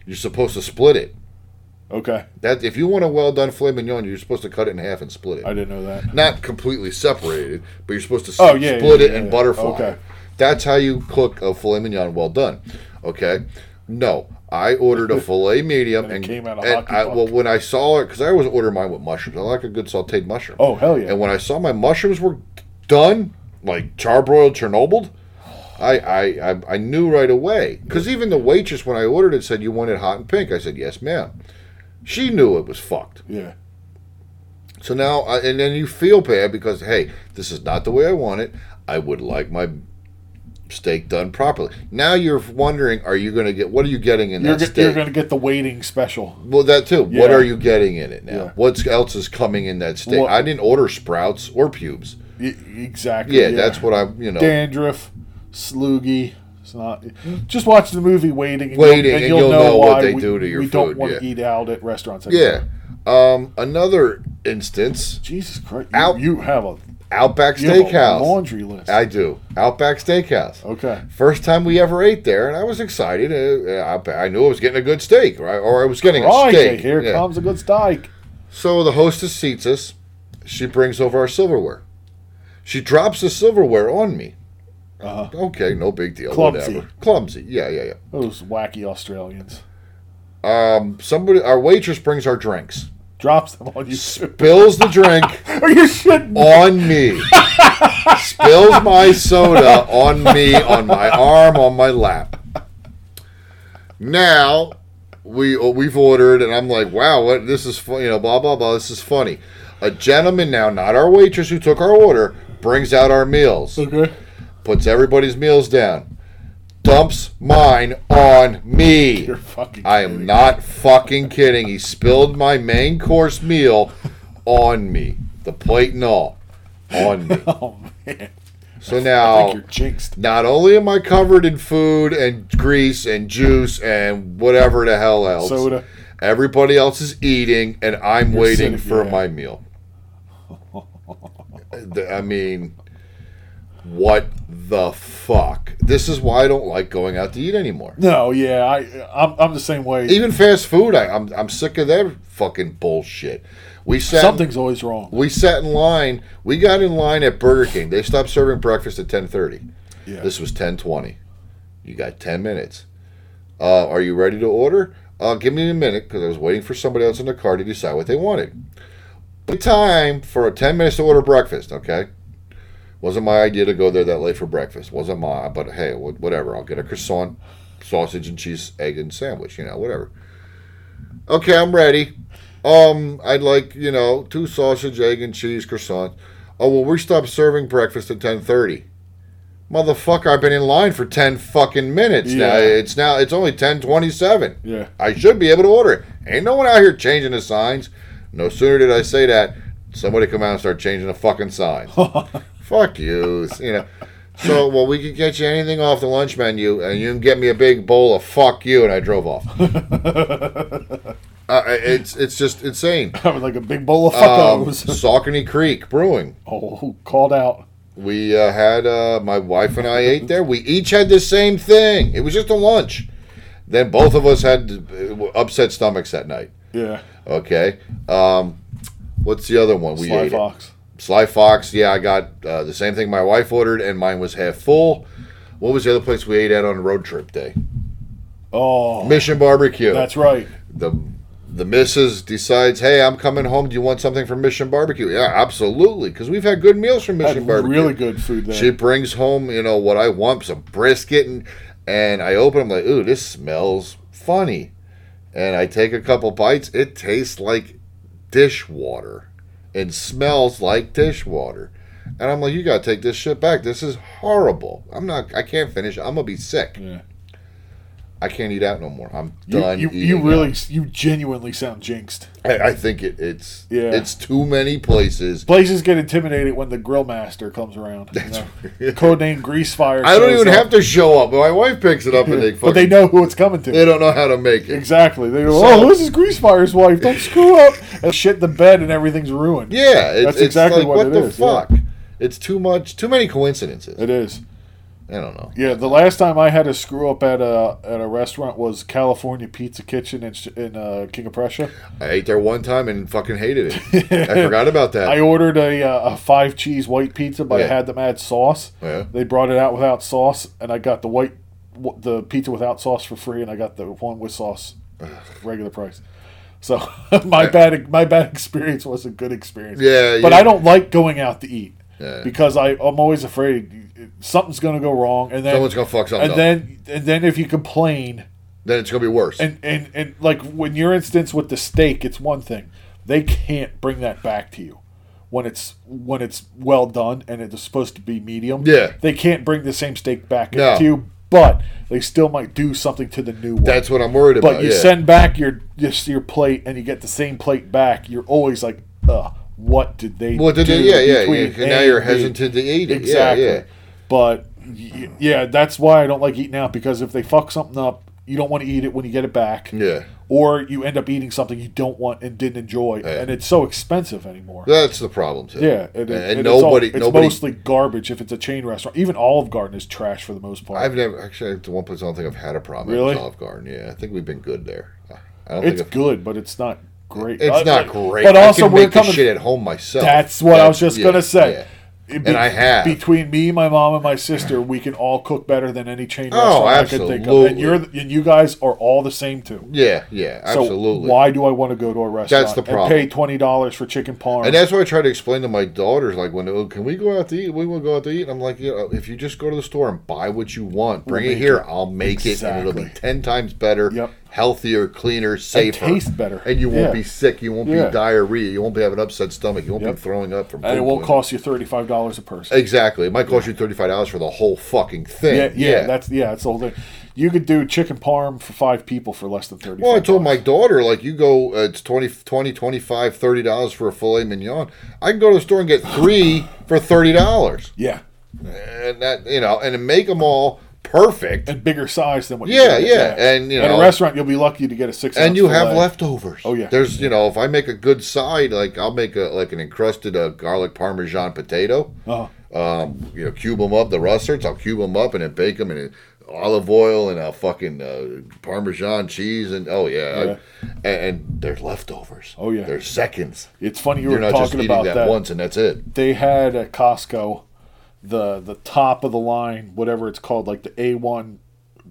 You're supposed to split it. Okay. That if you want a well done filet mignon, you're supposed to cut it in half and split it. I didn't know that. Not completely separated, but you're supposed to s- Oh, yeah, split yeah, it yeah, and yeah. butterfly. Okay. That's how you cook a filet mignon well done. Okay. No, I ordered a filet medium And and, it came out a and hockey I, puck. well when I saw it because I always order mine with mushrooms. I like a good sautéed mushroom. Oh, hell yeah. And when I saw my mushrooms were done, like charbroiled, Chernobyled, I I, I, I knew right away because even the waitress when I ordered it said you want it hot and pink. I said yes, ma'am. She knew it was fucked. Yeah. So now, I, and then you feel bad because hey, this is not the way I want it. I would like my steak done properly. Now you're wondering, are you going to get? What are you getting in You're, that get, you're steak? gonna get the waiting special. well, that too. What Yeah. are you getting in it now? Yeah. What else is coming in that steak? What- I didn't order sprouts or pubes. Y- E, exactly. Yeah, that's what I'm. You know, Dandruff, sloogie. It's not. Just watch the movie Waiting. And Waiting, and you'll know what they we, do to your We don't food, want yeah. to eat out at restaurants. yeah. Um, another instance, Jesus Christ! Out- You, you have a Outback you have a Steakhouse. laundry list. I do Outback Steakhouse. okay. First time we ever ate there, and I was excited. Uh, I, I knew I was getting a good steak, right? Or I was getting Crikey, a steak. Here Yeah. comes a good steak. So the hostess seats us. She brings over our silverware. She drops the silverware on me. Uh-huh. Okay, no big deal. Clumsy. Whatever. Clumsy. Yeah, yeah, yeah. Those wacky Australians Um, somebody, our waitress brings our drinks, drops them on you. too. spills the drink Are you shitting? on me, spills my soda on me, on my arm, on my lap. Now we uh, we've ordered, and I'm like, wow, what this is, fun, you know, blah blah blah. This is funny. A gentleman now, not our waitress who took our order, brings out our meals, Okay. puts everybody's meals down, dumps mine on me. You're fucking. I am not fucking kidding. He spilled my main course meal on me, the plate and all, on me. Oh man. I So think now, you're jinxed. not only am I covered in food and grease and juice and whatever the hell else, Soda. everybody else is eating, and I'm You're waiting sitting- for yeah. my meal. Th- I mean, what the fuck? This is why I don't like going out to eat anymore. No, yeah, I, I'm, I'm the same way. Even fast food, I, I'm I'm sick of that fucking bullshit. We sat Something's always wrong. we sat in line. We got in line at Burger King. They stopped serving breakfast at ten thirty. Yeah. This was ten twenty. You got ten minutes. Uh, are you ready to order? Uh, give me a minute because I was waiting for somebody else in the car to decide what they wanted. The time for ten minutes to order breakfast. Okay. Wasn't my idea to go there that late for breakfast. Wasn't my, but hey, wh- whatever. I'll get a croissant, sausage and cheese, egg and sandwich. You know, whatever. Okay, I'm ready. Um, I'd like you know two sausage, egg and cheese croissant. Oh well, we stopped serving breakfast at ten thirty. Motherfucker, I've been in line for ten fucking minutes now. Yeah. It's now it's only ten twenty seven. Yeah. I should be able to order it. Ain't no one out here changing the signs. No sooner did I say that, somebody come out and start changing the fucking signs. Fuck you, you know. So well, we could get you anything off the lunch menu, and you can get me a big bowl of fuck you. And I drove off. Uh, it's it's just insane. Having like a big bowl of Um, fuckos. Saucony Creek Brewing. oh, called out. We uh, had uh, my wife and I ate there. We each had the same thing. It was just a lunch. Then both of us had uh, upset stomachs that night. Yeah, Okay. Um, what's the other one we Sly ate? it? Fox. Sly Fox. Yeah, I got uh, the same thing my wife ordered, and mine was half full. What was the other place we ate at on road trip day? Oh, Mission Barbecue. that's right. the the missus decides, hey, I'm coming home. Do you want something from Mission Barbecue? Yeah, absolutely, because we've had good meals from Mission Had Barbecue. really good food there. She brings home, you know, what I want, some brisket, and and I open. I'm like, ooh, this smells funny, and I take a couple bites. It tastes like dishwater, and smells like dishwater, and I'm like, you gotta take this shit back. This is horrible. I'm not. I can't finish. I'm gonna be sick. Yeah. I can't eat out no more. I'm you, done. you, you eating really, out. you genuinely sound jinxed. I, I think it, it's Yeah. it's too many places. Places get intimidated when the grill master comes around. you know? Codename Grease Fire. I don't shows even up, have to show up. My wife picks it up and they fucking, but they know who it's coming to. they don't know how to make it. Exactly. They go, So- oh, this is Grease Fire's wife. Don't screw up. And shit the bed and everything's ruined. Yeah, it's, That's it's exactly like, what what it the is, yeah. fuck. It's too much, too many coincidences. It is. I don't know. Yeah, the last time I had a screw up at a at a restaurant was California Pizza Kitchen in Sh- in uh, King of Prussia. I ate there one time and fucking hated it. I forgot about that. I ordered a, uh, a five cheese white pizza, but I Yeah. had them add sauce. Yeah. They brought it out without sauce, and I got the white w- the pizza without sauce for free, and I got the one with sauce, regular price. So my bad my bad experience was a good experience. Yeah, but you- I don't like going out to eat Yeah. because I I'm always afraid something's going to go wrong, and then Someone's gonna fuck something and up. then and then if you complain. then it's gonna be worse. And, and and like when your instance with the steak, it's one thing. They can't bring that back to you when it's when it's well done and it's supposed to be medium. Yeah. They can't bring the same steak back No. to you, but they still might do something to the new one. That's what I'm worried about. but you yeah. send back your just your plate and you get the same plate back. You're always like, Ugh, what did they? What did do they- yeah, yeah, yeah. 'Cause A now you're and B?" hesitant to eat it. Yeah, yeah. But y- yeah, that's why I don't like eating out because if they fuck something up, you don't want to eat it when you get it back. Yeah. Or you end up eating something you don't want and didn't enjoy, Yeah. and it's so expensive anymore. That's the problem too. Yeah, and, and, and it's all- nobody, It's, nobody. mostly garbage if it's a chain restaurant. Even Olive Garden is trash for the most part. I've never actually. The one place I don't think I've had a problem. at Really? is Olive Garden. Yeah, I think we've been good there. I don't it's think I've- good, but it's not great. It's Uh, not uh, great. But I also, can we're make the coming. shit at home myself. That's what I was just yeah, gonna say. yeah. It And I have. between me, my mom, and my sister, we can all cook better than any chain Oh, restaurant I could think of. And absolutely. you're the- and you guys are all the same too. Yeah, yeah, absolutely. So why do I want to go to a restaurant the and problem. pay twenty dollars for chicken parm? And that's what I try to explain to my daughters. Like, when oh, can we go out to eat? We want to go out to eat. And I'm like, you know, if you just go to the store and buy what you want, bring it make here. it. I'll make it, and it'll be Exactly. ten times better, Yep. healthier, cleaner, safer, tastes better. and you won't Yeah. be sick. You won't Yeah. be diarrhea. You won't be having an upset stomach. You won't Yep. be throwing up from. and it food won't poisoning. cost you thirty five dollars a person. Exactly. It might cost you thirty five dollars for the whole fucking thing. yeah, yeah, that's yeah, that's the whole thing. You could do chicken parm for five people for less than thirty. Well, I told my daughter, like, you go, uh, it's 20, 20 25 $30 for a filet mignon. I can go to the store and get three for $30. yeah, And that, you know, and to make them all perfect. and bigger size than what. Yeah, you get. yeah, and, you at know- a restaurant you'll be lucky to get a six. and ounce you have fillet. leftovers. Oh, yeah. There's, you know, if I make a good side, like, I'll make a, like, an encrusted uh, garlic parmesan potato. Uh-huh. um, you know, cube them up, the rustards. I'll cube them up and then bake them in olive oil and a fucking uh, Parmesan cheese and oh yeah, I- Yeah. and, and there's leftovers. Oh, yeah. there's seconds. It's funny you You're were not just talking eating about that, that. once and that's it. They had at Costco the the top of the line, whatever it's called, like the A one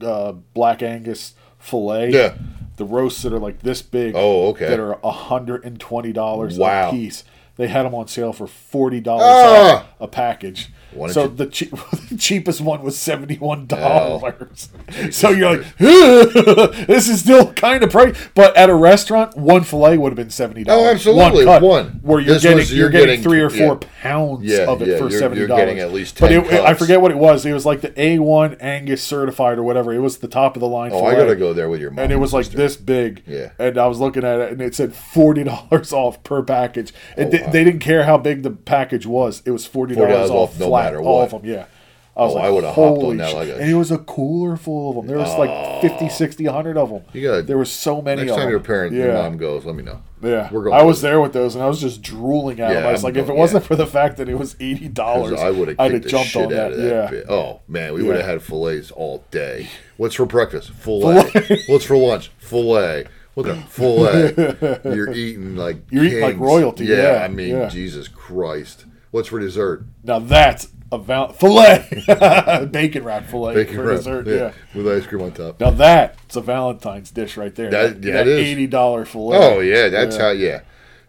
uh, Black Angus fillet. Yeah. The roasts that are like this big. Oh, okay. That are hundred and twenty dollars Wow. a piece. They had them on sale for forty dollars Ah! a package. Why don't so you- Oh. the, cheap, the cheapest one was seventy one dollars. So you're like, this is still kind of price, but at a restaurant, one fillet would have been seventy dollars. Oh, absolutely, one. where you're This getting was- you're, you're getting, getting- three or four yeah. pounds Yeah, of it yeah, for you're- you're seventy dollars. getting at least But 10 it, I cuts. forget what it was. It was like the A one Angus certified or whatever. It was the top of the line. Oh, I fillet. gotta go there with your mom. And it was like this big. Yeah. And I was looking at it, and it said forty dollars off per package. It, di- Oh, wow. They didn't care how big the package was. It was forty dollars off, $40 off flat. no matter All what. of them, yeah. I was Oh, like, I would've hopped on holy that shit. like a- Oh. and it was a cooler full of them. There was like 50, 60, 100 of them. You gotta- there was so many Next of time them. your parent, your Yeah. mom goes, let me know. Yeah, We're going I was over. there with those, and I was just drooling at Yeah, them. I was I'm like, if it going- wasn't yeah. for the fact that it was eighty 'Cause dollars, I would have kicked the shit out of that. Yeah, bit. Oh man, we Yeah. would have had fillets all day. What's for breakfast? Fillet. What's for lunch? Fillet. What's the fillet? You're eating like You're eating like kings. royalty, yeah, I mean, yeah. Jesus Christ. What's for dessert? now that's a val- fillet, bacon wrap fillet Bacon for wrap. dessert. yeah, Yeah. with ice cream on top. now that's a Valentine's dish right there. That- yeah, it is. eighty dollar fillet. Oh yeah, that's how. Yeah.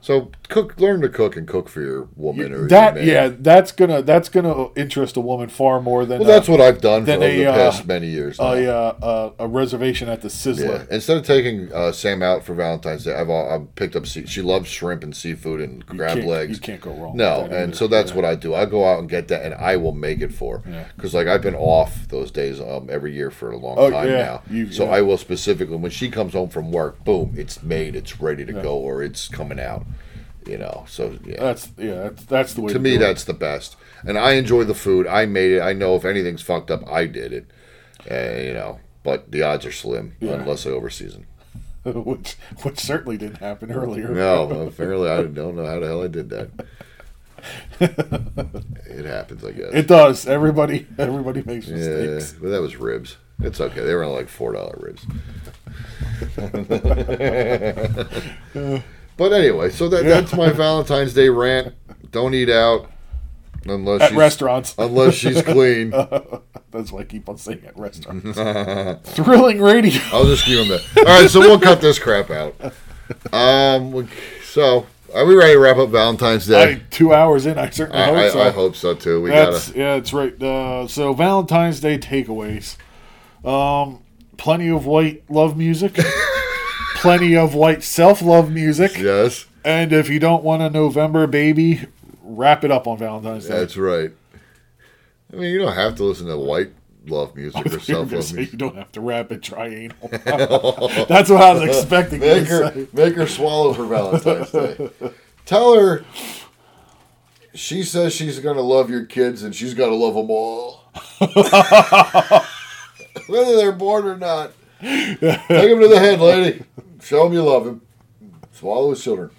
So cook, learn to cook and cook for your woman or your that man. yeah, that's gonna that's gonna interest a woman far more than Well, that's a, what I've done for Then over they, the uh, past many years. now. a, uh, a, a reservation at the Yeah. Sizzler. Instead of taking uh, Sam out for Valentine's Day, I've, uh, I've picked up. Sea- she loves shrimp and seafood and crab can't- legs. you can't go wrong No, with that and either. so that's what I do. I go out and get that, and I will make it for. Yeah. Because like I've been off those days um, every year for a long Oh, time yeah. now. You- so yeah. I will specifically when she comes home from work, boom, it's made, it's ready to go, or it's coming out. You know. So yeah That's yeah, that's, that's the way to me do it. that's the best and i enjoy the food i made it i know if anything's fucked up i did it uh, you know but the odds are slim Yeah. unless i overseason which which certainly didn't happen earlier. no apparently i don't know how the hell i did that It happens, I guess. It does. Everybody, everybody makes yeah, mistakes. but that was ribs. It's okay. They were like four dollar ribs. but anyway, so that, that's my Valentine's Day rant. Don't eat out unless At she's, oh. restaurants, unless she's clean. that's why I keep on saying at restaurants. Thrilling radio. I'll just give him that. All right, so we'll cut this crap out. Um, we- so are we ready to wrap up Valentine's I, Day? two hours in, I certainly I, hope I, so. I hope so too. We That's gotta. yeah, that's right. Uh, so Valentine's Day takeaways: um, plenty of white love music, plenty of white self-love music, Yes, and if you don't want a November baby, wrap it up on Valentine's Day. that's right. I mean, you don't have to listen to white love music or You're self gonna love say music. you don't have to wrap it triangle. that's what I was expecting. you Make to her, say. make her swallow for Valentine's Day. Tell her she says she's going to love your kids and she's going to love them all. Whether they're born or not. Take them to the head, lady. Show them you love him. Swallow his children.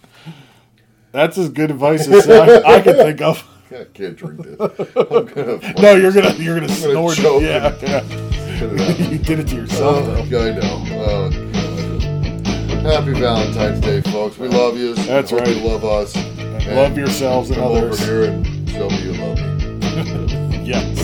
That's as good advice as I, I can think of. I can't drink this. I'm going to No, you're gonna you're gonna snort. choke it. Yeah, yeah. it out. you did it to yourself. Oh, I know. Oh, God. Happy Valentine's Day, folks. We love you. That's Hope right. You love us. though. Love yourselves and Come over others. here and show me you love me. Yes.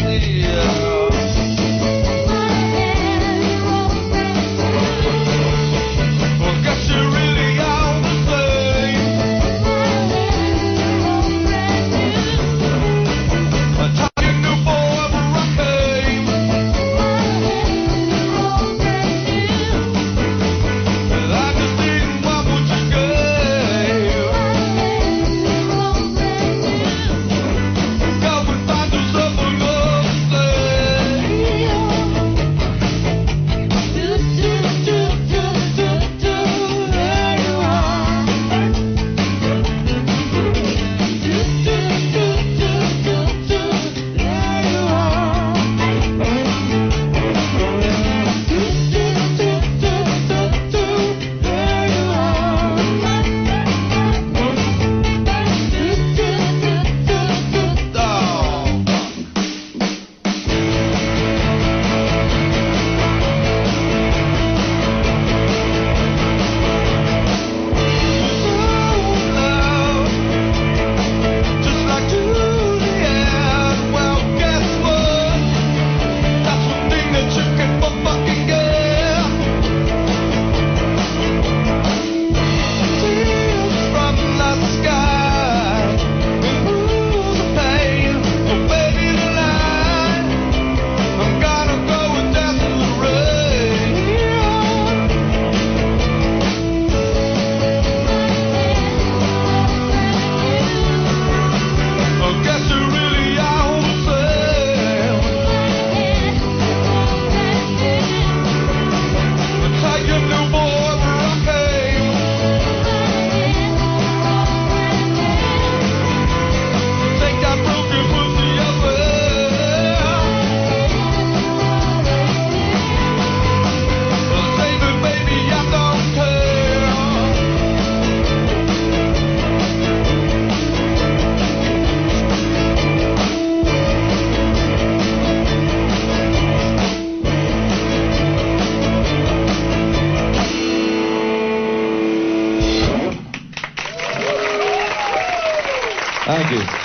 Yeah. Well, guess you really are the same. A tiny new forever I came. Well, I just didn't want what you gave. Now we find ourselves another slave. Dog. Oh, I'm gonna go and dance in the rain. I Oh, guess you really are the same. It's how you knew forever I came. Take that broken pussy away. Save it, baby, I don't care. Thank you.